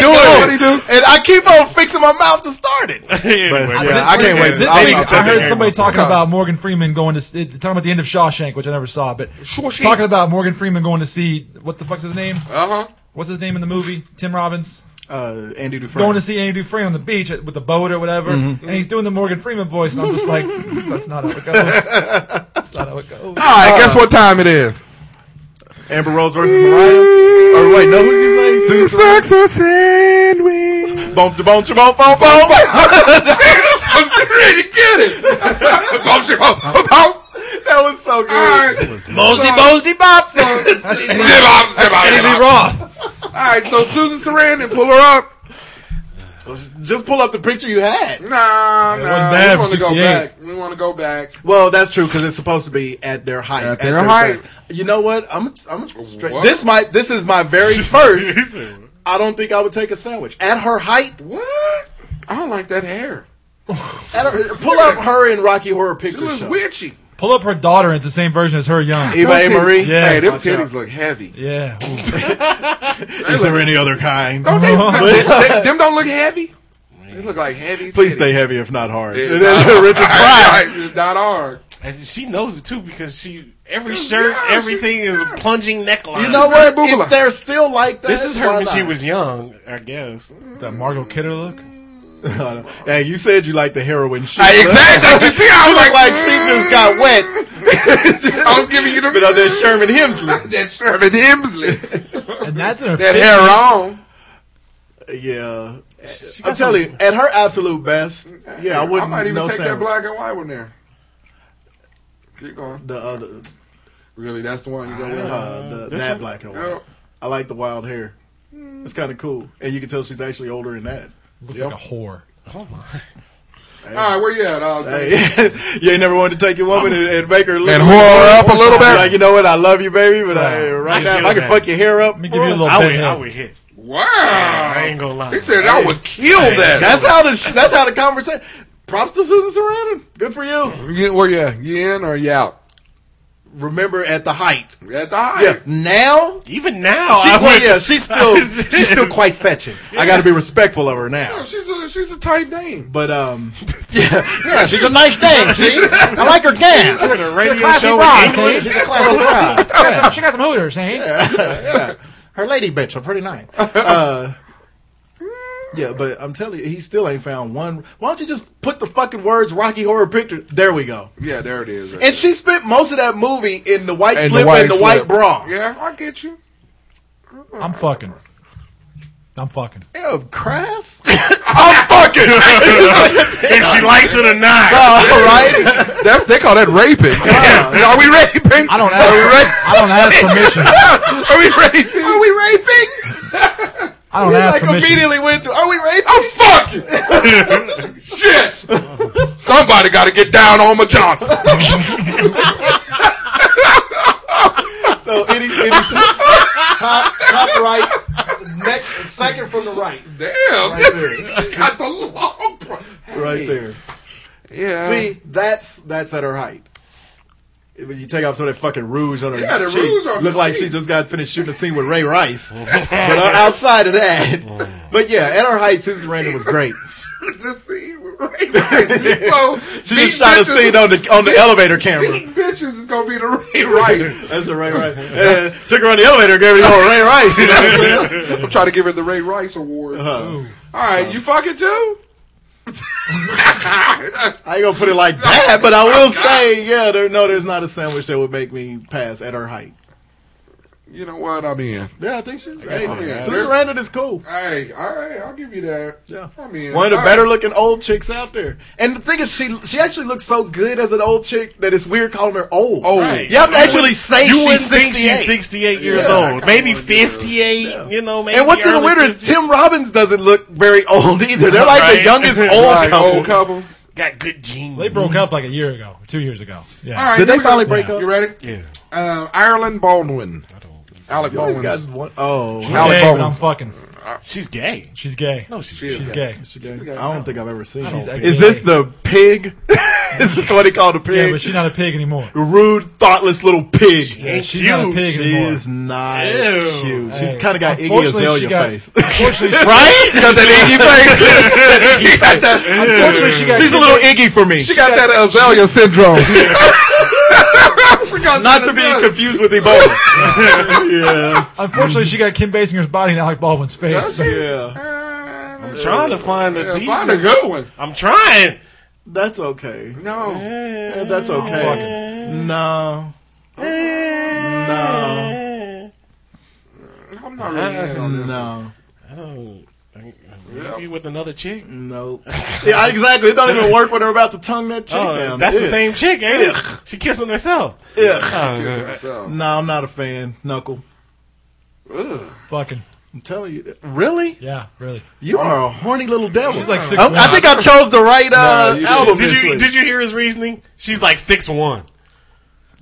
[SPEAKER 9] it
[SPEAKER 7] doing it.
[SPEAKER 9] go. What'd
[SPEAKER 7] And I keep on fixing my mouth to start it.
[SPEAKER 1] (laughs) Anyway.
[SPEAKER 7] But,
[SPEAKER 8] This
[SPEAKER 7] yeah, I can't
[SPEAKER 8] week-
[SPEAKER 7] wait.
[SPEAKER 8] This
[SPEAKER 7] I'll-
[SPEAKER 8] week,
[SPEAKER 7] I'll
[SPEAKER 8] I
[SPEAKER 7] start
[SPEAKER 8] heard
[SPEAKER 7] it.
[SPEAKER 8] somebody talking about Morgan Freeman going to see- talking about the end of Shawshank, which I never saw, but
[SPEAKER 9] Shawshank.
[SPEAKER 8] talking about Morgan Freeman going to see what the fuck's his name?
[SPEAKER 9] Uh-huh.
[SPEAKER 8] What's his name in the movie? Tim Robbins
[SPEAKER 7] Uh, Andy Dufresne.
[SPEAKER 8] going to see Andy Dufresne on the beach at- with the boat or whatever, and he's doing the Morgan Freeman voice, and I'm just like, that's not how
[SPEAKER 9] (laughs)
[SPEAKER 8] it goes. That's not how it goes.
[SPEAKER 9] All right, guess what time it is?
[SPEAKER 7] Amber Rose versus Mariah. Or wait, no, who did you say? Susan Sarandon?
[SPEAKER 9] Sex or
[SPEAKER 7] (laughs)
[SPEAKER 9] sandwich?
[SPEAKER 7] Boom, boom, boom, boom, boom.
[SPEAKER 9] I'm still ready to get (laughs) it. Bump, Oh, shit, bump, bump, bump.
[SPEAKER 7] (laughs) That was so good.
[SPEAKER 9] All right.
[SPEAKER 7] Mosey, Mosey, Bop.
[SPEAKER 9] Zip up, zip up, zip up.
[SPEAKER 8] Roth.
[SPEAKER 9] oh. All right, so Susan Sarandon, pull her up.
[SPEAKER 7] (laughs) Just pull up the picture you had.
[SPEAKER 9] Nah,
[SPEAKER 8] It wasn't
[SPEAKER 9] nah.
[SPEAKER 8] bad
[SPEAKER 9] We
[SPEAKER 8] for
[SPEAKER 9] want to go
[SPEAKER 8] 68.
[SPEAKER 9] back. We want to go back.
[SPEAKER 7] Well, that's true because it's supposed to be at their height.
[SPEAKER 9] At their height.
[SPEAKER 7] best. You know what? I'm. I'm straight.
[SPEAKER 9] What?
[SPEAKER 7] This might. This is my
[SPEAKER 9] (laughs)
[SPEAKER 7] very first. I don't think I would take a sandwich at her height.
[SPEAKER 9] What? I don't like that hair.
[SPEAKER 7] At her, pull up her and Rocky Horror
[SPEAKER 9] It
[SPEAKER 7] Picture
[SPEAKER 9] was
[SPEAKER 7] Show.
[SPEAKER 9] witchy.
[SPEAKER 8] Pull up her daughter, and it's the same version as her young.
[SPEAKER 7] Eva A.
[SPEAKER 9] Them
[SPEAKER 7] Marie.
[SPEAKER 9] titties-
[SPEAKER 8] Yes.
[SPEAKER 9] Hey, them
[SPEAKER 7] Watch
[SPEAKER 9] titties
[SPEAKER 7] out.
[SPEAKER 9] look heavy.
[SPEAKER 8] Yeah. Ooh.
[SPEAKER 7] Is there any other kind?
[SPEAKER 9] Don't they, they- they- them don't look heavy. They look like heavy.
[SPEAKER 7] Please
[SPEAKER 9] titties.
[SPEAKER 7] stay heavy if not hard.
[SPEAKER 9] Yeah. (laughs)
[SPEAKER 7] And then Richard Pryor.
[SPEAKER 9] It's not hard.
[SPEAKER 1] And she knows it too because she every shirt, everything is a plunging neckline.
[SPEAKER 7] You know
[SPEAKER 9] Fred
[SPEAKER 7] what?
[SPEAKER 9] Bubala.
[SPEAKER 7] If they're still like that,
[SPEAKER 1] this is her
[SPEAKER 7] why
[SPEAKER 1] when she
[SPEAKER 7] not? (laughs)
[SPEAKER 1] was young, I guess.
[SPEAKER 8] That Margot Kidder look.
[SPEAKER 7] Hey, you said you like the heroin shit.
[SPEAKER 9] Hey, exactly. You see, I was like,
[SPEAKER 7] like she just got wet.
[SPEAKER 9] (laughs) I'm giving you the
[SPEAKER 7] (laughs) but on that Sherman
[SPEAKER 9] (laughs)
[SPEAKER 7] Hemsley.
[SPEAKER 9] that Sherman Hemsley.
[SPEAKER 8] And that's in her
[SPEAKER 9] That
[SPEAKER 7] (laughs)
[SPEAKER 9] hair on.
[SPEAKER 7] Yeah. I'm telling you, at her absolute best, yeah, I
[SPEAKER 9] I
[SPEAKER 7] wouldn't.
[SPEAKER 9] might even
[SPEAKER 7] no
[SPEAKER 9] take that
[SPEAKER 7] sandwich.
[SPEAKER 9] black and white one there. Keep going.
[SPEAKER 7] The other,
[SPEAKER 9] Really, that's the one you go with.
[SPEAKER 7] uh, the, that black and white.
[SPEAKER 9] Yeah. Hmm.
[SPEAKER 7] I like the wild hair. It's kind of cool, and you can tell she's actually older than that. (laughs)
[SPEAKER 8] looks like a whore.
[SPEAKER 9] All right, where you at? I was
[SPEAKER 7] Hey, you ain't never wanted to take your woman and, and make her look
[SPEAKER 9] And whore her up a little bit?
[SPEAKER 7] Like you know what? I love you, baby, but I, right
[SPEAKER 1] I
[SPEAKER 7] now if
[SPEAKER 1] feel
[SPEAKER 7] I can
[SPEAKER 1] that.
[SPEAKER 7] fuck your hair up,
[SPEAKER 8] Let me give you a
[SPEAKER 7] bruh,
[SPEAKER 8] little
[SPEAKER 1] I would,
[SPEAKER 8] bit.
[SPEAKER 1] I would hit. I
[SPEAKER 9] wow.
[SPEAKER 1] ain't gonna lie.
[SPEAKER 9] He said I would kill that.
[SPEAKER 7] (laughs) That's how the that's how the conversation. Props to Susan Sarandon. Good for
[SPEAKER 8] Mm-hmm.
[SPEAKER 7] you.
[SPEAKER 9] You- Where you at? You in or you out?
[SPEAKER 7] Remember at the height.
[SPEAKER 9] You at the high.
[SPEAKER 7] Yeah. Now
[SPEAKER 1] even now,
[SPEAKER 7] she,
[SPEAKER 1] Oh, I
[SPEAKER 7] well,
[SPEAKER 1] would.
[SPEAKER 7] yeah, she's still she's still quite fetching. I got to be respectful of her now.
[SPEAKER 9] She's a she's a tight name.
[SPEAKER 7] But um, yeah, she's a nice thing. See, I like her game. She's
[SPEAKER 1] a radio show in England.
[SPEAKER 7] a classy broad.
[SPEAKER 8] She got some, she got some hooters, eh?
[SPEAKER 7] Her lady bitch are pretty nice. Uh, yeah, but I'm telling you, he still ain't found one. Why don't you just put the fucking words Rocky Horror Picture? There we go.
[SPEAKER 9] Yeah, there it is. right
[SPEAKER 7] And she spent most of that movie in the white
[SPEAKER 9] And the
[SPEAKER 7] slip
[SPEAKER 9] white
[SPEAKER 7] and the
[SPEAKER 9] slip.
[SPEAKER 7] white bra.
[SPEAKER 9] Yeah, I get you.
[SPEAKER 8] I'm fucking. I'm fucking.
[SPEAKER 7] Yeah, crass.
[SPEAKER 9] (laughs) I'm
[SPEAKER 7] (laughs)
[SPEAKER 9] fucking.
[SPEAKER 1] if she likes it or not.
[SPEAKER 9] All right. That's they call that
[SPEAKER 7] (laughs)
[SPEAKER 9] raping. Are we raping?
[SPEAKER 8] I don't ask. I don't ask permission.
[SPEAKER 9] (laughs) Are we raping?
[SPEAKER 7] Are we raping?
[SPEAKER 8] I don't ask
[SPEAKER 7] Like
[SPEAKER 8] permission.
[SPEAKER 7] immediately went to. Are we raping?
[SPEAKER 9] (laughs) I'm fucking.
[SPEAKER 7] (laughs)
[SPEAKER 9] Shit. Somebody got to get down on my
[SPEAKER 7] (laughs)
[SPEAKER 9] Johnson.
[SPEAKER 7] So any any top top right, neck, second from the right,
[SPEAKER 9] Damn.
[SPEAKER 7] Right
[SPEAKER 9] got the long. Bro.
[SPEAKER 7] right there.
[SPEAKER 9] Yeah.
[SPEAKER 7] See, that's that's at her height. when you take off some of that fucking rouge on her
[SPEAKER 9] Yeah, the
[SPEAKER 7] cheek,
[SPEAKER 9] rouge on her
[SPEAKER 7] look like she
[SPEAKER 9] cheek.
[SPEAKER 7] just got finished shooting a scene with Ray Rice. but uh, outside of that, but yeah, at her height, Susan Sarandon was great.
[SPEAKER 9] (laughs) Just see,
[SPEAKER 7] (laughs)
[SPEAKER 9] right? so
[SPEAKER 7] She
[SPEAKER 9] these
[SPEAKER 7] just shot a
[SPEAKER 9] bitches-
[SPEAKER 7] scene on the on the elevator camera.
[SPEAKER 9] (laughs) These bitches is gonna be the Ray Rice.
[SPEAKER 7] That's the Ray (laughs) Rice. And took her on the elevator, gave her the old Ray Rice. You know what I'm saying?
[SPEAKER 9] (laughs) I'm trying to give her the Ray Rice Award.
[SPEAKER 7] Uh-huh.
[SPEAKER 9] All right, you fucking too.
[SPEAKER 7] I ain't gonna put it like that, but I will say, yeah, there, no, there's not a sandwich that would make me pass at her height.
[SPEAKER 9] You know what? I'm in.
[SPEAKER 7] Yeah, I think she's. Hey,
[SPEAKER 9] I'm
[SPEAKER 7] Susan
[SPEAKER 9] in.
[SPEAKER 7] Sarandon is cool.
[SPEAKER 9] Hey, all right, I'll give you that.
[SPEAKER 7] Yeah.
[SPEAKER 9] I'm in.
[SPEAKER 7] One of the
[SPEAKER 9] All
[SPEAKER 7] better
[SPEAKER 9] right.
[SPEAKER 7] looking old chicks out there. And the thing is, she she actually looks so good as an old chick that it's weird calling her old.
[SPEAKER 9] Oh,
[SPEAKER 1] Right.
[SPEAKER 7] You have to actually say
[SPEAKER 1] you wouldn't
[SPEAKER 7] she's
[SPEAKER 1] think
[SPEAKER 7] 68.
[SPEAKER 1] she's 68 years
[SPEAKER 9] Yeah, I
[SPEAKER 1] old.
[SPEAKER 9] kinda
[SPEAKER 1] Maybe
[SPEAKER 9] wanna do that.
[SPEAKER 1] 58, you know, maybe.
[SPEAKER 7] and what's in the
[SPEAKER 1] early
[SPEAKER 7] winter is
[SPEAKER 1] 50s.
[SPEAKER 7] Tim Robbins doesn't look very old either. They're like the
[SPEAKER 1] Right.
[SPEAKER 7] youngest old
[SPEAKER 9] Like,
[SPEAKER 7] couple.
[SPEAKER 9] old couple.
[SPEAKER 1] Got good genes.
[SPEAKER 8] They broke up like a year ago, two years ago. Yeah.
[SPEAKER 9] All right,
[SPEAKER 7] Did they
[SPEAKER 9] here we go.
[SPEAKER 7] finally break up?
[SPEAKER 9] You ready?
[SPEAKER 1] Yeah.
[SPEAKER 9] Uh, Ireland Baldwin. Alec
[SPEAKER 7] Always
[SPEAKER 9] Baldwin.
[SPEAKER 7] got one- oh,
[SPEAKER 8] She's
[SPEAKER 9] Alec
[SPEAKER 8] gay, but
[SPEAKER 9] Baldwin.
[SPEAKER 8] I'm fucking.
[SPEAKER 1] She's gay.
[SPEAKER 8] She's gay.
[SPEAKER 1] No, she's gay.
[SPEAKER 8] she's gay.
[SPEAKER 9] (laughs)
[SPEAKER 7] I don't think I've ever seen.
[SPEAKER 8] She's
[SPEAKER 7] Is this the pig? (laughs) is this what he called a
[SPEAKER 8] Yeah,
[SPEAKER 7] pig?
[SPEAKER 8] but she's not a pig anymore.
[SPEAKER 7] Rude, thoughtless little pig.
[SPEAKER 8] Yeah, she's not a
[SPEAKER 1] Cute.
[SPEAKER 8] pig
[SPEAKER 7] She
[SPEAKER 8] anymore.
[SPEAKER 7] is not
[SPEAKER 1] Ew.
[SPEAKER 7] cute. She's
[SPEAKER 8] Hey,
[SPEAKER 7] kind of got Iggy
[SPEAKER 8] unfortunately, she
[SPEAKER 7] Azalea
[SPEAKER 8] got- (laughs)
[SPEAKER 7] face. (laughs)
[SPEAKER 8] Unfortunately, she-
[SPEAKER 1] Right?
[SPEAKER 9] Got that Iggy face. got that,
[SPEAKER 8] unfortunately, she got
[SPEAKER 7] She's a little Iggy for me.
[SPEAKER 9] she got that Azalea
[SPEAKER 7] (laughs)
[SPEAKER 9] syndrome. (laughs)
[SPEAKER 7] Not to be confused with Ebola. yeah,
[SPEAKER 8] Unfortunately, she got Kim Basinger's body and Alec Baldwin's face. but-
[SPEAKER 7] yeah.
[SPEAKER 9] I'm
[SPEAKER 1] I'm trying to find a
[SPEAKER 9] to
[SPEAKER 1] decent.
[SPEAKER 9] find a good one.
[SPEAKER 1] I'm trying.
[SPEAKER 7] That's okay.
[SPEAKER 9] No,
[SPEAKER 7] Yeah, that's okay. No. No.
[SPEAKER 9] I'm not really (laughs) in on this.
[SPEAKER 7] No.
[SPEAKER 1] I don't. I- Maybe with another chick.
[SPEAKER 7] No. (laughs) Yeah, exactly. It don't even work when they're about to tongue that chick
[SPEAKER 1] Oh,
[SPEAKER 7] down.
[SPEAKER 1] that's the
[SPEAKER 7] Ugh.
[SPEAKER 1] same chick, ain't it? She kissing herself.
[SPEAKER 7] Ugh.
[SPEAKER 9] So,
[SPEAKER 7] No, I'm not a fan, Knuckle.
[SPEAKER 8] (laughs) Fucking.
[SPEAKER 7] I'm telling you. Really?
[SPEAKER 8] Yeah, really.
[SPEAKER 7] You are a horny little devil.
[SPEAKER 8] She's like six.
[SPEAKER 7] I, I think I chose the right uh,
[SPEAKER 9] you didn't.
[SPEAKER 7] album.
[SPEAKER 1] Did
[SPEAKER 7] this
[SPEAKER 1] you
[SPEAKER 7] week.
[SPEAKER 1] did you hear his reasoning? She's like six one.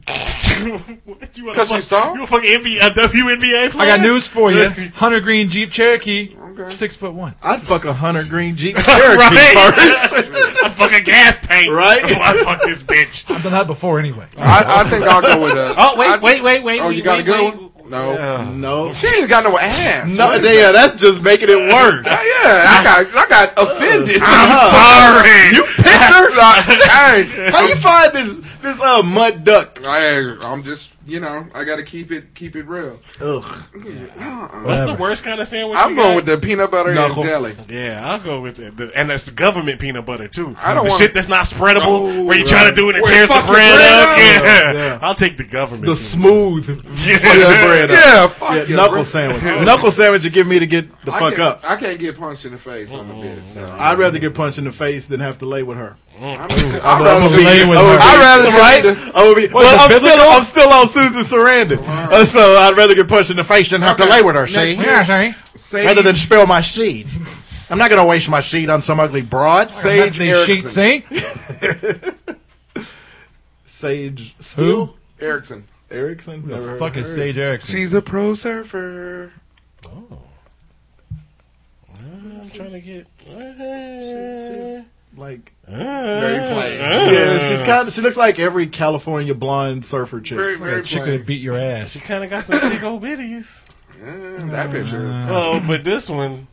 [SPEAKER 1] Because
[SPEAKER 9] she's tall?
[SPEAKER 1] You a fucking NBA, a WNBA
[SPEAKER 8] I
[SPEAKER 1] player?
[SPEAKER 8] got news for you. Hunter Green Jeep Cherokee, six foot one.
[SPEAKER 7] I'd fuck a Hunter Green (laughs) Jeep Cherokee
[SPEAKER 1] Right.
[SPEAKER 7] first. (laughs)
[SPEAKER 1] I fuck a gas tank.
[SPEAKER 7] Right?
[SPEAKER 1] Before I fuck
[SPEAKER 9] (laughs)
[SPEAKER 1] this bitch.
[SPEAKER 8] I've done that before anyway.
[SPEAKER 9] I, I think I'll go with a.
[SPEAKER 1] Oh wait,
[SPEAKER 9] I-
[SPEAKER 1] wait, wait, wait.
[SPEAKER 9] Oh, you
[SPEAKER 1] wait,
[SPEAKER 9] got a
[SPEAKER 1] wait,
[SPEAKER 9] good
[SPEAKER 1] wait.
[SPEAKER 9] one? No.
[SPEAKER 7] No,
[SPEAKER 9] She ain't got no ass.
[SPEAKER 7] no,
[SPEAKER 9] What is
[SPEAKER 7] yeah, that's just making it worse.
[SPEAKER 9] that? Yeah, I got, I
[SPEAKER 7] Uh,
[SPEAKER 9] got offended.
[SPEAKER 1] I'm sorry. You
[SPEAKER 7] (laughs)
[SPEAKER 9] hey,
[SPEAKER 7] How you find this this uh mud duck?
[SPEAKER 9] I, I'm just, you know, I got to keep it, keep it real.
[SPEAKER 7] Ugh.
[SPEAKER 1] What's the worst kind of sandwich?
[SPEAKER 9] I'm
[SPEAKER 1] you
[SPEAKER 9] going
[SPEAKER 1] got?
[SPEAKER 9] with the peanut butter
[SPEAKER 7] Knuckle.
[SPEAKER 9] and jelly.
[SPEAKER 1] Yeah, I'll go with it. The- And that's government peanut butter too.
[SPEAKER 9] I don't
[SPEAKER 1] the
[SPEAKER 9] want-
[SPEAKER 1] shit that's not spreadable
[SPEAKER 9] Oh,
[SPEAKER 1] where you try to
[SPEAKER 9] right.
[SPEAKER 1] do it and
[SPEAKER 9] Where it
[SPEAKER 1] tears the bread,
[SPEAKER 9] fucking bread
[SPEAKER 1] up.
[SPEAKER 9] up.
[SPEAKER 1] Yeah.
[SPEAKER 7] Yeah.
[SPEAKER 1] (laughs) I'll take the government.
[SPEAKER 7] The smooth
[SPEAKER 1] yeah.
[SPEAKER 7] fucking bread. up.
[SPEAKER 9] Yeah, fuck
[SPEAKER 7] Yeah,
[SPEAKER 9] your
[SPEAKER 7] knuckle
[SPEAKER 9] bread.
[SPEAKER 7] sandwich. knuckle sandwich would give me to get the
[SPEAKER 9] I
[SPEAKER 7] fuck
[SPEAKER 9] can't,
[SPEAKER 7] up. Mm-hmm.
[SPEAKER 9] I can't get punched in the face. I'm a bitch. So. I,
[SPEAKER 7] I'd rather get punched in the face than have to lay with her.
[SPEAKER 9] I'm,
[SPEAKER 7] I'd rather be.
[SPEAKER 8] lay with
[SPEAKER 7] I would
[SPEAKER 8] her.
[SPEAKER 7] be-
[SPEAKER 9] I'd rather
[SPEAKER 7] right.
[SPEAKER 9] try to-
[SPEAKER 7] I would be.
[SPEAKER 8] the
[SPEAKER 7] well, I'm
[SPEAKER 8] biblical?
[SPEAKER 7] still I'm still on Susan Sarandon, Uh, so I'd rather get punched in the face than have to
[SPEAKER 9] Okay.
[SPEAKER 7] lay with her.
[SPEAKER 9] Next
[SPEAKER 7] See,
[SPEAKER 9] year.
[SPEAKER 8] sorry.
[SPEAKER 9] Sage,
[SPEAKER 7] rather than spill my seed. I'm not gonna waste my seed on some ugly broad.
[SPEAKER 9] Sage Erickson.
[SPEAKER 8] sheet, see?
[SPEAKER 7] Sage Steele?
[SPEAKER 8] Who?
[SPEAKER 9] Erickson.
[SPEAKER 7] Erickson?
[SPEAKER 8] The
[SPEAKER 7] Never heard
[SPEAKER 8] fuck
[SPEAKER 7] of
[SPEAKER 8] is
[SPEAKER 7] her.
[SPEAKER 8] Sage Erickson?
[SPEAKER 9] She's a pro surfer.
[SPEAKER 1] I'm trying to get.
[SPEAKER 7] Like
[SPEAKER 9] Very plain. uh,
[SPEAKER 7] yeah,
[SPEAKER 8] Uh.
[SPEAKER 7] she's kind. Of, she looks like every California blonde surfer chick.
[SPEAKER 9] very, very
[SPEAKER 8] she could
[SPEAKER 9] plain.
[SPEAKER 8] have beat your ass.
[SPEAKER 1] She kind of got some tickle bitties.
[SPEAKER 9] Mm, that picture is
[SPEAKER 1] Oh, but this one,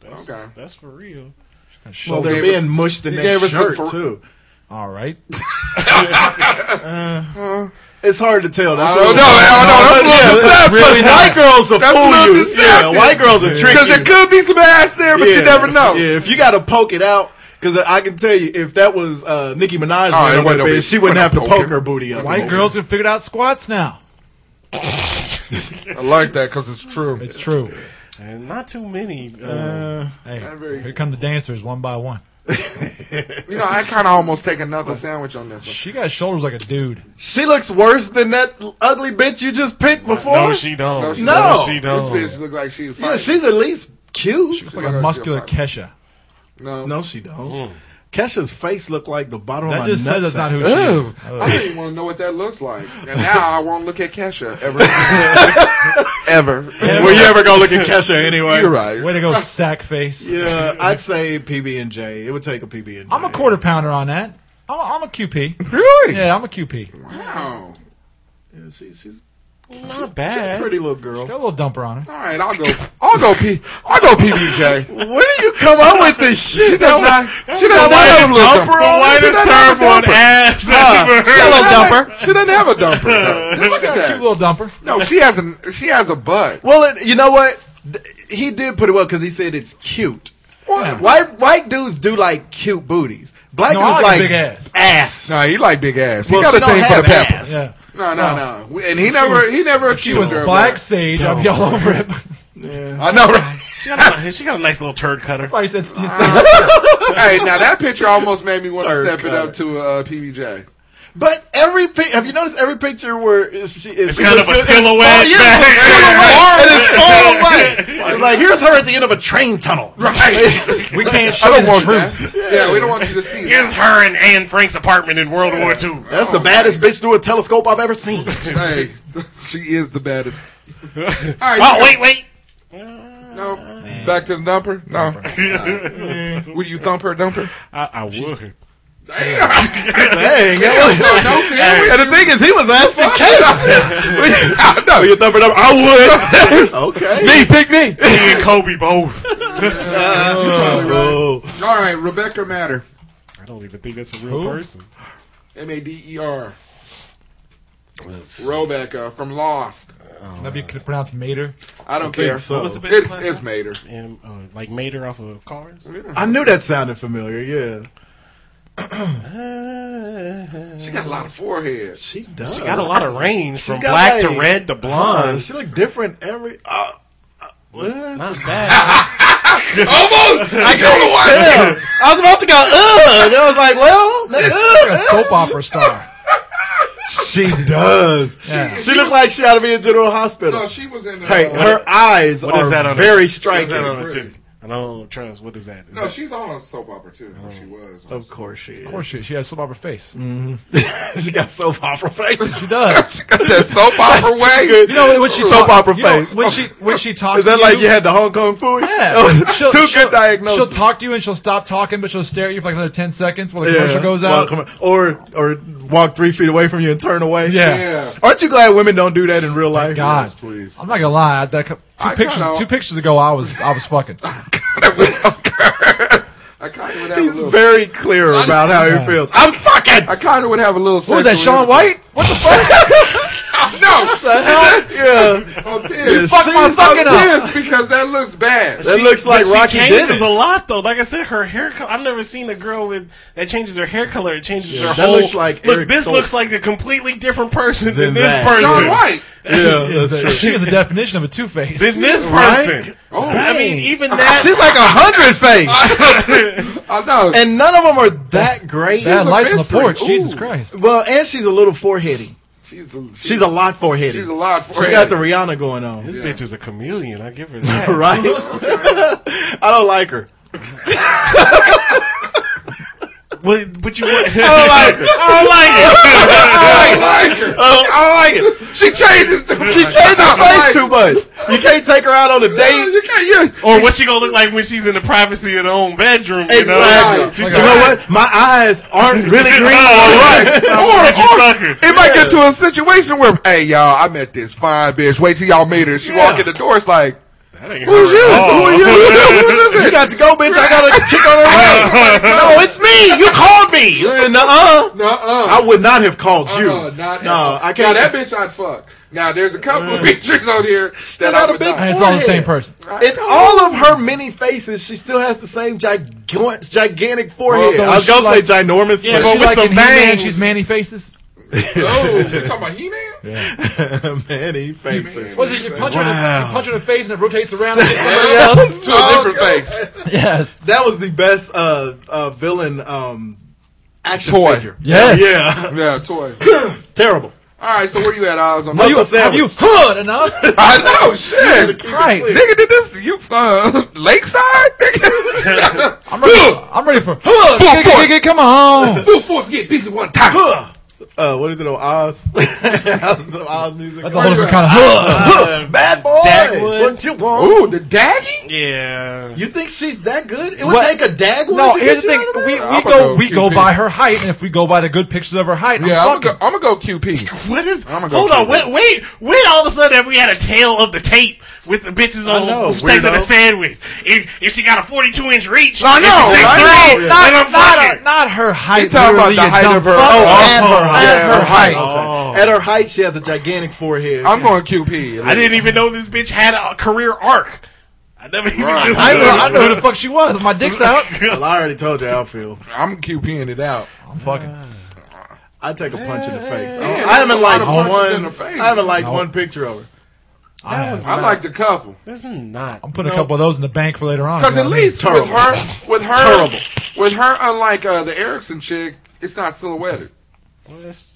[SPEAKER 1] that's,
[SPEAKER 9] Okay.
[SPEAKER 1] that's for real. (laughs)
[SPEAKER 7] well, they're
[SPEAKER 9] gave
[SPEAKER 7] being
[SPEAKER 9] us-
[SPEAKER 7] mushed in
[SPEAKER 9] you
[SPEAKER 7] that
[SPEAKER 9] gave us
[SPEAKER 7] shirt
[SPEAKER 9] some for-
[SPEAKER 7] too.
[SPEAKER 8] All right.
[SPEAKER 7] It's hard to tell. That's
[SPEAKER 9] I
[SPEAKER 7] what
[SPEAKER 9] don't
[SPEAKER 7] it
[SPEAKER 9] know.
[SPEAKER 7] was.
[SPEAKER 9] I don't know. Oh, That's a little deceptive.
[SPEAKER 7] Because white girls will
[SPEAKER 9] That's a
[SPEAKER 7] fool
[SPEAKER 9] little
[SPEAKER 7] you.
[SPEAKER 9] deceptive.
[SPEAKER 7] Yeah, white girls will trick
[SPEAKER 9] Because
[SPEAKER 7] you.
[SPEAKER 9] there could be some ass there, but you
[SPEAKER 7] Yeah.
[SPEAKER 9] never know.
[SPEAKER 7] Yeah, if you got to poke it out, because I can tell you, if that was uh, Nicki Minaj,
[SPEAKER 9] Oh,
[SPEAKER 7] laying
[SPEAKER 9] it
[SPEAKER 7] on
[SPEAKER 9] wasn't
[SPEAKER 7] that
[SPEAKER 9] no
[SPEAKER 7] bed,
[SPEAKER 9] big-
[SPEAKER 7] she wouldn't
[SPEAKER 9] wasn't
[SPEAKER 7] have to
[SPEAKER 9] no
[SPEAKER 7] poke
[SPEAKER 9] poking.
[SPEAKER 7] her booty up.
[SPEAKER 8] White girls have figured out squats now.
[SPEAKER 9] I like that because it's true.
[SPEAKER 8] It's true.
[SPEAKER 1] And not too many. Uh,
[SPEAKER 8] Hey,
[SPEAKER 9] very-
[SPEAKER 8] here come the dancers one by one.
[SPEAKER 9] You know, I kind of almost take another sandwich on this one.
[SPEAKER 8] She got shoulders like a dude.
[SPEAKER 7] She looks worse than that ugly bitch you just picked before.
[SPEAKER 1] no, she don't.
[SPEAKER 9] No, she
[SPEAKER 7] don't.
[SPEAKER 1] she
[SPEAKER 9] This
[SPEAKER 1] don't.
[SPEAKER 9] bitch look like she was
[SPEAKER 7] yeah,
[SPEAKER 9] fighting.
[SPEAKER 7] she's at least cute.
[SPEAKER 8] It's like a muscular Kesha.
[SPEAKER 9] No,
[SPEAKER 7] (laughs) No, she don't.
[SPEAKER 1] Hmm.
[SPEAKER 7] Kesha's face looked like the bottom of
[SPEAKER 8] That
[SPEAKER 7] my
[SPEAKER 8] just says
[SPEAKER 7] nutsack.
[SPEAKER 8] that's not who she is.
[SPEAKER 9] I don't even want to know what that looks like. And now I won't look at Kesha ever. ever.
[SPEAKER 7] Were you ever gonna look at Kesha anyway?
[SPEAKER 9] You're right.
[SPEAKER 8] Way to (laughs) go, sack face.
[SPEAKER 7] Yeah, I'd say PB and J. It would take a PB and J.
[SPEAKER 8] I'm a quarter pounder on that. I'm a, I'm a QP.
[SPEAKER 9] Really?
[SPEAKER 8] Yeah, I'm a QP.
[SPEAKER 9] Wow.
[SPEAKER 7] Yeah, she, she's
[SPEAKER 1] Not
[SPEAKER 7] she's a
[SPEAKER 1] bad.
[SPEAKER 7] pretty little girl. (laughs)
[SPEAKER 8] Got a little dumper on her.
[SPEAKER 9] All right, I'll go. I'll go. P. I'll go. PBJ.
[SPEAKER 7] When do you come up with this shit?
[SPEAKER 9] She does not. She doesn't have a little
[SPEAKER 1] The
[SPEAKER 9] dumper.
[SPEAKER 1] whitest
[SPEAKER 9] She doesn't have a
[SPEAKER 1] term for an
[SPEAKER 9] dumper.
[SPEAKER 1] ass that I've ever
[SPEAKER 7] Hello,
[SPEAKER 1] heard.
[SPEAKER 7] dumper.
[SPEAKER 9] She doesn't have a dumper. No, look at
[SPEAKER 8] Got a cute
[SPEAKER 9] that.
[SPEAKER 8] little dumper.
[SPEAKER 9] No, she has a. She has a butt.
[SPEAKER 7] Well, it, you know what? Th- He did put it well because he said it's cute.
[SPEAKER 9] What?
[SPEAKER 7] White white dudes do like cute booties. Black
[SPEAKER 8] No, I
[SPEAKER 7] dudes
[SPEAKER 8] like
[SPEAKER 7] like
[SPEAKER 8] big ass.
[SPEAKER 7] ass.
[SPEAKER 9] No, he like big ass. He
[SPEAKER 7] Well, she
[SPEAKER 9] got a
[SPEAKER 7] don't
[SPEAKER 9] thing for the
[SPEAKER 7] have
[SPEAKER 9] pepper.
[SPEAKER 7] ass.
[SPEAKER 8] Yeah.
[SPEAKER 9] No, no, no. We- And he never. he never
[SPEAKER 8] She
[SPEAKER 9] accused
[SPEAKER 8] was
[SPEAKER 9] her of
[SPEAKER 8] black
[SPEAKER 9] that.
[SPEAKER 8] sage. I'd be all over it. (laughs)
[SPEAKER 9] I know. Right?
[SPEAKER 1] She got, a, she got a nice little turd cutter.
[SPEAKER 8] Like, it's- it's-
[SPEAKER 9] hey, now that picture almost made me want to
[SPEAKER 7] Third
[SPEAKER 9] step it
[SPEAKER 7] cut.
[SPEAKER 9] up to uh, PBJ.
[SPEAKER 7] But every pic, have you noticed every picture where it's, she is
[SPEAKER 1] It's kind of a silhouette.
[SPEAKER 7] Oh, yeah, it's a silhouette. and it's all white. It's like here's her at the end of a train tunnel.
[SPEAKER 9] Right.
[SPEAKER 7] (laughs)
[SPEAKER 8] we can't
[SPEAKER 9] I
[SPEAKER 8] show
[SPEAKER 9] don't
[SPEAKER 8] the
[SPEAKER 9] want
[SPEAKER 8] truth.
[SPEAKER 9] that. Yeah. we don't want you to see
[SPEAKER 1] Here's
[SPEAKER 9] that.
[SPEAKER 1] her in Anne Frank's apartment in World War II.
[SPEAKER 7] That's the baddest bitch through a telescope I've ever (laughs) seen.
[SPEAKER 9] Hey, (laughs) she is the baddest. All right.
[SPEAKER 1] Oh, wait, wait.
[SPEAKER 9] No. Back to the dumper. No. All right. Would you thump her dumper?
[SPEAKER 1] I, I would.
[SPEAKER 7] Dang. that
[SPEAKER 9] No, no,
[SPEAKER 7] was-
[SPEAKER 9] sandwich.
[SPEAKER 7] and the thing is, he was asking (laughs) Case.
[SPEAKER 9] (laughs) I know.
[SPEAKER 7] Will you thumb it up? I would. (laughs) okay.
[SPEAKER 9] Me, pick me.
[SPEAKER 1] Me and Kobe both.
[SPEAKER 7] Oh.
[SPEAKER 9] All right, Rebecca Matter.
[SPEAKER 1] I don't even think that's a real person.
[SPEAKER 9] M A D E R. Rebecca from Lost.
[SPEAKER 8] Maybe you could pronounce mater.
[SPEAKER 9] I don't care.
[SPEAKER 7] so.
[SPEAKER 1] What's the bitch's
[SPEAKER 9] It's,
[SPEAKER 1] last
[SPEAKER 9] it's Mater.
[SPEAKER 1] name? Um, uh, like Mater off of Cars?
[SPEAKER 7] I knew that sounded familiar. Yeah,
[SPEAKER 9] She got a lot of forehead.
[SPEAKER 7] she does.
[SPEAKER 1] She got a lot of range
[SPEAKER 7] She's
[SPEAKER 1] from
[SPEAKER 7] got,
[SPEAKER 1] black to
[SPEAKER 7] like,
[SPEAKER 1] red to
[SPEAKER 7] Uh,
[SPEAKER 1] blonde.
[SPEAKER 7] she looked different every. Uh, uh, what?
[SPEAKER 1] Not bad.
[SPEAKER 9] Almost. I don't know why.
[SPEAKER 7] Yeah. I was about to go, ugh. And I was like, well,
[SPEAKER 8] Like
[SPEAKER 7] ugh.
[SPEAKER 8] a soap opera star.
[SPEAKER 7] she does.
[SPEAKER 8] Yeah.
[SPEAKER 7] She looked like she ought to be in General Hospital.
[SPEAKER 9] No, she was in. Uh,
[SPEAKER 7] hey, her eyes
[SPEAKER 1] What
[SPEAKER 7] are
[SPEAKER 1] is that on
[SPEAKER 7] very
[SPEAKER 1] a,
[SPEAKER 7] striking.
[SPEAKER 1] What is that on a titty? I don't trust. What is that? Is
[SPEAKER 9] No,
[SPEAKER 1] that-
[SPEAKER 9] she's on a soap opera too. or She was.
[SPEAKER 7] of course she is.
[SPEAKER 8] Of course, she, she has soap opera face.
[SPEAKER 7] she got soap
[SPEAKER 8] (laughs)
[SPEAKER 7] opera face.
[SPEAKER 8] She does.
[SPEAKER 9] She got that soap opera way.
[SPEAKER 7] good.
[SPEAKER 8] You know when
[SPEAKER 7] (laughs)
[SPEAKER 8] she
[SPEAKER 7] soap
[SPEAKER 8] talk-
[SPEAKER 7] opera
[SPEAKER 8] you know,
[SPEAKER 7] face.
[SPEAKER 8] when she when she talks.
[SPEAKER 7] is that
[SPEAKER 8] to
[SPEAKER 7] like
[SPEAKER 8] you
[SPEAKER 7] you had the Hong Kong food?
[SPEAKER 8] Yeah.
[SPEAKER 7] (laughs) Two good diagnoses.
[SPEAKER 8] She'll talk to you and she'll stop talking, but she'll stare at you for like another 10 seconds while the
[SPEAKER 7] Yeah.
[SPEAKER 8] commercial goes
[SPEAKER 7] Well,
[SPEAKER 8] out.
[SPEAKER 7] come on. or or walk three feet away from you and turn away.
[SPEAKER 8] Yeah.
[SPEAKER 9] Yeah.
[SPEAKER 7] Aren't you glad women don't do that in real life?
[SPEAKER 8] God.
[SPEAKER 9] please.
[SPEAKER 8] I'm not gonna lie. That, cou- two
[SPEAKER 9] I
[SPEAKER 8] pictures,
[SPEAKER 9] kinda-
[SPEAKER 8] two pictures ago, I was, I was fucking.
[SPEAKER 9] I kind of would have
[SPEAKER 7] He's
[SPEAKER 9] a little.
[SPEAKER 7] very clear about how he feels. I'm fucking.
[SPEAKER 9] I kind of would have a little.
[SPEAKER 8] What was that, Sean White? What the fuck?
[SPEAKER 9] No,
[SPEAKER 7] (laughs) Yeah,
[SPEAKER 9] I'm pissed.
[SPEAKER 8] Fuck my
[SPEAKER 7] See,
[SPEAKER 8] fucking up.
[SPEAKER 9] I'm pissed because that looks bad.
[SPEAKER 7] that looks like
[SPEAKER 1] But
[SPEAKER 7] Rocky
[SPEAKER 1] she changes
[SPEAKER 7] Dennis.
[SPEAKER 1] a lot though. Like I said, her hair. Co- I've never seen a girl with that changes her hair color. It changes her
[SPEAKER 7] that
[SPEAKER 1] whole.
[SPEAKER 7] looks like
[SPEAKER 1] look,
[SPEAKER 7] Eric
[SPEAKER 1] this
[SPEAKER 7] Stoltz.
[SPEAKER 1] looks like a completely different person
[SPEAKER 7] Than
[SPEAKER 1] than, this
[SPEAKER 7] that.
[SPEAKER 1] person.
[SPEAKER 9] Sean White.
[SPEAKER 1] (laughs)
[SPEAKER 7] Yeah, that's true.
[SPEAKER 8] She is the definition of a two face.
[SPEAKER 1] Than this
[SPEAKER 7] Right?
[SPEAKER 1] person.
[SPEAKER 9] Oh,
[SPEAKER 1] I mean, even that.
[SPEAKER 7] She's like a hundred face,
[SPEAKER 9] I know.
[SPEAKER 7] and none of them are that great.
[SPEAKER 8] Bad
[SPEAKER 9] a
[SPEAKER 8] lights on the
[SPEAKER 9] mystery.
[SPEAKER 8] porch.
[SPEAKER 9] Ooh.
[SPEAKER 8] Jesus Christ.
[SPEAKER 7] Well, and she's a little foreheady.
[SPEAKER 9] she's a,
[SPEAKER 7] She's a lot foreheady.
[SPEAKER 9] She's a lot
[SPEAKER 7] She's
[SPEAKER 9] forehead.
[SPEAKER 7] got the Rihanna going on, (laughs)
[SPEAKER 1] this bitch is a chameleon. I give her that.
[SPEAKER 7] right? (laughs) I don't like her.
[SPEAKER 1] but, but
[SPEAKER 7] (laughs)
[SPEAKER 1] you. I
[SPEAKER 7] I don't Oh, like her.
[SPEAKER 1] don't like it.
[SPEAKER 9] I like her.
[SPEAKER 7] I don't like it.
[SPEAKER 9] She changes the.
[SPEAKER 7] She changed her face too much. You can't take her out on a date.
[SPEAKER 9] You can't. You,
[SPEAKER 1] (laughs) Or what's she gonna look like when she's in the privacy of her own bedroom? You know?
[SPEAKER 7] Exactly.
[SPEAKER 1] She's
[SPEAKER 7] You know what? My eyes aren't really green.
[SPEAKER 1] All right.
[SPEAKER 9] or,
[SPEAKER 1] Bitch, you
[SPEAKER 9] or
[SPEAKER 1] sucker.
[SPEAKER 9] it might get to a situation where, hey y'all, I met this fine bitch. Wait till y'all meet her. She walk in the door. It's like, who's you?
[SPEAKER 1] (laughs)
[SPEAKER 9] Who are you? Who's this
[SPEAKER 7] (laughs) You
[SPEAKER 9] bitch?
[SPEAKER 7] got to go, bitch. I got a chick on her way. no, it's me. You called me. Nuh-uh.
[SPEAKER 9] Nuh-uh.
[SPEAKER 7] I would not have called you.
[SPEAKER 9] Uh-uh, not
[SPEAKER 7] no,
[SPEAKER 9] ever.
[SPEAKER 7] I can't. Mm.
[SPEAKER 9] Now that bitch I'd fuck. Now there's a couple of (laughs) pictures on here that
[SPEAKER 7] Still
[SPEAKER 9] I
[SPEAKER 7] not a
[SPEAKER 9] would
[SPEAKER 7] big
[SPEAKER 9] not.
[SPEAKER 8] And it's all the
[SPEAKER 7] Forehead.
[SPEAKER 8] same person.
[SPEAKER 7] In all of her many faces, she still has the same gigantic, gigantic forehead.
[SPEAKER 8] So
[SPEAKER 7] I was
[SPEAKER 8] she
[SPEAKER 7] gonna
[SPEAKER 8] like-
[SPEAKER 7] say ginormous.
[SPEAKER 1] Yeah,
[SPEAKER 8] Is
[SPEAKER 1] but
[SPEAKER 8] she
[SPEAKER 1] with
[SPEAKER 8] like
[SPEAKER 1] some
[SPEAKER 8] in He-Man,
[SPEAKER 1] bangs.
[SPEAKER 8] she's Manny Faces.
[SPEAKER 9] Oh,
[SPEAKER 7] (laughs)
[SPEAKER 9] you talking about He Man?
[SPEAKER 7] but (laughs) many faces.
[SPEAKER 8] Was it you punch, her, you punch her in the face and it rotates around and hits somebody
[SPEAKER 9] (laughs)
[SPEAKER 8] else?
[SPEAKER 9] To a
[SPEAKER 7] Oh,
[SPEAKER 9] different face.
[SPEAKER 8] yes.
[SPEAKER 7] That was the best uh, uh, villain um, action
[SPEAKER 9] Toy.
[SPEAKER 7] figure.
[SPEAKER 8] Yes.
[SPEAKER 7] Yeah,
[SPEAKER 9] Yeah, toy.
[SPEAKER 7] terrible.
[SPEAKER 9] All right, so where you at, Oz? On
[SPEAKER 7] Well,
[SPEAKER 9] that?
[SPEAKER 7] you-
[SPEAKER 8] Have you hood enough?
[SPEAKER 9] I (laughs) know, shit.
[SPEAKER 8] Christ.
[SPEAKER 9] Nigga, did this you uh, (laughs) lakeside? Nigga,
[SPEAKER 8] I'm ready, I'm ready for (laughs) hood.
[SPEAKER 9] Full
[SPEAKER 8] Nigga,
[SPEAKER 9] force.
[SPEAKER 8] nigga, come on.
[SPEAKER 9] full force get busy one time.
[SPEAKER 7] Uh, what is it? Oh, Oz. (laughs) How's the Oz music?
[SPEAKER 8] That's a whole different kind of hood.
[SPEAKER 7] Bad boy.
[SPEAKER 1] Dagwood.
[SPEAKER 7] What you want?
[SPEAKER 9] Ooh, the daggy.
[SPEAKER 1] (laughs) Yeah.
[SPEAKER 7] You think she's that good? It would
[SPEAKER 8] What?
[SPEAKER 7] take a dag.
[SPEAKER 8] No, here's the thing. We,
[SPEAKER 9] I'ma
[SPEAKER 8] we go
[SPEAKER 9] go
[SPEAKER 8] we go
[SPEAKER 9] QP.
[SPEAKER 8] by her height, and if we go by the good pictures of her height,
[SPEAKER 9] Yeah,
[SPEAKER 8] I'm
[SPEAKER 9] I'm
[SPEAKER 8] fucking.
[SPEAKER 9] gonna go, I'm gonna go QP.
[SPEAKER 1] (laughs) What is?
[SPEAKER 9] I'ma go
[SPEAKER 1] hold on.
[SPEAKER 9] keep it.
[SPEAKER 1] Wait, wait. When all of a sudden have we had a tale of the tape with the bitches on
[SPEAKER 7] know,
[SPEAKER 1] steaks and a
[SPEAKER 7] weirdo.
[SPEAKER 1] sandwich? If, if she got a forty-two inch reach,
[SPEAKER 9] I
[SPEAKER 1] and
[SPEAKER 9] know,
[SPEAKER 1] she's
[SPEAKER 9] right?
[SPEAKER 1] 6'3",
[SPEAKER 9] No,
[SPEAKER 1] then
[SPEAKER 8] Not,
[SPEAKER 1] I'm
[SPEAKER 8] not,
[SPEAKER 1] fucking-
[SPEAKER 8] not her height.
[SPEAKER 9] You're talking about
[SPEAKER 8] literally,
[SPEAKER 9] the
[SPEAKER 8] you
[SPEAKER 9] height
[SPEAKER 8] dumb
[SPEAKER 9] of her-
[SPEAKER 8] fuck.
[SPEAKER 9] oh,
[SPEAKER 8] At
[SPEAKER 9] at her height.
[SPEAKER 8] At her
[SPEAKER 9] Yeah,
[SPEAKER 8] height.
[SPEAKER 1] Oh.
[SPEAKER 7] Okay. At her height, she has a gigantic forehead.
[SPEAKER 9] I'm going QP.
[SPEAKER 1] I didn't even know this bitch had a career arc. I never even
[SPEAKER 9] Right.
[SPEAKER 1] knew.
[SPEAKER 8] I know, I know who the fuck she was. My dick's out.
[SPEAKER 7] well, I already told you how I feel.
[SPEAKER 9] I'm QPing it out.
[SPEAKER 8] I'm fucking.
[SPEAKER 7] I take a punch in the face. I,
[SPEAKER 9] Yeah,
[SPEAKER 7] I haven't
[SPEAKER 9] that's a lot
[SPEAKER 7] liked
[SPEAKER 9] of punches in
[SPEAKER 7] one.
[SPEAKER 9] the face.
[SPEAKER 7] I haven't liked one picture of her.
[SPEAKER 8] I have.
[SPEAKER 9] I liked a couple
[SPEAKER 1] This is not.
[SPEAKER 8] I'm putting a couple of those in the bank for later on.
[SPEAKER 9] because
[SPEAKER 8] you
[SPEAKER 9] at
[SPEAKER 8] know what I mean?
[SPEAKER 9] least
[SPEAKER 7] Terrible.
[SPEAKER 9] with her, with her,
[SPEAKER 7] Terrible.
[SPEAKER 9] with her, unlike uh, the Erickson chick, it's not silhouetted.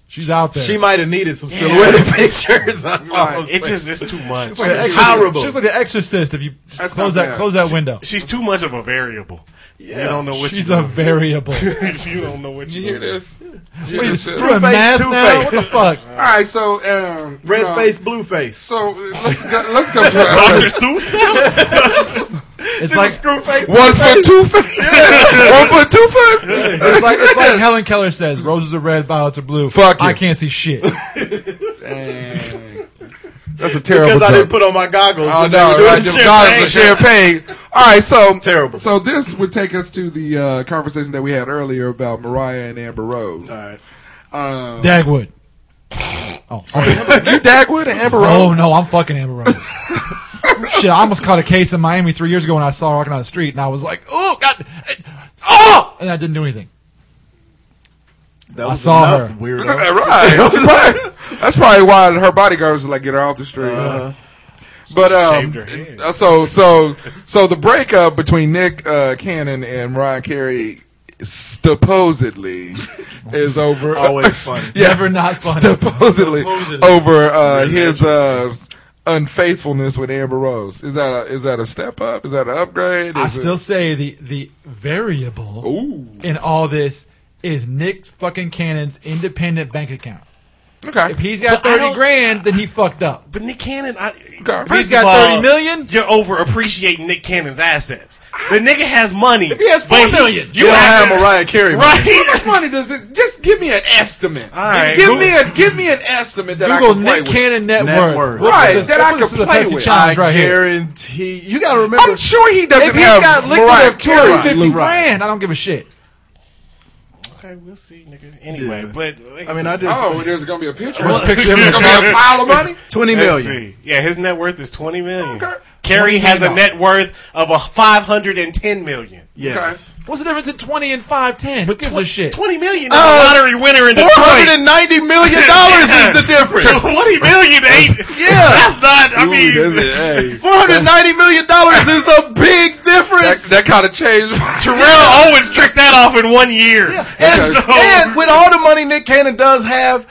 [SPEAKER 8] she's out there.
[SPEAKER 7] She might have needed some silhouetted (laughs) pictures. That's all I'm
[SPEAKER 1] It
[SPEAKER 7] saying.
[SPEAKER 1] just it's too much.
[SPEAKER 8] She's like an
[SPEAKER 7] Horrible.
[SPEAKER 8] exorcist. She's like an exorcist. If you
[SPEAKER 9] That's
[SPEAKER 8] close
[SPEAKER 9] not
[SPEAKER 8] that
[SPEAKER 9] bad.
[SPEAKER 8] close that window,
[SPEAKER 1] She's too much of a variable. You don't know what
[SPEAKER 8] she's
[SPEAKER 1] you
[SPEAKER 8] a (laughs) variable. What
[SPEAKER 1] (laughs) you don't know what you.
[SPEAKER 9] You hear this?
[SPEAKER 8] are you,
[SPEAKER 9] Just, uh,
[SPEAKER 8] screw a
[SPEAKER 7] Three-face,
[SPEAKER 8] math now?
[SPEAKER 7] two-face.
[SPEAKER 8] What the fuck?
[SPEAKER 9] All right, so um, you
[SPEAKER 7] red
[SPEAKER 9] know,
[SPEAKER 7] face, blue face.
[SPEAKER 9] So uh, let's go, let's go.
[SPEAKER 7] (laughs)
[SPEAKER 9] through-
[SPEAKER 1] Dr. Seuss now?
[SPEAKER 8] It's like
[SPEAKER 7] Screw
[SPEAKER 9] (laughs)
[SPEAKER 7] face.
[SPEAKER 9] One foot, two foot. (laughs) One foot, two foot.
[SPEAKER 8] it's like it's like Helen Keller says: roses are red, violets are blue.
[SPEAKER 9] Fuck you.
[SPEAKER 8] I can't see shit.
[SPEAKER 9] That's a
[SPEAKER 7] Because
[SPEAKER 9] terrible
[SPEAKER 7] I didn't
[SPEAKER 9] joke.
[SPEAKER 7] put on my goggles.
[SPEAKER 9] Oh
[SPEAKER 7] when they were
[SPEAKER 9] no!
[SPEAKER 7] doing
[SPEAKER 9] Right,
[SPEAKER 7] the
[SPEAKER 9] the
[SPEAKER 7] shit.
[SPEAKER 9] goddess of champagne. All right, so
[SPEAKER 7] Terrible.
[SPEAKER 9] So this would take us to the uh, conversation that we had earlier about Mariah and Amber Rose.
[SPEAKER 7] All right.
[SPEAKER 9] Um,
[SPEAKER 8] Dagwood. Oh, sorry.
[SPEAKER 9] you Dagwood and Amber
[SPEAKER 8] Oh
[SPEAKER 9] Rose?
[SPEAKER 8] no, I'm fucking Amber Rose.
[SPEAKER 9] (laughs)
[SPEAKER 8] Shit, I almost caught a case in Miami three years ago when I saw her walking down the street, and I was like, "Oh God, eh, oh!" And I didn't do anything.
[SPEAKER 7] That was
[SPEAKER 8] saw
[SPEAKER 7] enough,
[SPEAKER 8] her.
[SPEAKER 7] Weirdo.
[SPEAKER 9] right. That's probably, (laughs) that's probably why her bodyguards would like get her off the street. But um,
[SPEAKER 1] Shaved her head.
[SPEAKER 9] uh, so so so the breakup between Nick uh, Cannon and Mariah Carey supposedly is over. uh,
[SPEAKER 7] Always funny.
[SPEAKER 9] Yeah.
[SPEAKER 8] Never not funny.
[SPEAKER 9] supposedly, over uh, his uh, unfaithfulness with Amber Rose. Is that a, is that a step up? Is that an upgrade?
[SPEAKER 8] I
[SPEAKER 9] Is it-
[SPEAKER 8] still say the the variable in all this is Nick fucking Cannon's independent bank account.
[SPEAKER 9] okay.
[SPEAKER 8] If he's got
[SPEAKER 1] But I
[SPEAKER 8] thirty
[SPEAKER 1] don't-
[SPEAKER 8] grand, then he fucked up.
[SPEAKER 1] But Nick Cannon, I,
[SPEAKER 9] God,
[SPEAKER 1] first
[SPEAKER 8] he's got
[SPEAKER 1] of
[SPEAKER 8] 30
[SPEAKER 1] all,
[SPEAKER 8] million?
[SPEAKER 1] You're overappreciating Nick Cannon's assets. The nigga has money. If
[SPEAKER 8] he has four million,
[SPEAKER 1] you
[SPEAKER 7] You don't have
[SPEAKER 1] have to-
[SPEAKER 7] Mariah Carey. man.
[SPEAKER 9] How
[SPEAKER 1] right?
[SPEAKER 9] much money does it? Just give me an estimate.
[SPEAKER 1] All right.
[SPEAKER 9] Give
[SPEAKER 1] Google-
[SPEAKER 9] me a give me an estimate that I
[SPEAKER 8] Google
[SPEAKER 9] can play
[SPEAKER 8] Nick
[SPEAKER 9] with.
[SPEAKER 8] Cannon net,
[SPEAKER 7] Net
[SPEAKER 8] worth.
[SPEAKER 7] worth.
[SPEAKER 8] Look at
[SPEAKER 9] Right,
[SPEAKER 8] this.
[SPEAKER 9] that I
[SPEAKER 8] Look at this
[SPEAKER 9] could
[SPEAKER 8] to the
[SPEAKER 9] play
[SPEAKER 8] Pepsi
[SPEAKER 9] with.
[SPEAKER 8] Challenge
[SPEAKER 7] I
[SPEAKER 8] right here.
[SPEAKER 7] guarantee. You got to remember.
[SPEAKER 9] I'm sure he doesn't
[SPEAKER 8] If he's
[SPEAKER 9] have
[SPEAKER 8] got
[SPEAKER 9] Mariah
[SPEAKER 8] liquid of two hundred
[SPEAKER 9] Carey.
[SPEAKER 8] fifty
[SPEAKER 7] Right.
[SPEAKER 8] grand, I don't give a shit.
[SPEAKER 1] Okay, we'll see, nigga. Anyway, but like
[SPEAKER 7] I mean, I just
[SPEAKER 9] Oh, there's gonna be a picture.
[SPEAKER 8] There's a
[SPEAKER 9] There's
[SPEAKER 1] (laughs)
[SPEAKER 8] picture of him
[SPEAKER 9] gonna (laughs) be a pile of money.
[SPEAKER 7] twenty
[SPEAKER 1] let's
[SPEAKER 7] million.
[SPEAKER 1] see. Yeah, his net worth is twenty million.
[SPEAKER 9] Okay.
[SPEAKER 1] Carey has a
[SPEAKER 8] $20
[SPEAKER 1] net worth of a five hundred and ten million.
[SPEAKER 7] Yes.
[SPEAKER 8] What's the difference in twenty and five ten? Who gives a shit?
[SPEAKER 1] Twenty million is a lottery winner in
[SPEAKER 7] Oh, Four
[SPEAKER 1] Detroit.
[SPEAKER 7] hundred and ninety million
[SPEAKER 1] (laughs)
[SPEAKER 7] dollars is the difference.
[SPEAKER 1] Twenty million ain't.
[SPEAKER 7] Yeah.
[SPEAKER 1] that's not. I mean,
[SPEAKER 9] (laughs)
[SPEAKER 7] Four hundred ninety million dollars is a
[SPEAKER 9] That,
[SPEAKER 7] big difference.
[SPEAKER 9] that kind of (laughs) changed.
[SPEAKER 1] Terrell Owens tricked that off in one year.
[SPEAKER 7] and,
[SPEAKER 1] (laughs) So-
[SPEAKER 7] and with all the money Nick Cannon does have,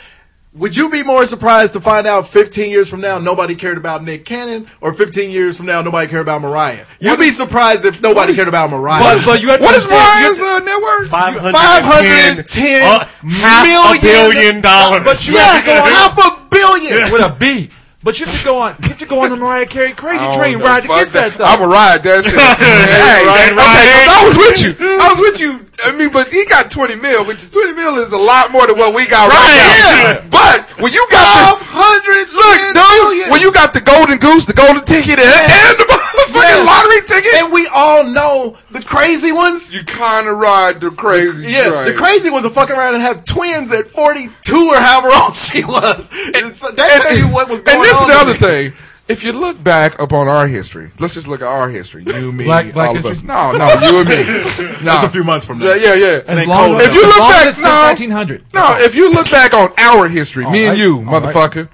[SPEAKER 7] would you be more surprised to find out 15 years from now nobody cared about Nick Cannon, or 15 years from now nobody cared about Mariah? You'd be surprised if nobody cared about Mariah.
[SPEAKER 8] But, but you have to
[SPEAKER 9] What is
[SPEAKER 8] understand- you have
[SPEAKER 9] Mariah's
[SPEAKER 8] to-
[SPEAKER 9] uh, net worth?
[SPEAKER 7] Five hundred and ten
[SPEAKER 1] uh, half a billion dollars.
[SPEAKER 8] But you have
[SPEAKER 7] yes,
[SPEAKER 8] to go on
[SPEAKER 7] half a billion.
[SPEAKER 8] with a B. But you have to go on. You have to go on the Mariah Carey crazy
[SPEAKER 9] I
[SPEAKER 8] train
[SPEAKER 9] don't know.
[SPEAKER 8] ride to
[SPEAKER 9] Fuck
[SPEAKER 8] get Oh, that
[SPEAKER 9] I'm
[SPEAKER 8] though.
[SPEAKER 9] a ride that
[SPEAKER 8] (laughs)
[SPEAKER 9] shit. hey,
[SPEAKER 1] Ride,
[SPEAKER 9] okay,
[SPEAKER 1] ride.
[SPEAKER 9] 'cause I was with you. (laughs) I was with you. I mean, but he got 20 mil, which is 20 mil is a lot more than what we got right, Oh, now. But when you (laughs) got the hundred, look, dude, when you got the golden goose, the golden ticket, and, and the motherfucking
[SPEAKER 7] Yes.
[SPEAKER 9] lottery ticket,
[SPEAKER 7] And we all know the crazy ones.
[SPEAKER 9] you kind of ride the crazy.
[SPEAKER 7] Yeah,
[SPEAKER 9] train.
[SPEAKER 7] the crazy was a fucking around and have twins at 42 or however old she was. And so that tell you what was going on.
[SPEAKER 9] And this is the other
[SPEAKER 7] with it.
[SPEAKER 9] thing. If you look back upon our history, let's just look at our history. You, me,
[SPEAKER 8] Black- black
[SPEAKER 9] all of
[SPEAKER 8] history?
[SPEAKER 9] us. No, no, you and me. No.
[SPEAKER 7] (laughs) That's a few months from now.
[SPEAKER 9] Yeah, yeah, yeah.
[SPEAKER 8] As
[SPEAKER 7] They
[SPEAKER 8] long
[SPEAKER 7] call
[SPEAKER 8] as,
[SPEAKER 7] it-
[SPEAKER 9] if you
[SPEAKER 8] as
[SPEAKER 9] look
[SPEAKER 8] long as
[SPEAKER 9] back
[SPEAKER 8] it's
[SPEAKER 9] now-
[SPEAKER 8] nineteen hundred.
[SPEAKER 9] No, if you look back on our history, me
[SPEAKER 8] right,
[SPEAKER 9] and you,
[SPEAKER 8] all right.
[SPEAKER 9] motherfucker,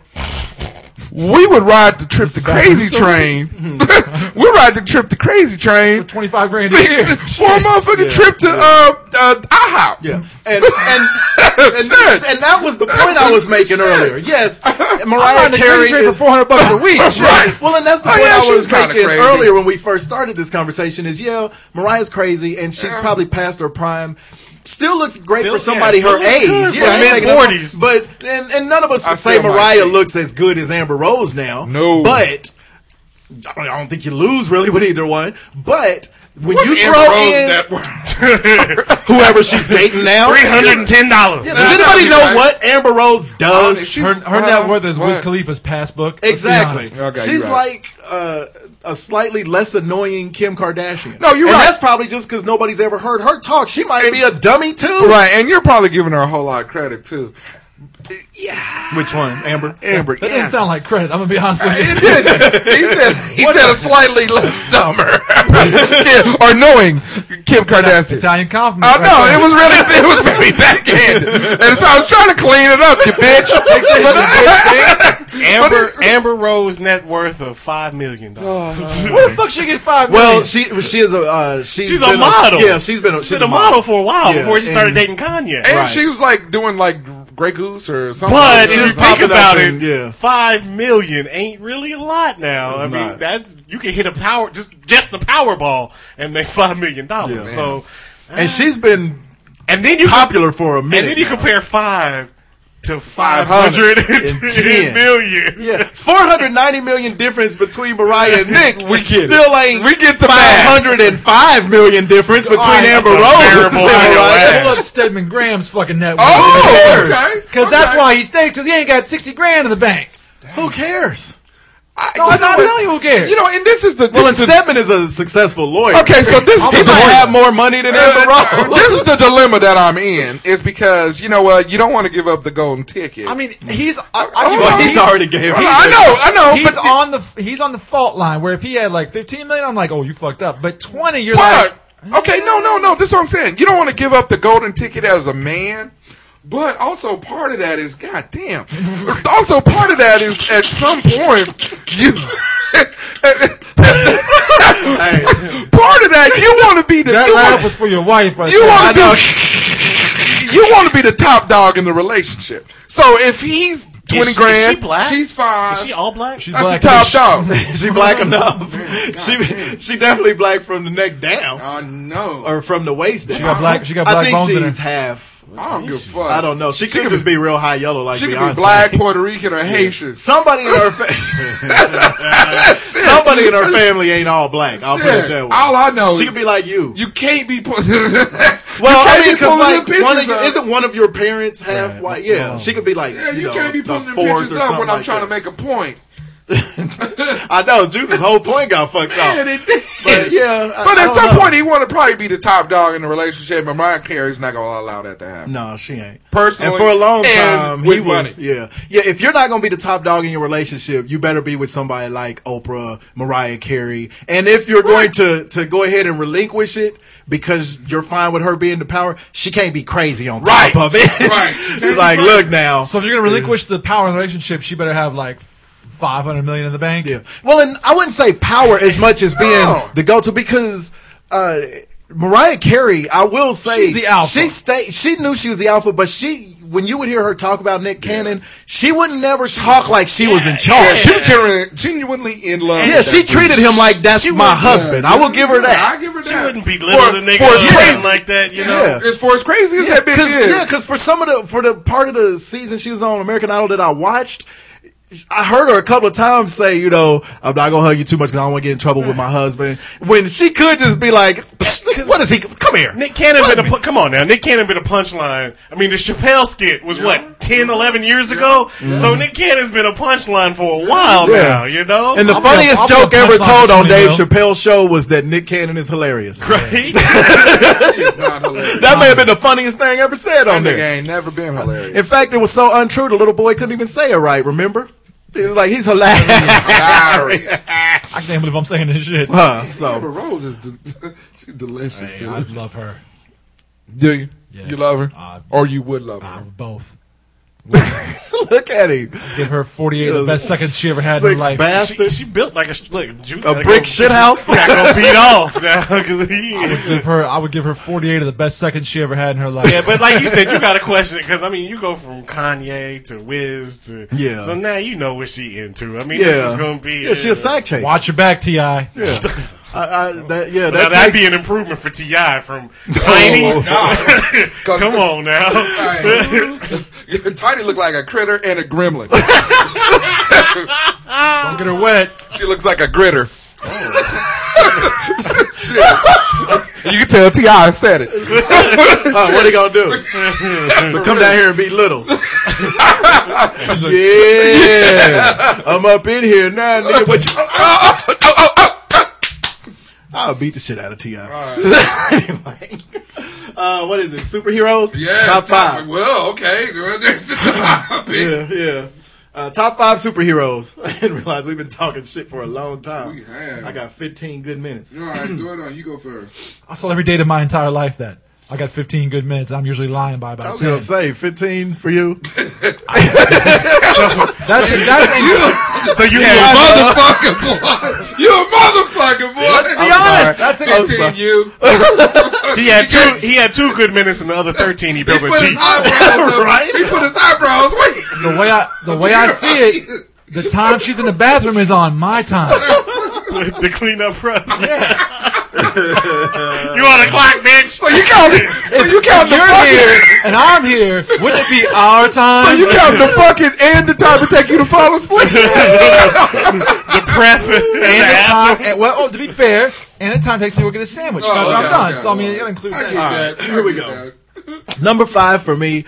[SPEAKER 9] we would ride the trip the crazy train. (laughs) we ride the trip the crazy train
[SPEAKER 8] Twenty five grand.
[SPEAKER 9] for
[SPEAKER 8] a year.
[SPEAKER 9] a motherfucking trip to uh, uh IHOP. (laughs)
[SPEAKER 7] Yeah. And, and, and,
[SPEAKER 9] Shit.
[SPEAKER 7] and that was the point I
[SPEAKER 9] (laughs)
[SPEAKER 7] was making earlier. Yes, Mariah
[SPEAKER 8] I'm riding the
[SPEAKER 7] Carey
[SPEAKER 8] crazy train for
[SPEAKER 7] is,
[SPEAKER 8] four hundred bucks a week.
[SPEAKER 9] Right.
[SPEAKER 7] Well, and that's the
[SPEAKER 9] Oh,
[SPEAKER 7] point
[SPEAKER 9] yeah,
[SPEAKER 7] I
[SPEAKER 9] she's
[SPEAKER 7] was
[SPEAKER 9] kinda
[SPEAKER 7] making
[SPEAKER 9] crazy.
[SPEAKER 7] earlier when we first started this conversation is, yeah, Mariah's crazy and she's probably past her prime. Still looks great
[SPEAKER 1] Still-
[SPEAKER 7] for somebody
[SPEAKER 1] yeah, still
[SPEAKER 7] her
[SPEAKER 1] looks good
[SPEAKER 7] age.
[SPEAKER 1] for
[SPEAKER 7] Yeah,
[SPEAKER 1] mid-
[SPEAKER 7] I'm taking it up.
[SPEAKER 1] 40s.
[SPEAKER 7] But, and, and none of us
[SPEAKER 9] I
[SPEAKER 7] would say
[SPEAKER 9] still might
[SPEAKER 7] Mariah
[SPEAKER 9] see.
[SPEAKER 7] looks as good as Amber Rose now.
[SPEAKER 9] No.
[SPEAKER 7] But I don't, I don't think you lose really with either one. But when you
[SPEAKER 1] Amber
[SPEAKER 7] throw
[SPEAKER 1] Rose
[SPEAKER 7] in
[SPEAKER 1] that- (laughs)
[SPEAKER 7] whoever she's dating now,
[SPEAKER 1] $310.
[SPEAKER 7] Yeah, does anybody know what Amber Rose
[SPEAKER 9] If
[SPEAKER 7] does?
[SPEAKER 9] she-
[SPEAKER 8] Her, her
[SPEAKER 9] uh,
[SPEAKER 8] net worth is Wiz
[SPEAKER 9] what?
[SPEAKER 8] Khalifa's passbook. Let's be
[SPEAKER 7] Exactly.
[SPEAKER 8] honest.
[SPEAKER 9] Okay,
[SPEAKER 7] She's
[SPEAKER 9] you're right.
[SPEAKER 7] like uh, a slightly less annoying Kim Kardashian.
[SPEAKER 9] No, you're
[SPEAKER 7] and
[SPEAKER 9] right.
[SPEAKER 7] That's probably just because nobody's ever heard her talk. She might be a dummy too.
[SPEAKER 9] Right, and you're probably giving her a whole lot of credit
[SPEAKER 8] (laughs)
[SPEAKER 9] too.
[SPEAKER 7] Which one, Amber?
[SPEAKER 9] Amber,
[SPEAKER 8] That
[SPEAKER 9] yeah.
[SPEAKER 8] doesn't sound like credit. I'm gonna be honest with you. (laughs)
[SPEAKER 9] It did. He said he said a slightly less dumber (laughs) Kim- or knowing Kim Kardashian.
[SPEAKER 8] Italian compliment.
[SPEAKER 9] Oh
[SPEAKER 8] right
[SPEAKER 9] no,
[SPEAKER 8] there.
[SPEAKER 9] it was really it was very backhanded. And so I was trying to clean it up,
[SPEAKER 8] (laughs)
[SPEAKER 9] you bitch.
[SPEAKER 1] Amber Amber Rose net worth of five million dollars.
[SPEAKER 8] Where the fuck she get five
[SPEAKER 7] Well,
[SPEAKER 8] million?
[SPEAKER 7] she she is a uh, she's,
[SPEAKER 1] she's
[SPEAKER 7] Oh, been
[SPEAKER 1] a model.
[SPEAKER 7] yeah, she's been a, she's,
[SPEAKER 1] she's been a model for a while
[SPEAKER 7] Yeah,
[SPEAKER 1] before she started
[SPEAKER 7] and-
[SPEAKER 1] dating Kanye.
[SPEAKER 9] and
[SPEAKER 7] Right.
[SPEAKER 9] she was like doing like Grey Goose or something.
[SPEAKER 1] But
[SPEAKER 9] like that.
[SPEAKER 1] if you
[SPEAKER 7] She's
[SPEAKER 1] think
[SPEAKER 7] popping up
[SPEAKER 1] about
[SPEAKER 7] in-
[SPEAKER 1] it,
[SPEAKER 7] yeah.
[SPEAKER 1] five million ain't really a lot now. I mean,
[SPEAKER 7] not.
[SPEAKER 1] that's you can hit a power just just the Powerball and make five million dollars.
[SPEAKER 7] Yeah.
[SPEAKER 1] so,
[SPEAKER 7] and she's been
[SPEAKER 1] and then you
[SPEAKER 7] popular for a minute.
[SPEAKER 1] and then you (laughs)
[SPEAKER 7] now.
[SPEAKER 1] compare five to
[SPEAKER 7] 500
[SPEAKER 1] five hundred
[SPEAKER 7] and ten.
[SPEAKER 1] and million.
[SPEAKER 7] Yeah, four hundred ninety million difference between Mariah and Nick.
[SPEAKER 9] We get it.
[SPEAKER 7] still ain't
[SPEAKER 9] We get the
[SPEAKER 7] five
[SPEAKER 9] math.
[SPEAKER 7] hundred and five million difference between
[SPEAKER 8] right,
[SPEAKER 7] Amber Rose
[SPEAKER 1] Oh, that's a
[SPEAKER 7] and
[SPEAKER 1] terrible idea.
[SPEAKER 7] Mariah.
[SPEAKER 8] Pull up Stedman Graham's fucking net worth.
[SPEAKER 9] Oh, okay.
[SPEAKER 8] Because that's why he stays, because he ain't got 60 grand in the bank.
[SPEAKER 7] Who cares?
[SPEAKER 8] No, I'm not
[SPEAKER 9] but-
[SPEAKER 8] telling you who cares.
[SPEAKER 9] You know, and this is the this
[SPEAKER 7] Well, and
[SPEAKER 9] is the-
[SPEAKER 7] Stedman is a successful lawyer.
[SPEAKER 9] (laughs) Okay, so this
[SPEAKER 7] he
[SPEAKER 9] is the
[SPEAKER 7] might
[SPEAKER 9] dilemma.
[SPEAKER 7] have more money than
[SPEAKER 8] (laughs)
[SPEAKER 7] Amber
[SPEAKER 9] Uh,
[SPEAKER 7] Rose.
[SPEAKER 9] this is the dilemma that I'm in. Is because you know what? You don't want to give up the golden ticket.
[SPEAKER 8] I mean, he's. I, I,
[SPEAKER 9] Oh,
[SPEAKER 7] Well,
[SPEAKER 9] no,
[SPEAKER 7] he's already gave.
[SPEAKER 9] Well, I
[SPEAKER 8] (laughs)
[SPEAKER 9] know, I know,
[SPEAKER 8] He's
[SPEAKER 9] but
[SPEAKER 8] on the he's on the fault line where if he had like 15 million, I'm like, oh, you fucked up. But 20, you're
[SPEAKER 9] but
[SPEAKER 8] like,
[SPEAKER 9] okay, no, no, no. This is what I'm saying. You don't want to give up the golden ticket as a man. But also part of that is goddamn. also part of that is at some point you. (laughs)
[SPEAKER 7] Hey,
[SPEAKER 9] part of that you want to be the
[SPEAKER 8] that
[SPEAKER 9] you
[SPEAKER 8] laugh
[SPEAKER 9] want,
[SPEAKER 8] was for your wife. Right
[SPEAKER 9] You
[SPEAKER 8] there.
[SPEAKER 9] want to be (laughs) you want to be the top dog in the relationship. So if he's twenty
[SPEAKER 1] she-
[SPEAKER 9] grand,
[SPEAKER 1] is she black?
[SPEAKER 9] she's fine.
[SPEAKER 1] Is she all black?
[SPEAKER 8] She's
[SPEAKER 9] That's
[SPEAKER 8] black.
[SPEAKER 9] the top
[SPEAKER 7] (laughs)
[SPEAKER 9] dog.
[SPEAKER 7] she black enough. she she definitely black from the neck down
[SPEAKER 9] Oh no,
[SPEAKER 7] or from the waist down. She
[SPEAKER 8] got black- she got black
[SPEAKER 7] I think
[SPEAKER 8] bones in
[SPEAKER 7] she's
[SPEAKER 8] her.
[SPEAKER 7] half.
[SPEAKER 9] I don't give a fuck.
[SPEAKER 7] I don't know. She, could, just be, real high yellow like
[SPEAKER 9] She could
[SPEAKER 7] Beyonce.
[SPEAKER 9] be
[SPEAKER 7] (laughs)
[SPEAKER 9] black, Puerto Rican, or Haitian.
[SPEAKER 7] Somebody in her fa- (laughs) somebody in her family ain't all black. I'll put it
[SPEAKER 9] Yeah,
[SPEAKER 7] that way.
[SPEAKER 9] all I know
[SPEAKER 7] she
[SPEAKER 9] is
[SPEAKER 7] could be like you.
[SPEAKER 9] (laughs) you can't be. Well,
[SPEAKER 7] well, I
[SPEAKER 9] I
[SPEAKER 7] mean, because like one of
[SPEAKER 9] you,
[SPEAKER 7] your, isn't one of your parents half white?
[SPEAKER 8] Oh.
[SPEAKER 7] Yeah, she could be like
[SPEAKER 9] yeah, you,
[SPEAKER 7] know,
[SPEAKER 9] can't be
[SPEAKER 7] the
[SPEAKER 9] putting them
[SPEAKER 7] fourth
[SPEAKER 9] pictures
[SPEAKER 7] or
[SPEAKER 9] up
[SPEAKER 7] something
[SPEAKER 9] when I'm
[SPEAKER 7] like
[SPEAKER 9] trying
[SPEAKER 7] that.
[SPEAKER 9] to make a point.
[SPEAKER 7] I know Juice's whole point got fucked
[SPEAKER 9] Man,
[SPEAKER 7] up.
[SPEAKER 9] it did.
[SPEAKER 7] But (laughs) yeah, I-
[SPEAKER 9] But
[SPEAKER 7] I
[SPEAKER 9] at
[SPEAKER 7] don't
[SPEAKER 9] some
[SPEAKER 7] know.
[SPEAKER 9] point, he want to probably be the top dog in the relationship, but Mariah Carey's not going to allow that to happen.
[SPEAKER 7] No, she ain't.
[SPEAKER 9] Personally,
[SPEAKER 7] and for a long
[SPEAKER 9] and
[SPEAKER 7] time, he
[SPEAKER 9] with
[SPEAKER 7] was.
[SPEAKER 9] money.
[SPEAKER 7] Yeah, yeah. If you're not gonna be the top dog in your relationship, you better be with somebody like Oprah, Mariah Carey. And if you're going to to go ahead and relinquish it because you're fine with her being the power, she can't be crazy on top
[SPEAKER 9] Right.
[SPEAKER 7] of it.
[SPEAKER 9] Right. She can't be
[SPEAKER 7] (laughs) like,
[SPEAKER 9] crazy.
[SPEAKER 7] look now.
[SPEAKER 8] So if you're gonna relinquish the power in the relationship, she better have like 500 million in the bank.
[SPEAKER 7] Yeah. Well, and I wouldn't say power as much as being
[SPEAKER 9] No.
[SPEAKER 7] the go-to because uh, Mariah Carey, I will say,
[SPEAKER 8] She's the alpha.
[SPEAKER 7] She stayed. She knew she was the alpha, but she. When you would hear her talk about Nick Cannon, she would never talk like she was in
[SPEAKER 9] Yeah,
[SPEAKER 7] charge.
[SPEAKER 9] she was genuinely, genuinely in love.
[SPEAKER 7] Yeah,
[SPEAKER 9] with
[SPEAKER 7] she
[SPEAKER 9] that
[SPEAKER 7] treated
[SPEAKER 9] dude.
[SPEAKER 7] him like that's
[SPEAKER 1] she
[SPEAKER 7] my
[SPEAKER 1] was, uh,
[SPEAKER 7] husband. I will give her that.
[SPEAKER 9] I give her that.
[SPEAKER 1] She wouldn't be little the nigga
[SPEAKER 9] for as
[SPEAKER 1] or
[SPEAKER 9] crazy-
[SPEAKER 1] something like that, you know.
[SPEAKER 7] Yeah.
[SPEAKER 9] As far as crazy as
[SPEAKER 7] Yeah,
[SPEAKER 9] that bitch
[SPEAKER 7] cause,
[SPEAKER 9] is,
[SPEAKER 7] yeah, 'cause for some of the for the part of the season she was on American Idol that I watched, I heard her a couple of times say, you know, I'm not gonna hug you too much because I don't want to get in trouble with my husband. When she could just be like, "Psst, what is he? Come here.
[SPEAKER 1] Nick Cannon been a pu- come on now. Nick Cannon been a punchline. I mean, the Chappelle skit was what 10, 11 years ago. So Nick Cannon's been a punchline for a while
[SPEAKER 7] Yeah.
[SPEAKER 1] now. You know,
[SPEAKER 7] And the
[SPEAKER 8] I'm
[SPEAKER 7] funniest
[SPEAKER 8] gonna- I'm
[SPEAKER 7] joke
[SPEAKER 8] gonna
[SPEAKER 7] ever
[SPEAKER 8] punchline
[SPEAKER 7] told on
[SPEAKER 8] between
[SPEAKER 7] Dave
[SPEAKER 8] them.
[SPEAKER 7] Chappelle's show was that Nick Cannon is hilarious.
[SPEAKER 1] (laughs) right?
[SPEAKER 9] it's
[SPEAKER 7] (laughs)
[SPEAKER 9] not hilarious.
[SPEAKER 7] That may have been the funniest thing ever said on
[SPEAKER 9] That nigga
[SPEAKER 7] there.
[SPEAKER 9] ain't never
[SPEAKER 7] (laughs)
[SPEAKER 9] been hilarious.
[SPEAKER 7] In fact, it was so untrue the little boy couldn't even say it right. Remember? It was like he's
[SPEAKER 9] (laughs)
[SPEAKER 7] hilarious. (laughs)
[SPEAKER 9] Hilarious.
[SPEAKER 8] I can't believe I'm saying this shit.
[SPEAKER 7] Huh, so
[SPEAKER 9] Amber Rose is de- (laughs) she's delicious,
[SPEAKER 8] Hey, I
[SPEAKER 9] dude.
[SPEAKER 8] love her.
[SPEAKER 9] Do you?
[SPEAKER 8] Yes.
[SPEAKER 9] You love her,
[SPEAKER 8] I-
[SPEAKER 9] or you would love
[SPEAKER 8] I
[SPEAKER 9] her?
[SPEAKER 8] both.
[SPEAKER 7] look at him.
[SPEAKER 8] Give her 48 of
[SPEAKER 7] You
[SPEAKER 8] the best seconds she ever had in her
[SPEAKER 7] sick
[SPEAKER 8] life.
[SPEAKER 1] she,
[SPEAKER 7] Bastard.
[SPEAKER 1] she built like a sh- look, you
[SPEAKER 7] a
[SPEAKER 1] gotta
[SPEAKER 7] brick
[SPEAKER 1] go-
[SPEAKER 7] shit house.
[SPEAKER 1] Gotta go beat off now because he.
[SPEAKER 8] Give her, I would give her 48 of the best seconds she ever had in her life.
[SPEAKER 1] Yeah, but like you said, you got to question it because I mean, you go from Kanye to Wiz to
[SPEAKER 7] Yeah.
[SPEAKER 1] So now you know what she into. I mean, this is
[SPEAKER 7] yeah,
[SPEAKER 1] gonna be uh,
[SPEAKER 7] yeah, she a sack chase.
[SPEAKER 8] Watch your back, Ti.
[SPEAKER 7] Yeah, I, I, that, yeah,
[SPEAKER 1] Now,
[SPEAKER 7] that
[SPEAKER 1] that'd be
[SPEAKER 7] takes-
[SPEAKER 1] an improvement for Ti
[SPEAKER 7] (laughs)
[SPEAKER 1] from Tiny. (laughs) Come on now.
[SPEAKER 9] (laughs) Tiny looked like a critter and a gremlin.
[SPEAKER 8] Don't get her wet.
[SPEAKER 9] (laughs) She looks like a gritter. Oh. (laughs) you can tell Ti said it.
[SPEAKER 7] (laughs)
[SPEAKER 1] uh,
[SPEAKER 7] Huh, what he gonna
[SPEAKER 1] (laughs)
[SPEAKER 7] do? so come down here and be little. (laughs) yeah, I'm up in here now, nigga. What
[SPEAKER 1] Oh,
[SPEAKER 7] you? I'll beat the shit out of Ti. (laughs) anyway, uh, what is it? Superheroes?
[SPEAKER 9] Yeah,
[SPEAKER 7] top five.
[SPEAKER 9] Well, okay. (laughs) yeah.
[SPEAKER 7] Yeah, yeah. Uh, top five superheroes. (laughs) I didn't realize we've been talking shit for a long time.
[SPEAKER 10] We have.
[SPEAKER 7] I got 15 good minutes.
[SPEAKER 10] All right, Jordan, you go
[SPEAKER 9] (laughs)
[SPEAKER 10] first.
[SPEAKER 8] I tell every date of my entire life that I got 15 good minutes. and I'm usually lying by
[SPEAKER 7] I
[SPEAKER 8] about
[SPEAKER 7] was
[SPEAKER 8] 10.
[SPEAKER 7] gonna say 15 for you.
[SPEAKER 8] That's that's
[SPEAKER 7] (laughs) so you
[SPEAKER 9] Motherfucker, boy. You a motherfucker, boy. Let's
[SPEAKER 7] be honest. That's
[SPEAKER 9] I'm
[SPEAKER 7] it.
[SPEAKER 9] sorry. you. (laughs)
[SPEAKER 1] He had two. He had two good minutes, and the other thirteen he
[SPEAKER 9] He
[SPEAKER 1] built with
[SPEAKER 9] put his
[SPEAKER 1] cheat. (laughs)
[SPEAKER 9] eyebrows (laughs) up. He put his eyebrows. Wait.
[SPEAKER 8] the way I the way I
[SPEAKER 9] (laughs)
[SPEAKER 8] see it. The time she's in the bathroom is on my time.
[SPEAKER 1] the cleanup process. you on the clock, bitch?
[SPEAKER 9] So
[SPEAKER 7] (laughs)
[SPEAKER 9] you count it. So you count the
[SPEAKER 8] You're
[SPEAKER 9] fucking.
[SPEAKER 8] here and I'm here. Wouldn't it be our time?
[SPEAKER 9] So you count the fucking and the time it take you to fall asleep.
[SPEAKER 1] The prep and,
[SPEAKER 8] and
[SPEAKER 1] the
[SPEAKER 8] the
[SPEAKER 1] after-
[SPEAKER 8] time, and, well, oh, to be fair, and the time it takes me to go get a sandwich.
[SPEAKER 9] Oh,
[SPEAKER 8] after
[SPEAKER 9] okay,
[SPEAKER 8] I'm done,
[SPEAKER 9] okay.
[SPEAKER 8] so I mean, you gotta include that.
[SPEAKER 7] here we go. Number five for me.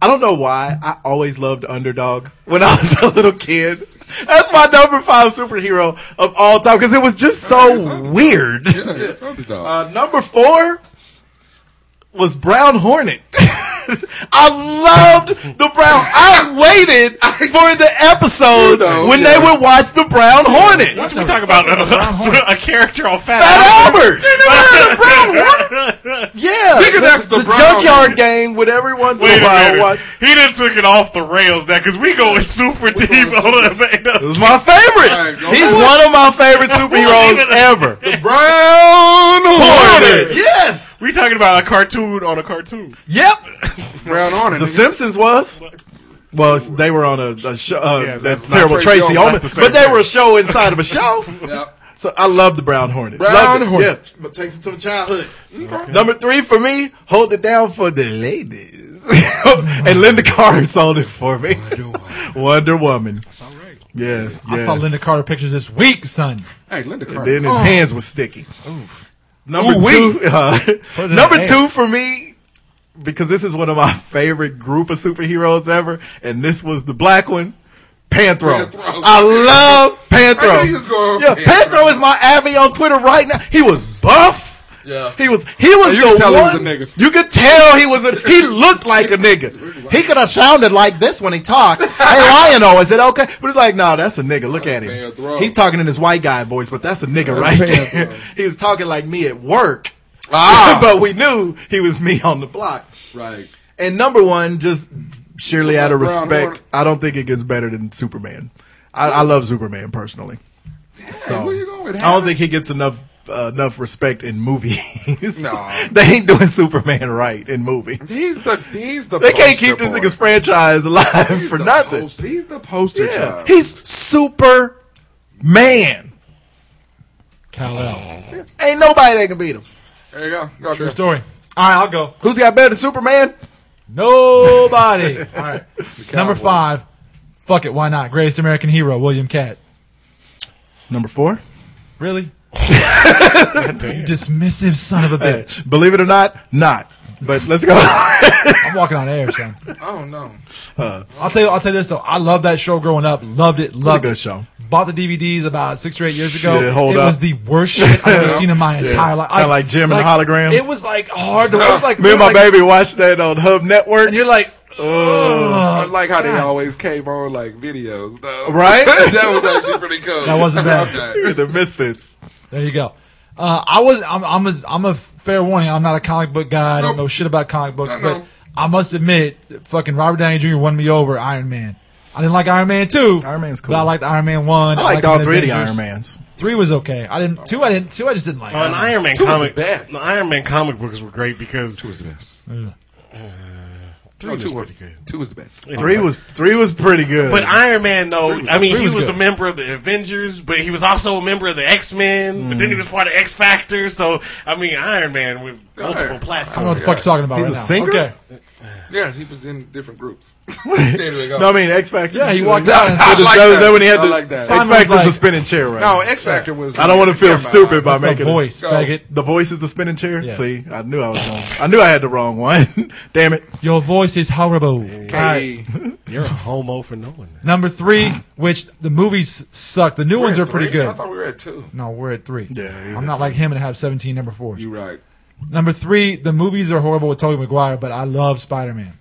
[SPEAKER 7] I don't know why. I always loved Underdog when I was a little kid. That's my number five superhero of all time because it was just so weird. Uh, number four was Brown Hornet. (laughs) I loved the Brown. (laughs) I waited for the episodes when they would watch the Brown Hornet.
[SPEAKER 1] We talk about uh, (laughs) a character on Fat,
[SPEAKER 7] Fat
[SPEAKER 1] Albert.
[SPEAKER 7] Albert. (laughs) Yeah,
[SPEAKER 9] Nigga,
[SPEAKER 7] the,
[SPEAKER 9] that's the Brown
[SPEAKER 7] junkyard game with every once in
[SPEAKER 1] Wait
[SPEAKER 7] a
[SPEAKER 1] a
[SPEAKER 7] while.
[SPEAKER 1] minute.
[SPEAKER 7] Watch.
[SPEAKER 1] He done took it off the rails now because (laughs) we going super deep on
[SPEAKER 7] It
[SPEAKER 1] the
[SPEAKER 7] was my favorite.
[SPEAKER 10] Alright, go
[SPEAKER 7] He's
[SPEAKER 10] for
[SPEAKER 7] one of my favorite superheroes
[SPEAKER 1] (laughs)
[SPEAKER 7] ever.
[SPEAKER 9] Brown
[SPEAKER 7] Hornet.
[SPEAKER 9] Hornet.
[SPEAKER 7] Yes.
[SPEAKER 1] We talking about a cartoon on a cartoon.
[SPEAKER 7] Yep.
[SPEAKER 9] Brown Hornet.
[SPEAKER 7] The Simpsons was. Well, it's- they were on a, a show. Uh, that
[SPEAKER 1] that's
[SPEAKER 7] terrible
[SPEAKER 1] not Tracy
[SPEAKER 7] Tracy
[SPEAKER 1] Ullman,
[SPEAKER 7] Ullman,
[SPEAKER 1] that's the
[SPEAKER 7] but they
[SPEAKER 1] same
[SPEAKER 7] were a show inside of a show.
[SPEAKER 10] Yep.
[SPEAKER 7] So I love the Brown Hornet.
[SPEAKER 9] Brown
[SPEAKER 7] Loved it.
[SPEAKER 9] Hornet.
[SPEAKER 7] Yeah, but takes it to the childhood. Number three for me, hold it down for the ladies. (laughs) and Linda Carter sold it for me. (laughs) Wonder Woman. That's all right. Yes,
[SPEAKER 8] I
[SPEAKER 7] yes.
[SPEAKER 8] saw Linda Carter pictures this week, son.
[SPEAKER 10] Hey, Linda Carter.
[SPEAKER 7] Then his hands were sticky. Number
[SPEAKER 9] Oh. Ooh-wee.
[SPEAKER 7] two, (laughs) uh,
[SPEAKER 8] in
[SPEAKER 7] number
[SPEAKER 8] the
[SPEAKER 7] two for me, because this is one of my (laughs) favorite group of superheroes ever, and this was the black one. Panthro.
[SPEAKER 10] Panthro.
[SPEAKER 7] I love Panthro.
[SPEAKER 9] (laughs) I knew you was going-
[SPEAKER 7] yeah, Panthro is my avi on Twitter right now. He was buff.
[SPEAKER 9] Yeah.
[SPEAKER 7] He was he was
[SPEAKER 9] you
[SPEAKER 7] the
[SPEAKER 9] could tell he was
[SPEAKER 7] one-
[SPEAKER 9] a nigga.
[SPEAKER 7] You could tell he was a he looked like a nigga. He could have sounded like this when he talked. Hey Lion oh, is it okay? But it's like, no, that's a nigga. Look at him.
[SPEAKER 10] Panthro.
[SPEAKER 7] He's talking in his white guy voice, but that's a nigga right there. (laughs) He was talking like me at work.
[SPEAKER 9] Ah.
[SPEAKER 7] (laughs) but we knew he was me on the block.
[SPEAKER 10] Right.
[SPEAKER 7] And number one, just surely out of
[SPEAKER 10] Brown
[SPEAKER 7] respect,
[SPEAKER 10] Hornet.
[SPEAKER 7] I don't think it gets better than Superman. I, I love Superman personally. So
[SPEAKER 10] where you going,
[SPEAKER 7] Oh. I don't
[SPEAKER 10] Howard?
[SPEAKER 7] think he gets enough uh, enough respect in movies.
[SPEAKER 9] No.
[SPEAKER 7] (laughs) they ain't doing Superman right in movies.
[SPEAKER 9] He's the he's the.
[SPEAKER 7] They can't
[SPEAKER 9] poster
[SPEAKER 7] keep this
[SPEAKER 9] boy.
[SPEAKER 7] nigga's franchise alive
[SPEAKER 10] He's
[SPEAKER 7] for
[SPEAKER 10] the
[SPEAKER 7] nothing.
[SPEAKER 10] post- he's the poster
[SPEAKER 7] Yeah,
[SPEAKER 10] child.
[SPEAKER 7] he's Superman.
[SPEAKER 8] Kyle L.
[SPEAKER 7] Ain't nobody that can beat him.
[SPEAKER 9] There you go. Go,
[SPEAKER 8] True
[SPEAKER 9] go.
[SPEAKER 8] story. All right, I'll go.
[SPEAKER 7] Who's got better than Superman?
[SPEAKER 8] Nobody. All right. Number five. Fuck it. Why not? Greatest American hero, William Cat.
[SPEAKER 7] Number four.
[SPEAKER 8] Really? (laughs) You dismissive son of a bitch.
[SPEAKER 7] Believe it or not, not. But let's (laughs) go.
[SPEAKER 8] I'm walking on air, son.
[SPEAKER 9] Oh no.
[SPEAKER 8] I'll tell you. I'll tell you this though. I loved that show growing up. Loved it. Loved
[SPEAKER 7] good
[SPEAKER 8] it.
[SPEAKER 7] show.
[SPEAKER 8] Bought the DVDs about six or eight years ago.
[SPEAKER 7] Did it hold up?
[SPEAKER 8] was the worst shit
[SPEAKER 7] (laughs)
[SPEAKER 8] I've ever seen in my entire life.
[SPEAKER 7] Kinda like Jim and the holograms.
[SPEAKER 8] It was like hard to. It was like
[SPEAKER 7] (laughs) Me and
[SPEAKER 8] we
[SPEAKER 7] my
[SPEAKER 8] were like-
[SPEAKER 7] baby watched that on Hub Network,
[SPEAKER 8] And you're like,
[SPEAKER 9] I like how they
[SPEAKER 8] God.
[SPEAKER 9] always came on like videos. Though. (laughs)
[SPEAKER 7] Right?
[SPEAKER 9] that was actually pretty cool.
[SPEAKER 8] that
[SPEAKER 9] (laughs)
[SPEAKER 8] wasn't bad.
[SPEAKER 7] the Misfits.
[SPEAKER 8] There you go. Uh, I was. I'm. I'm a, I'm a fair warning. I'm not a comic book guy. I don't know shit about comic books. but I must admit, fucking Robert Downey Jr. won me over. Iron Man. I didn't like Iron Man two.
[SPEAKER 7] Iron Man's cool.
[SPEAKER 8] But I liked Iron Man one.
[SPEAKER 7] I liked all three of the
[SPEAKER 8] Avengers.
[SPEAKER 7] Iron Mans.
[SPEAKER 8] Three was okay. I didn't. Two. I didn't. Two. I just didn't like.
[SPEAKER 1] Uh, An Oh, Iron Man
[SPEAKER 9] Two was
[SPEAKER 1] comic.
[SPEAKER 9] the best.
[SPEAKER 1] The Iron Man comic books were great because
[SPEAKER 9] was the best.
[SPEAKER 1] three was pretty good.
[SPEAKER 9] Two was the best.
[SPEAKER 7] Three was three was pretty good.
[SPEAKER 1] But Iron Man, though, I mean,
[SPEAKER 8] three
[SPEAKER 1] he
[SPEAKER 8] was
[SPEAKER 1] was,
[SPEAKER 8] good.
[SPEAKER 1] a member of the Avengers, but he was also a member of the X Men. But then he was part of X Factor. So I mean, Iron Man with multiple
[SPEAKER 8] I don't know what
[SPEAKER 1] platforms.
[SPEAKER 8] the fuck you're talking about
[SPEAKER 7] He's
[SPEAKER 8] right
[SPEAKER 7] a
[SPEAKER 8] now.
[SPEAKER 7] singer?
[SPEAKER 8] Okay.
[SPEAKER 9] Yeah, he was in different groups.
[SPEAKER 7] (laughs)
[SPEAKER 9] anyway, go.
[SPEAKER 7] No, I mean X Factor.
[SPEAKER 8] Yeah, he walked out and
[SPEAKER 7] So
[SPEAKER 9] I
[SPEAKER 7] does-
[SPEAKER 9] like
[SPEAKER 7] that was
[SPEAKER 9] that.
[SPEAKER 7] that when he had
[SPEAKER 9] I
[SPEAKER 7] the
[SPEAKER 9] like that.
[SPEAKER 7] X
[SPEAKER 8] Simon's
[SPEAKER 7] Factor's
[SPEAKER 8] like-
[SPEAKER 7] the spinning chair, right?
[SPEAKER 9] no, Oh, X Factor was.
[SPEAKER 7] I don't want to feel
[SPEAKER 9] Never mind.
[SPEAKER 7] stupid by
[SPEAKER 8] That's the
[SPEAKER 7] making
[SPEAKER 8] voice,
[SPEAKER 9] Go.
[SPEAKER 8] faggot.
[SPEAKER 7] The voice is the spinning chair.
[SPEAKER 8] Yes.
[SPEAKER 7] See, I knew I was wrong. I knew I had the wrong one. (laughs) Damn it!
[SPEAKER 8] Your voice is horrible.
[SPEAKER 9] Hey,
[SPEAKER 1] You're a homo for knowing that.
[SPEAKER 8] Number three, which the movies suck. The new
[SPEAKER 9] we're
[SPEAKER 8] ones
[SPEAKER 9] at
[SPEAKER 8] are pretty
[SPEAKER 9] three? I
[SPEAKER 8] good.
[SPEAKER 9] thought we were at two.
[SPEAKER 8] No, we're at three.
[SPEAKER 7] Yeah, he's
[SPEAKER 8] I'm not like him and have 17 number fours.
[SPEAKER 9] You right.
[SPEAKER 8] Number three, the movies are horrible with Tobey Maguire, but I love Spider Man.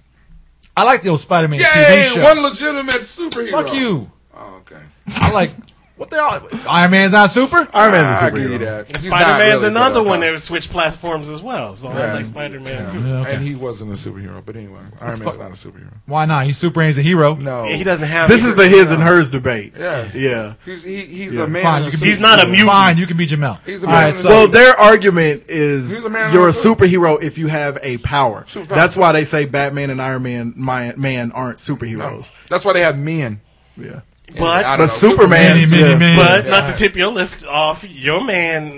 [SPEAKER 8] I like the old Spider Man TV
[SPEAKER 9] Yay!
[SPEAKER 8] show.
[SPEAKER 9] One legitimate superhero.
[SPEAKER 8] Fuck you.
[SPEAKER 9] Oh, okay.
[SPEAKER 8] I like what they all. Iron Man's not super.
[SPEAKER 7] Iron Man's a
[SPEAKER 9] I give you
[SPEAKER 7] superhero.
[SPEAKER 9] that. He's not
[SPEAKER 1] Spider Man's
[SPEAKER 9] really,
[SPEAKER 1] another
[SPEAKER 9] but
[SPEAKER 1] one
[SPEAKER 9] okay.
[SPEAKER 1] that switched platforms as well. So I like Spider Man too.
[SPEAKER 8] Yeah, okay.
[SPEAKER 9] And he wasn't a superhero, but anyway, Iron Man's not a superhero.
[SPEAKER 8] Why not? He's Superman's a hero.
[SPEAKER 9] No,
[SPEAKER 1] He doesn't have.
[SPEAKER 7] This is the his and hers debate.
[SPEAKER 9] Yeah.
[SPEAKER 7] yeah.
[SPEAKER 9] He's he, he's
[SPEAKER 7] Yeah.
[SPEAKER 9] a man.
[SPEAKER 8] Fine,
[SPEAKER 9] in
[SPEAKER 8] you
[SPEAKER 9] a
[SPEAKER 8] can
[SPEAKER 9] suit.
[SPEAKER 8] be,
[SPEAKER 1] He's not a mutant.
[SPEAKER 8] Fine, you can be Jamel.
[SPEAKER 9] He's a
[SPEAKER 8] All right,
[SPEAKER 9] mutant.
[SPEAKER 8] so
[SPEAKER 7] Well, their argument is
[SPEAKER 9] He's a man
[SPEAKER 7] you're a
[SPEAKER 9] on a suit.
[SPEAKER 7] superhero if you have a power.
[SPEAKER 9] Superpower.
[SPEAKER 7] That's why they say Batman and Iron Man my, man aren't superheroes.
[SPEAKER 9] That's why they have men.
[SPEAKER 7] Yeah,
[SPEAKER 9] I don't
[SPEAKER 1] But
[SPEAKER 9] know,
[SPEAKER 7] but Superman,
[SPEAKER 8] many, many,
[SPEAKER 7] yeah.
[SPEAKER 8] many.
[SPEAKER 1] but not to tip your lift off, your man.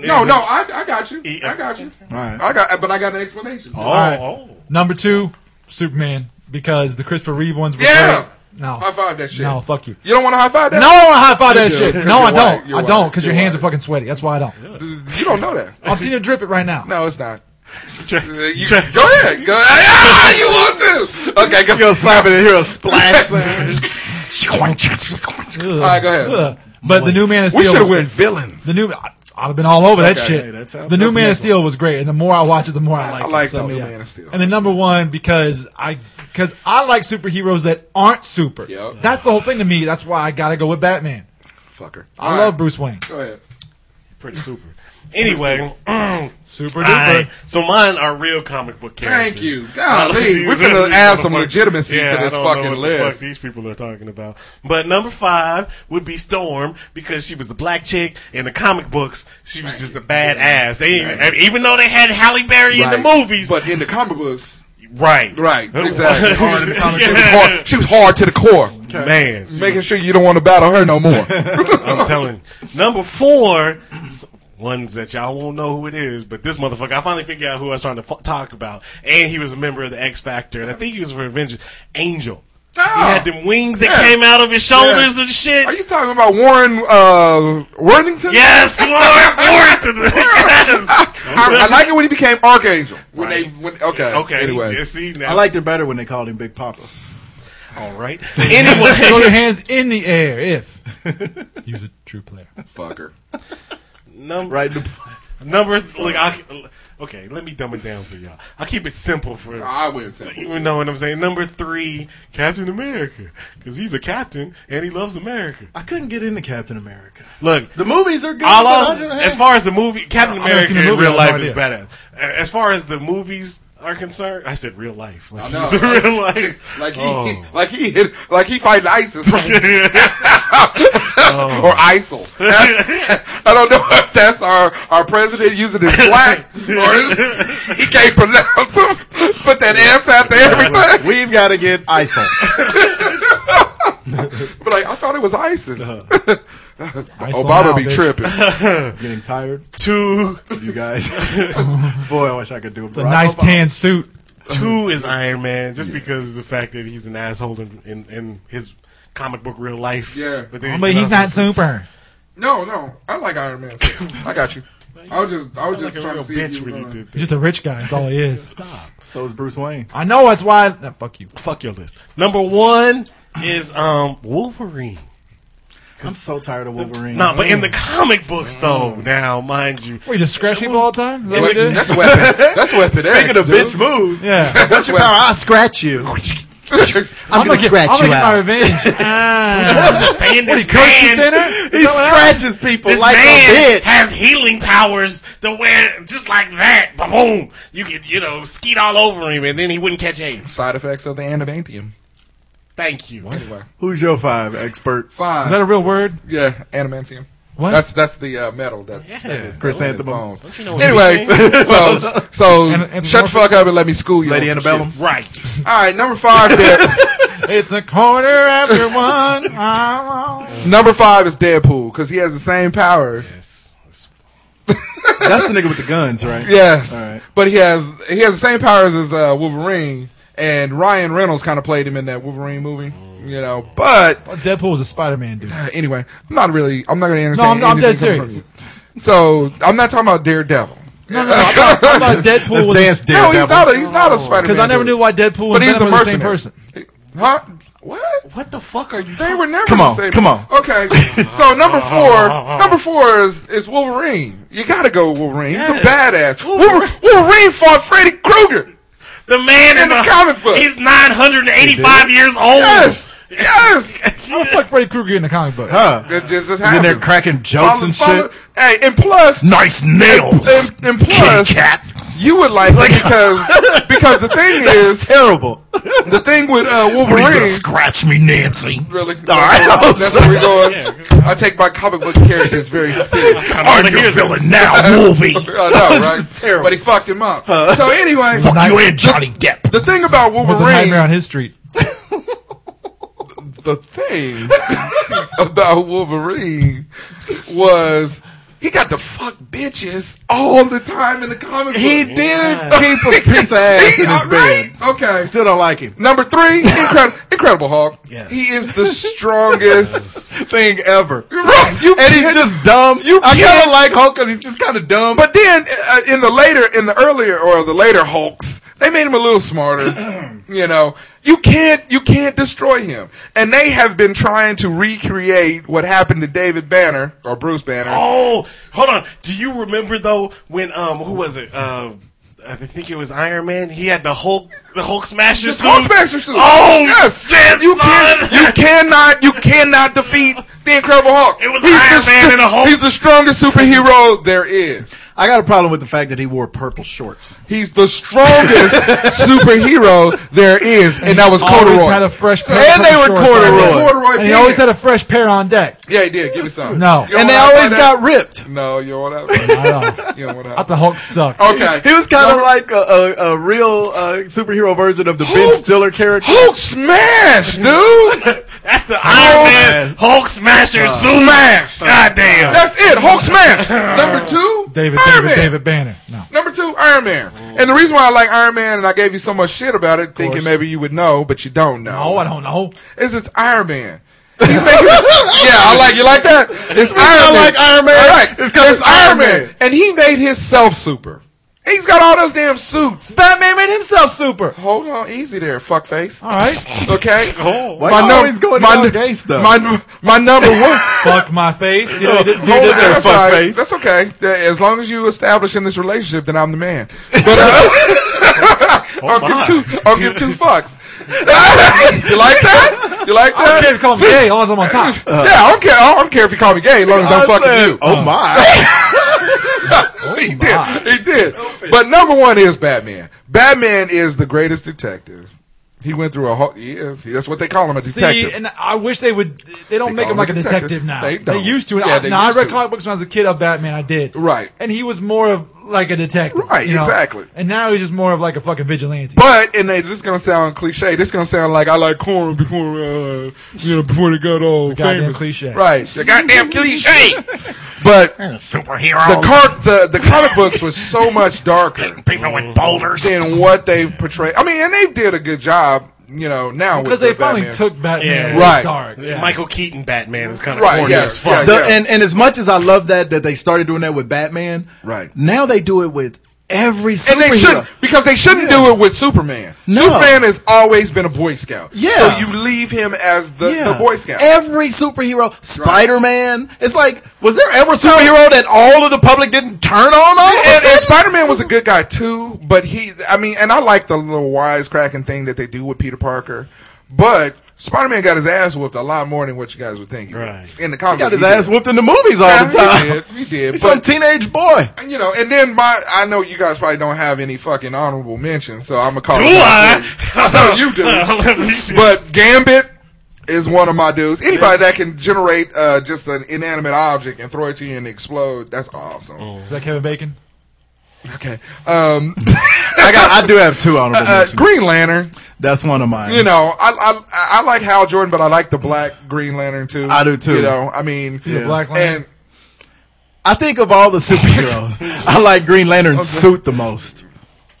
[SPEAKER 9] No,
[SPEAKER 1] is- Oh.
[SPEAKER 9] no, I, I got you.
[SPEAKER 1] Yeah.
[SPEAKER 9] I got you.
[SPEAKER 7] Alright.
[SPEAKER 9] I got, but I got an explanation.
[SPEAKER 1] Oh,
[SPEAKER 8] right.
[SPEAKER 1] oh.
[SPEAKER 8] number two, Superman, because the Christopher Reeve ones. Were
[SPEAKER 9] Yeah.
[SPEAKER 8] great. No.
[SPEAKER 9] High five that shit.
[SPEAKER 8] No, fuck you.
[SPEAKER 9] You don't want to high five that?
[SPEAKER 8] No, I don't want to high five that
[SPEAKER 9] do,
[SPEAKER 8] shit.
[SPEAKER 9] 'cause
[SPEAKER 8] No,
[SPEAKER 9] you're
[SPEAKER 8] I don't.
[SPEAKER 9] white, you're
[SPEAKER 8] I don't
[SPEAKER 9] white,
[SPEAKER 8] because your
[SPEAKER 9] you're
[SPEAKER 8] hands are
[SPEAKER 9] white.
[SPEAKER 8] fucking sweaty. That's why I don't.
[SPEAKER 9] You don't know that.
[SPEAKER 8] I've seen her drip it right now.
[SPEAKER 9] No, it's not.
[SPEAKER 1] Try-
[SPEAKER 9] Uh, You, go
[SPEAKER 1] try-
[SPEAKER 9] ahead. Go, ah, you want to? Okay, go.
[SPEAKER 7] You'll slap it and hear a splash.
[SPEAKER 8] (laughs)
[SPEAKER 9] All right, go ahead.
[SPEAKER 8] Ugh. But the new Man of
[SPEAKER 9] we
[SPEAKER 8] Steel.
[SPEAKER 9] should have
[SPEAKER 8] was-
[SPEAKER 9] went villains.
[SPEAKER 8] The new. I- I'd have been all over that
[SPEAKER 9] Okay.
[SPEAKER 8] shit.
[SPEAKER 7] Hey, that's how-
[SPEAKER 8] the new
[SPEAKER 7] that's
[SPEAKER 8] Man of
[SPEAKER 7] next
[SPEAKER 8] Steel was great, and the more I watch it, the more I like.
[SPEAKER 9] I
[SPEAKER 8] it.
[SPEAKER 9] like the
[SPEAKER 8] So,
[SPEAKER 9] new
[SPEAKER 8] yeah.
[SPEAKER 9] Man of Steel.
[SPEAKER 8] And the number one because I because I like superheroes that aren't super.
[SPEAKER 9] Yep.
[SPEAKER 8] That's the whole thing to me. That's why I gotta go with Batman.
[SPEAKER 9] Fucker.
[SPEAKER 8] I love Bruce Wayne.
[SPEAKER 9] Go ahead.
[SPEAKER 1] pretty super. Anyway, (clears throat)
[SPEAKER 8] Super
[SPEAKER 1] I,
[SPEAKER 8] duper.
[SPEAKER 1] so mine are real comic book characters.
[SPEAKER 9] Thank you.
[SPEAKER 1] I don't
[SPEAKER 9] Golly,
[SPEAKER 1] use
[SPEAKER 9] we're
[SPEAKER 1] that
[SPEAKER 9] gonna add
[SPEAKER 1] motherfucker.
[SPEAKER 9] some legitimacy
[SPEAKER 1] Yeah,
[SPEAKER 9] to
[SPEAKER 1] I
[SPEAKER 9] this
[SPEAKER 1] don't know
[SPEAKER 9] fucking
[SPEAKER 1] what the fuck
[SPEAKER 9] list.
[SPEAKER 1] these people are talking about. But number five would be Storm because she was a black chick in the comic books. She was just a badass. They didn't- even though they had Halle Berry in the
[SPEAKER 9] Right.
[SPEAKER 1] movies,
[SPEAKER 9] but in the comic books,
[SPEAKER 1] right,
[SPEAKER 9] right? Exactly. Hard in the comic- she, was
[SPEAKER 1] (laughs) Yeah.
[SPEAKER 9] hard, she was hard to the
[SPEAKER 1] (laughs)
[SPEAKER 9] core,
[SPEAKER 1] man, she
[SPEAKER 9] making sure you don't want to battle her no
[SPEAKER 1] (laughs)
[SPEAKER 9] more.
[SPEAKER 1] I'm telling. you. Number four, s- ones that y'all won't know who it is, but this motherfucker, I finally figured out who I was trying to f- talk about, and he was a member of the X Factor, and I think he was for Avengers. Angel. He had them wings that
[SPEAKER 9] Oh. Yeah.
[SPEAKER 1] came out of his shoulders and shit.
[SPEAKER 9] Are you talking about Warren uh, Worthington? (laughs)
[SPEAKER 1] yes, Lord, Lord, to the- yes.
[SPEAKER 9] I, I like it when he became Archangel. When they, when, okay.
[SPEAKER 1] Okay.
[SPEAKER 9] Anyway,
[SPEAKER 1] yeah, see now.
[SPEAKER 7] I liked it better when they called him Big Papa.
[SPEAKER 1] All right.
[SPEAKER 8] Throw your
[SPEAKER 1] Anyway, (laughs)
[SPEAKER 8] hands in the
[SPEAKER 9] (laughs)
[SPEAKER 8] air if he's a true player.
[SPEAKER 9] fucker.
[SPEAKER 1] num-
[SPEAKER 7] Right? in the-
[SPEAKER 1] number. Like, I, okay, let me dumb it down for y'all. I'll keep it simple for
[SPEAKER 9] I would say.
[SPEAKER 1] You know what I'm saying? Number three, Captain America, because he's a captain and he loves America.
[SPEAKER 7] I couldn't get into Captain America.
[SPEAKER 1] Look,
[SPEAKER 7] The movies are good.
[SPEAKER 1] all
[SPEAKER 7] but I
[SPEAKER 1] of-
[SPEAKER 7] just-
[SPEAKER 1] as far as the movie, Captain
[SPEAKER 8] I've never
[SPEAKER 1] America
[SPEAKER 8] seen the
[SPEAKER 1] in
[SPEAKER 8] movie,
[SPEAKER 1] real
[SPEAKER 8] I have no
[SPEAKER 1] life is
[SPEAKER 8] idea.
[SPEAKER 1] badass. A- As far as the movies are concerned, I said real life. Like, (laughs)
[SPEAKER 9] know,
[SPEAKER 1] it's real life.
[SPEAKER 9] (laughs) Like he,
[SPEAKER 1] Oh.
[SPEAKER 9] like he, hit, like he fighting ISIS (laughs) or ISIL. That's- I don't know if that's our, our president using his black or his, he can't pronounce him. Put that S out to everything.
[SPEAKER 7] (laughs) We've got to get ISO.
[SPEAKER 9] But like I thought it was ISIS. (laughs)
[SPEAKER 8] ISIL now,
[SPEAKER 9] Obama be
[SPEAKER 8] bitch.
[SPEAKER 9] tripping.
[SPEAKER 7] Getting tired
[SPEAKER 1] Two,
[SPEAKER 7] of you guys. (laughs) Boy, I wish I could do it.
[SPEAKER 8] It's a nice tan suit.
[SPEAKER 1] two is Iron Man, just because of the fact that he's an asshole in, in, in his comic book real life.
[SPEAKER 9] Yeah.
[SPEAKER 1] then
[SPEAKER 8] Oh, But
[SPEAKER 1] you know,
[SPEAKER 8] he's not super.
[SPEAKER 9] No, no, I like Iron Man. I got you. I was just, I was
[SPEAKER 1] sound
[SPEAKER 9] just
[SPEAKER 1] like a
[SPEAKER 9] trying
[SPEAKER 1] real
[SPEAKER 9] to see if
[SPEAKER 1] bitch
[SPEAKER 9] you
[SPEAKER 1] when
[SPEAKER 9] were
[SPEAKER 1] you
[SPEAKER 9] gonna- (laughs)
[SPEAKER 1] did
[SPEAKER 8] He's
[SPEAKER 1] that.
[SPEAKER 8] just a rich guy. That's all he is.
[SPEAKER 7] So is Bruce Wayne.
[SPEAKER 8] I know. That's why. no, fuck you.
[SPEAKER 1] Fuck your list. Number one is um Wolverine.
[SPEAKER 7] I'm so tired of Wolverine.
[SPEAKER 1] No, but in the comic books, though, now, mind you.
[SPEAKER 8] What, you just scratch people all the time? Is that what you do?
[SPEAKER 9] That's weapon. That's weapon.
[SPEAKER 7] Speaking
[SPEAKER 9] X,
[SPEAKER 7] of
[SPEAKER 9] dude. (laughs)
[SPEAKER 7] bitch moves,
[SPEAKER 8] Yeah.
[SPEAKER 7] what's your power? I'll scratch you. I'm, gonna,
[SPEAKER 8] get-
[SPEAKER 7] scratch
[SPEAKER 8] I'm
[SPEAKER 7] you
[SPEAKER 8] gonna get my
[SPEAKER 7] out.
[SPEAKER 8] revenge.
[SPEAKER 9] (laughs)
[SPEAKER 8] Ah.
[SPEAKER 1] I'm just saying this
[SPEAKER 8] Curse you
[SPEAKER 1] man,
[SPEAKER 8] thinner?
[SPEAKER 7] He
[SPEAKER 8] Is that what happened?
[SPEAKER 7] scratches people
[SPEAKER 1] this
[SPEAKER 7] like
[SPEAKER 1] man
[SPEAKER 7] a bitch.
[SPEAKER 1] has healing powers to where, just like that, boom, you could, you know, skeet all over him, and then he wouldn't catch AIDS.
[SPEAKER 9] Side effects of the adamantium.
[SPEAKER 1] Thank you.
[SPEAKER 9] Anyway,
[SPEAKER 7] Who's your five expert?
[SPEAKER 8] Is that
[SPEAKER 9] fine.
[SPEAKER 8] a real word?
[SPEAKER 9] Yeah, adamantium.
[SPEAKER 8] What?
[SPEAKER 9] That's that's the uh, metal. That's yeah.
[SPEAKER 7] Chrysanthemum.
[SPEAKER 1] you know
[SPEAKER 9] (laughs)
[SPEAKER 1] what
[SPEAKER 8] (laughs)
[SPEAKER 9] anyway, (laughs) so so
[SPEAKER 8] Ana- anthropomorphic?
[SPEAKER 9] shut the fuck up and let me school you.
[SPEAKER 7] Lady
[SPEAKER 9] on some
[SPEAKER 7] Antebellum.
[SPEAKER 9] shit.
[SPEAKER 1] Right.
[SPEAKER 9] All right, number five.
[SPEAKER 8] (laughs)
[SPEAKER 9] Dead,
[SPEAKER 8] It's a quarter after
[SPEAKER 9] (laughs)
[SPEAKER 8] one. Ah, I
[SPEAKER 9] number five is Deadpool because he has the same powers.
[SPEAKER 7] That's the nigga with the guns, right?
[SPEAKER 9] Yes,
[SPEAKER 7] All right.
[SPEAKER 9] but he has he has the same powers as uh, Wolverine, and Ryan Reynolds kind of played him in that Wolverine movie. You know, but
[SPEAKER 8] Deadpool was a Spider-Man
[SPEAKER 9] (laughs)
[SPEAKER 8] dude.
[SPEAKER 9] anyway, I'm not really. I'm not going to
[SPEAKER 8] No, I'm,
[SPEAKER 9] entertain.
[SPEAKER 8] I'm dead
[SPEAKER 9] anything coming
[SPEAKER 8] serious.
[SPEAKER 9] from you. So I'm not talking about Daredevil.
[SPEAKER 8] No, no, no. I'm not, I'm not Deadpool
[SPEAKER 7] Let's dance,
[SPEAKER 8] was
[SPEAKER 9] No,
[SPEAKER 7] Daredevil.
[SPEAKER 9] he's not. A, he's not a Spider-Man.
[SPEAKER 8] because I never
[SPEAKER 9] dude.
[SPEAKER 8] knew why Deadpool
[SPEAKER 9] But
[SPEAKER 8] and
[SPEAKER 9] he's a
[SPEAKER 8] Venom were the same
[SPEAKER 9] mercenary.
[SPEAKER 8] person.
[SPEAKER 9] Huh? What?
[SPEAKER 1] What the fuck are you?
[SPEAKER 9] They were never.
[SPEAKER 7] Come
[SPEAKER 9] the
[SPEAKER 7] on,
[SPEAKER 9] same.
[SPEAKER 7] come on.
[SPEAKER 9] Okay. So number four, number four is is Wolverine. You got to go with Wolverine. He's a badass. Wolverine, Wolverine fought Freddy Krueger.
[SPEAKER 1] The man
[SPEAKER 9] In
[SPEAKER 1] is
[SPEAKER 9] the
[SPEAKER 1] a
[SPEAKER 9] comic book.
[SPEAKER 1] He's 985 years old.
[SPEAKER 9] Yes. Yes.
[SPEAKER 8] How the fuck Freddy Krueger in the comic book?
[SPEAKER 7] Huh?
[SPEAKER 9] That just this
[SPEAKER 7] He's in
[SPEAKER 9] happens.
[SPEAKER 7] there cracking jokes
[SPEAKER 9] Follow-
[SPEAKER 7] and
[SPEAKER 9] follow-
[SPEAKER 7] shit.
[SPEAKER 9] Hey, and plus,
[SPEAKER 7] Nice nails.
[SPEAKER 9] and, and plus,
[SPEAKER 7] kitty cat.
[SPEAKER 9] you would like, it
[SPEAKER 7] (laughs)
[SPEAKER 9] because because the thing
[SPEAKER 7] It's
[SPEAKER 9] is
[SPEAKER 7] terrible.
[SPEAKER 9] the thing with uh,
[SPEAKER 7] What are you gonna
[SPEAKER 9] Wolverine.
[SPEAKER 7] scratch me, Nancy?
[SPEAKER 9] Really?
[SPEAKER 7] All right. I'm
[SPEAKER 9] That's where
[SPEAKER 7] sorry.
[SPEAKER 9] we're going. I take my comic book characters
[SPEAKER 7] (laughs)
[SPEAKER 9] very seriously.
[SPEAKER 1] I don't wanna
[SPEAKER 7] I'm your
[SPEAKER 1] hear this.
[SPEAKER 7] villain (laughs) now,
[SPEAKER 9] (laughs)
[SPEAKER 7] movie.
[SPEAKER 9] I know, right?
[SPEAKER 7] This is terrible.
[SPEAKER 9] But he fucked him up. So anyway,
[SPEAKER 7] Fuck you and Johnny Depp.
[SPEAKER 9] the thing about
[SPEAKER 8] was a nightmare
[SPEAKER 9] Wolverine,
[SPEAKER 8] on his street.
[SPEAKER 9] the thing (laughs) about Wolverine was he got to fuck bitches all the time in the comic book.
[SPEAKER 7] He did keep a piece of ass
[SPEAKER 9] He-
[SPEAKER 7] (laughs) in his
[SPEAKER 9] all right?
[SPEAKER 7] bed.
[SPEAKER 9] Okay.
[SPEAKER 7] Still don't like him.
[SPEAKER 9] Number three, incredible, incredible Hulk.
[SPEAKER 1] Yes.
[SPEAKER 9] He is the
[SPEAKER 7] (laughs)
[SPEAKER 9] strongest.
[SPEAKER 7] Thing ever.
[SPEAKER 9] Right, you
[SPEAKER 7] and he's
[SPEAKER 9] can't-
[SPEAKER 7] just dumb.
[SPEAKER 9] you
[SPEAKER 7] I kind
[SPEAKER 9] can't-
[SPEAKER 7] of like Hulk because he's just kind of dumb.
[SPEAKER 9] But then uh, in the later, in the earlier or the later Hulks, they made him a little
[SPEAKER 1] (clears throat)
[SPEAKER 9] smarter. you know, you can't you can't destroy him, and they have been trying to recreate what happened to David Banner or Bruce Banner.
[SPEAKER 1] Oh, hold on. Do you remember though when um who was it? Uh, I think it was Iron Man. He had the Hulk, the Hulk Smasher suit.
[SPEAKER 9] Hulk Smasher suit.
[SPEAKER 1] Oh
[SPEAKER 9] Yes.
[SPEAKER 1] shit,
[SPEAKER 9] You
[SPEAKER 1] son!
[SPEAKER 9] can
[SPEAKER 1] (laughs)
[SPEAKER 9] you cannot you cannot defeat the Incredible Hulk.
[SPEAKER 1] It was
[SPEAKER 9] the
[SPEAKER 1] Iron Man
[SPEAKER 9] str-
[SPEAKER 1] and the Hulk.
[SPEAKER 9] He's the strongest superhero there is.
[SPEAKER 7] I got a problem with the fact that he wore purple shorts.
[SPEAKER 9] He's the strongest
[SPEAKER 1] (laughs)
[SPEAKER 9] superhero there is, and, that was
[SPEAKER 8] Always
[SPEAKER 9] corduroy.
[SPEAKER 8] had a fresh pair.
[SPEAKER 7] And
[SPEAKER 8] of
[SPEAKER 7] they were
[SPEAKER 8] shorts on.
[SPEAKER 7] corduroy.
[SPEAKER 9] Corduroy
[SPEAKER 8] And he
[SPEAKER 9] pants.
[SPEAKER 8] always had a fresh pair on deck.
[SPEAKER 9] Yeah, he did. Give me some.
[SPEAKER 8] No.
[SPEAKER 9] You don't
[SPEAKER 7] and they
[SPEAKER 9] wanna
[SPEAKER 7] always
[SPEAKER 9] have that?
[SPEAKER 7] got ripped.
[SPEAKER 9] No, you don't want that. (laughs)
[SPEAKER 8] I
[SPEAKER 9] You don't want
[SPEAKER 8] thought
[SPEAKER 9] that.
[SPEAKER 8] the Hulk sucked.
[SPEAKER 9] Okay.
[SPEAKER 7] He was kind of like a, a, a real uh, superhero version of the Ben
[SPEAKER 9] Hulk-
[SPEAKER 7] Stiller character.
[SPEAKER 9] Hulk smash, dude.
[SPEAKER 1] That's the Iron Man Hulk Smasher suit.
[SPEAKER 9] (laughs) Smash.
[SPEAKER 1] God damn.
[SPEAKER 9] uh, That's it. Hulk smash. Number two,
[SPEAKER 8] David,
[SPEAKER 9] Iron
[SPEAKER 8] David,
[SPEAKER 9] Man.
[SPEAKER 8] David Banner. No.
[SPEAKER 9] Number two, Iron Man. And the reason why I like Iron Man, and I gave you so much shit about it, thinking maybe you would know, but you don't know.
[SPEAKER 8] Oh, I don't know.
[SPEAKER 9] It's just Iron Man. He's making,
[SPEAKER 7] (laughs)
[SPEAKER 9] yeah, I like you like that. It's Iron Man.
[SPEAKER 7] like Iron Man.
[SPEAKER 9] All right.
[SPEAKER 7] It's
[SPEAKER 9] It's,
[SPEAKER 7] 'cause it's
[SPEAKER 9] Iron
[SPEAKER 7] Iron
[SPEAKER 9] Man.
[SPEAKER 7] Man.
[SPEAKER 9] and he made himself super. He's got all those damn suits.
[SPEAKER 8] Batman made himself super.
[SPEAKER 9] Hold on, easy there, fuckface.
[SPEAKER 8] All right. (laughs)
[SPEAKER 9] Okay.
[SPEAKER 1] Oh.
[SPEAKER 7] Why you
[SPEAKER 9] num-
[SPEAKER 7] always going down
[SPEAKER 9] nu-
[SPEAKER 7] gay stuff?
[SPEAKER 9] My, nu- my number
[SPEAKER 8] (laughs)
[SPEAKER 9] one.
[SPEAKER 8] Fuck my face.
[SPEAKER 9] (laughs)
[SPEAKER 8] See, they did- see,
[SPEAKER 9] Hold
[SPEAKER 8] they
[SPEAKER 9] on,
[SPEAKER 8] did-
[SPEAKER 9] that's,
[SPEAKER 7] fuck
[SPEAKER 9] all right.
[SPEAKER 7] face.
[SPEAKER 9] That's okay. Th- As long as you establish in this relationship that I'm the man.
[SPEAKER 8] (laughs)
[SPEAKER 9] But uh, I'll
[SPEAKER 1] my.
[SPEAKER 9] give two. I'll give two fucks. (laughs) you like that? You like that?
[SPEAKER 8] I don't care if you call me
[SPEAKER 9] Since-
[SPEAKER 8] gay, as long as I'm
[SPEAKER 9] (laughs)
[SPEAKER 8] on top.
[SPEAKER 9] yeah, I don't care. I don't care if you call me gay, as long as I'm fucking
[SPEAKER 7] said,
[SPEAKER 9] you.
[SPEAKER 7] Oh my! (laughs)
[SPEAKER 8] oh
[SPEAKER 9] (laughs) he did. He did. But number one is Batman. Batman is the greatest detective. He went through a whole. He is. That's what they call him, a detective.
[SPEAKER 8] See, and I wish they would. They don't
[SPEAKER 9] They
[SPEAKER 8] make
[SPEAKER 9] call
[SPEAKER 8] him like a
[SPEAKER 9] him a
[SPEAKER 8] detective,
[SPEAKER 9] detective.
[SPEAKER 8] now. They,
[SPEAKER 9] They don't.
[SPEAKER 8] used to. And
[SPEAKER 9] Yeah,
[SPEAKER 8] I,
[SPEAKER 9] they
[SPEAKER 8] now I
[SPEAKER 9] used
[SPEAKER 8] read
[SPEAKER 9] to.
[SPEAKER 8] comic books when I was a kid. Of Batman, I did.
[SPEAKER 9] Right.
[SPEAKER 8] And he was more of like a detective.
[SPEAKER 9] Right,
[SPEAKER 8] you know?
[SPEAKER 9] exactly.
[SPEAKER 8] And now he's just more of like a fucking vigilante.
[SPEAKER 9] But and they, this is gonna sound cliche. This is gonna sound like I like corn before uh, you know before they got all
[SPEAKER 8] It's a goddamn
[SPEAKER 9] famous.
[SPEAKER 8] cliche.
[SPEAKER 9] right? The goddamn cliche. But
[SPEAKER 1] (laughs)
[SPEAKER 9] the
[SPEAKER 7] (laughs)
[SPEAKER 1] Superhero.
[SPEAKER 9] car the the comic books was so much darker
[SPEAKER 1] people with boulders.
[SPEAKER 9] than what they've portrayed. I mean, and they did a good job. You know now
[SPEAKER 8] Because
[SPEAKER 9] with
[SPEAKER 8] they
[SPEAKER 9] the
[SPEAKER 8] finally
[SPEAKER 9] Batman.
[SPEAKER 8] took
[SPEAKER 1] Yeah.
[SPEAKER 8] Batman.
[SPEAKER 9] Right.
[SPEAKER 8] Right. Dark. Yeah.
[SPEAKER 1] Michael Keaton Batman is kind of
[SPEAKER 9] Right,
[SPEAKER 1] corny
[SPEAKER 9] yeah,
[SPEAKER 1] as fuck.
[SPEAKER 7] The-
[SPEAKER 9] yeah.
[SPEAKER 7] and and as much as I love that that they started doing that with Batman,
[SPEAKER 9] Right.
[SPEAKER 7] now they do it with every superhero.
[SPEAKER 9] And they shouldn't because they shouldn't do it with Superman.
[SPEAKER 7] No.
[SPEAKER 9] Superman has always been a Boy Scout.
[SPEAKER 7] Yeah.
[SPEAKER 9] So you leave him as the,
[SPEAKER 7] Yeah.
[SPEAKER 9] the Boy Scout.
[SPEAKER 7] Every superhero, Spider Man. It's like, was there ever a superhero that all of the public didn't turn on? All of a
[SPEAKER 9] and,
[SPEAKER 7] sudden?
[SPEAKER 9] Spider Man was a good guy too, but he, I mean, and I like the little wisecracking thing that they do with Peter Parker, but Spider Man got his ass whooped a lot more than what you guys were thinking.
[SPEAKER 1] Right.
[SPEAKER 9] In the comic,
[SPEAKER 7] He got his
[SPEAKER 9] he
[SPEAKER 7] ass
[SPEAKER 9] did.
[SPEAKER 7] whooped in the movies all the
[SPEAKER 9] Yeah,
[SPEAKER 7] time.
[SPEAKER 9] He did. He did.
[SPEAKER 7] He's some
[SPEAKER 9] but,
[SPEAKER 7] teenage boy.
[SPEAKER 9] you know, and then my, I know you guys probably don't have any fucking honorable mentions, so I'm gonna call.
[SPEAKER 1] Do
[SPEAKER 9] it
[SPEAKER 1] I?
[SPEAKER 9] out for you.
[SPEAKER 7] (laughs)
[SPEAKER 1] (laughs)
[SPEAKER 9] no, you do. But Gambit is one of my dudes. Anybody that can generate uh, just an inanimate object and throw it to you and explode, that's awesome.
[SPEAKER 8] Is that Kevin Bacon?
[SPEAKER 9] Okay. Um,
[SPEAKER 7] I got. I do have two honorable
[SPEAKER 9] uh,
[SPEAKER 7] mentions.
[SPEAKER 9] Green Lantern.
[SPEAKER 7] That's one of mine.
[SPEAKER 9] You know, I, I I like Hal Jordan, but I like the black Green Lantern too.
[SPEAKER 7] I do, too.
[SPEAKER 9] You know, I mean,
[SPEAKER 8] a black
[SPEAKER 9] and
[SPEAKER 8] lantern?
[SPEAKER 7] I think of all the superheroes, I like Green Lantern's suit the most.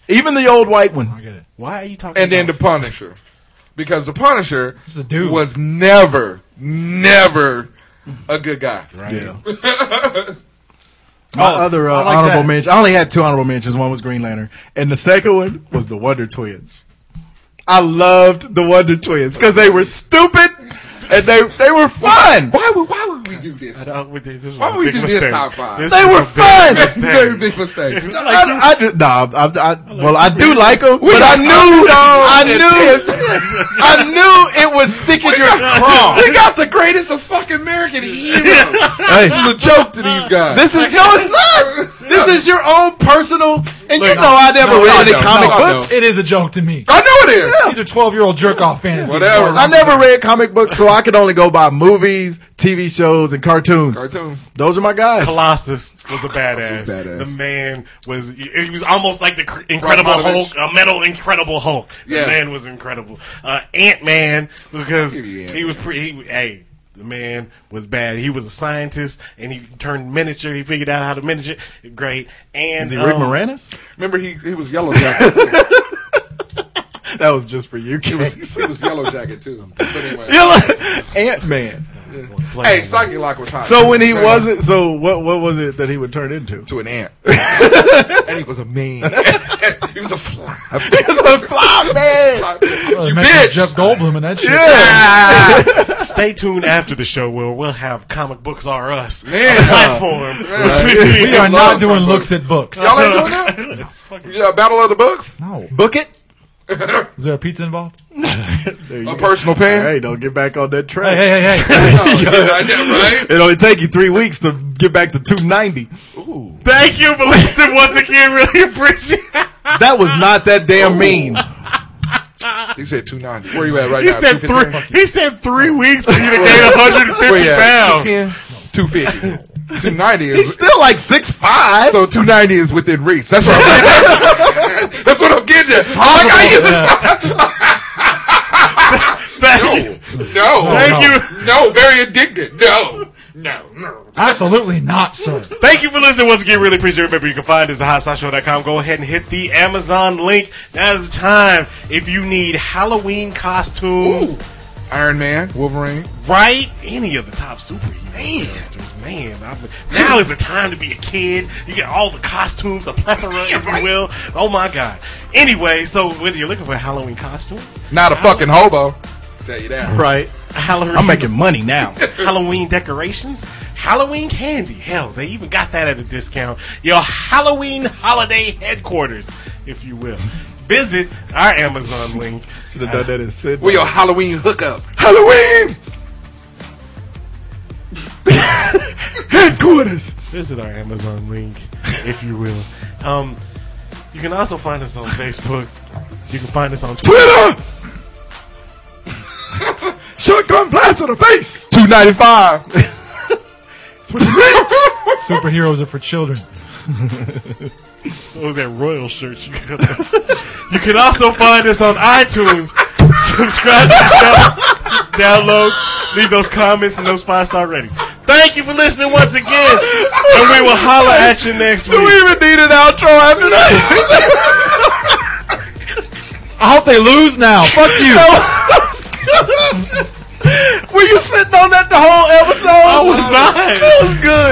[SPEAKER 7] Even the old white one.
[SPEAKER 8] I get it.
[SPEAKER 1] Why are you talking?
[SPEAKER 9] and then the
[SPEAKER 1] about-
[SPEAKER 9] Punisher, because the Punisher
[SPEAKER 8] a dude.
[SPEAKER 9] was never, never a good guy.
[SPEAKER 7] Yeah. My other uh,
[SPEAKER 8] I like
[SPEAKER 7] honorable
[SPEAKER 8] that.
[SPEAKER 7] mention. I only had two honorable mentions. One was Green Lantern, and the second one was the Wonder Twins. I loved the Wonder Twins because they were stupid and they they were fun.
[SPEAKER 10] Why would why would we do this?
[SPEAKER 9] (laughs)
[SPEAKER 1] I don't- (laughs) this was
[SPEAKER 10] Why would
[SPEAKER 1] a
[SPEAKER 10] we
[SPEAKER 1] big
[SPEAKER 10] do this
[SPEAKER 1] mistake.
[SPEAKER 10] top five?
[SPEAKER 1] This
[SPEAKER 7] They
[SPEAKER 1] was
[SPEAKER 7] were
[SPEAKER 1] a big
[SPEAKER 7] fun!
[SPEAKER 1] mistake.
[SPEAKER 10] Very big mistake.
[SPEAKER 1] Like,
[SPEAKER 7] I, I do, nah, I, I, well, I do like them, but I
[SPEAKER 10] got
[SPEAKER 7] knew, I knew, I knew it was sticking your craw.
[SPEAKER 10] We got the greatest of fucking American heroes.
[SPEAKER 7] (laughs) Hey,
[SPEAKER 9] It's a joke to these guys.
[SPEAKER 7] this is no, it's not. This is your own personal, and you know I never
[SPEAKER 9] no,
[SPEAKER 7] read
[SPEAKER 9] I
[SPEAKER 7] any
[SPEAKER 9] know,
[SPEAKER 7] comic
[SPEAKER 9] no, I know.
[SPEAKER 7] books.
[SPEAKER 8] It is a joke to me.
[SPEAKER 9] I know it is.
[SPEAKER 8] These are twelve-year-old jerk-off fantasies.
[SPEAKER 9] Whatever.
[SPEAKER 7] I never read comic books, so I could only go by movies, TV shows, and cartoons.
[SPEAKER 9] Cartoons.
[SPEAKER 7] Those are my guys.
[SPEAKER 1] Colossus was a badass.
[SPEAKER 10] was badass.
[SPEAKER 1] The man was he was almost like the cr- Incredible
[SPEAKER 9] Bogdanovich.
[SPEAKER 1] Hulk, a metal Incredible Hulk. The
[SPEAKER 9] Yeah.
[SPEAKER 1] man was incredible. Uh, Ant Man because
[SPEAKER 10] Yeah.
[SPEAKER 1] he was pretty. He, hey. The man was bad. He was a scientist, and he turned miniature. He figured out how to miniature. Great. And
[SPEAKER 7] Is he Rick
[SPEAKER 1] um,
[SPEAKER 7] Moranis?
[SPEAKER 9] Remember, he he was yellow jacket.
[SPEAKER 7] That was just for you kids. (laughs)
[SPEAKER 10] He was Yellow Jacket too. But anyway.
[SPEAKER 7] Ant Man.
[SPEAKER 9] hey, Psyche Lock was hot.
[SPEAKER 7] So when he wasn't, so what? What was it that he would turn into?
[SPEAKER 9] to an (laughs) ant, and he was a (laughs) man. (laughs) he was a fly.
[SPEAKER 7] He's a fly man.
[SPEAKER 8] You
[SPEAKER 9] bitch.
[SPEAKER 8] Jeff Goldblum and that shit.
[SPEAKER 1] Stay tuned after the show where we'll have comic books are us
[SPEAKER 9] Man.
[SPEAKER 1] a platform.
[SPEAKER 9] (laughs)
[SPEAKER 8] We are
[SPEAKER 9] Love
[SPEAKER 8] not doing
[SPEAKER 9] comic
[SPEAKER 8] looks at books.
[SPEAKER 9] Y'all ain't doing that.
[SPEAKER 1] (laughs) It's fucking-
[SPEAKER 9] Yeah, Battle of the Books,
[SPEAKER 8] No.
[SPEAKER 7] (laughs) Book it.
[SPEAKER 8] Is there a pizza involved?
[SPEAKER 9] a personal pan.
[SPEAKER 7] Hey, don't get back on that track.
[SPEAKER 8] Hey, hey, hey, hey.
[SPEAKER 1] (laughs)
[SPEAKER 9] I know, right?
[SPEAKER 7] (laughs) It only take you three weeks to get back to 290.
[SPEAKER 1] Thank you, Ballista. Once again, really appreciate. it.
[SPEAKER 7] That was not that damn mean.
[SPEAKER 9] He said 290. Where you at right
[SPEAKER 1] He
[SPEAKER 9] now?
[SPEAKER 1] said
[SPEAKER 9] 215?
[SPEAKER 1] three. He said three
[SPEAKER 7] Oh.
[SPEAKER 1] weeks for you to gain 150
[SPEAKER 9] Where you at?
[SPEAKER 1] pounds.
[SPEAKER 9] 210?
[SPEAKER 1] (laughs)
[SPEAKER 9] 250. 290
[SPEAKER 7] He's
[SPEAKER 9] is.
[SPEAKER 7] still like six five.
[SPEAKER 9] So 290 is within reach. That's what I'm
[SPEAKER 1] (laughs)
[SPEAKER 9] getting at. (laughs) That's what I'm getting at. I'm like, I
[SPEAKER 1] Thank you.
[SPEAKER 9] even- no.
[SPEAKER 1] Thank you.
[SPEAKER 9] No, very indignant. No. No. No.
[SPEAKER 8] Absolutely not, sir.
[SPEAKER 1] Thank you for listening. Once again, really appreciate it. Remember, you can find us at hotshotshow.com. Go ahead and hit the Amazon link. Now is the time. If you need Halloween costumes,
[SPEAKER 9] Iron Man, Wolverine.
[SPEAKER 1] right? Any of the top superhero characters. Man, I'm, now is the time to be a kid. You get all the costumes, a plethora, if you will. Oh, my God. Anyway, so whether you're looking for a Halloween costume,
[SPEAKER 9] Not a fucking hobo. Tell you that.
[SPEAKER 7] Right.
[SPEAKER 1] a Halloween
[SPEAKER 7] I'm making money (laughs) now.
[SPEAKER 1] (laughs) Halloween decorations, Halloween candy. Hell, they even got that at a discount. Your Halloween holiday headquarters, if you will. Visit our Amazon link. Uh,
[SPEAKER 7] Should have done that in Sydney.
[SPEAKER 9] With your Halloween hookup.
[SPEAKER 7] Halloween headquarters.
[SPEAKER 1] Visit our Amazon link, if you will. Um, you can also find us on Facebook. You can find us on Twitter.
[SPEAKER 9] (laughs)
[SPEAKER 7] Twitter. Shotgun blast on the face.
[SPEAKER 9] (laughs) 295.
[SPEAKER 7] Switch legs.
[SPEAKER 9] (laughs)
[SPEAKER 8] Superheroes are for children.
[SPEAKER 1] So is that royal shirt you got on? (laughs) You can also find us on iTunes. (laughs) Subscribe to the show. Download. Leave those comments and those five star ratings. Thank you for listening once again. And we will holler at you next
[SPEAKER 7] Do we
[SPEAKER 1] week.
[SPEAKER 7] even need an outro after that?
[SPEAKER 8] I hope they lose now. Fuck you.
[SPEAKER 7] (laughs) Were you sitting on that the whole episode?
[SPEAKER 1] I was not.
[SPEAKER 7] That was good.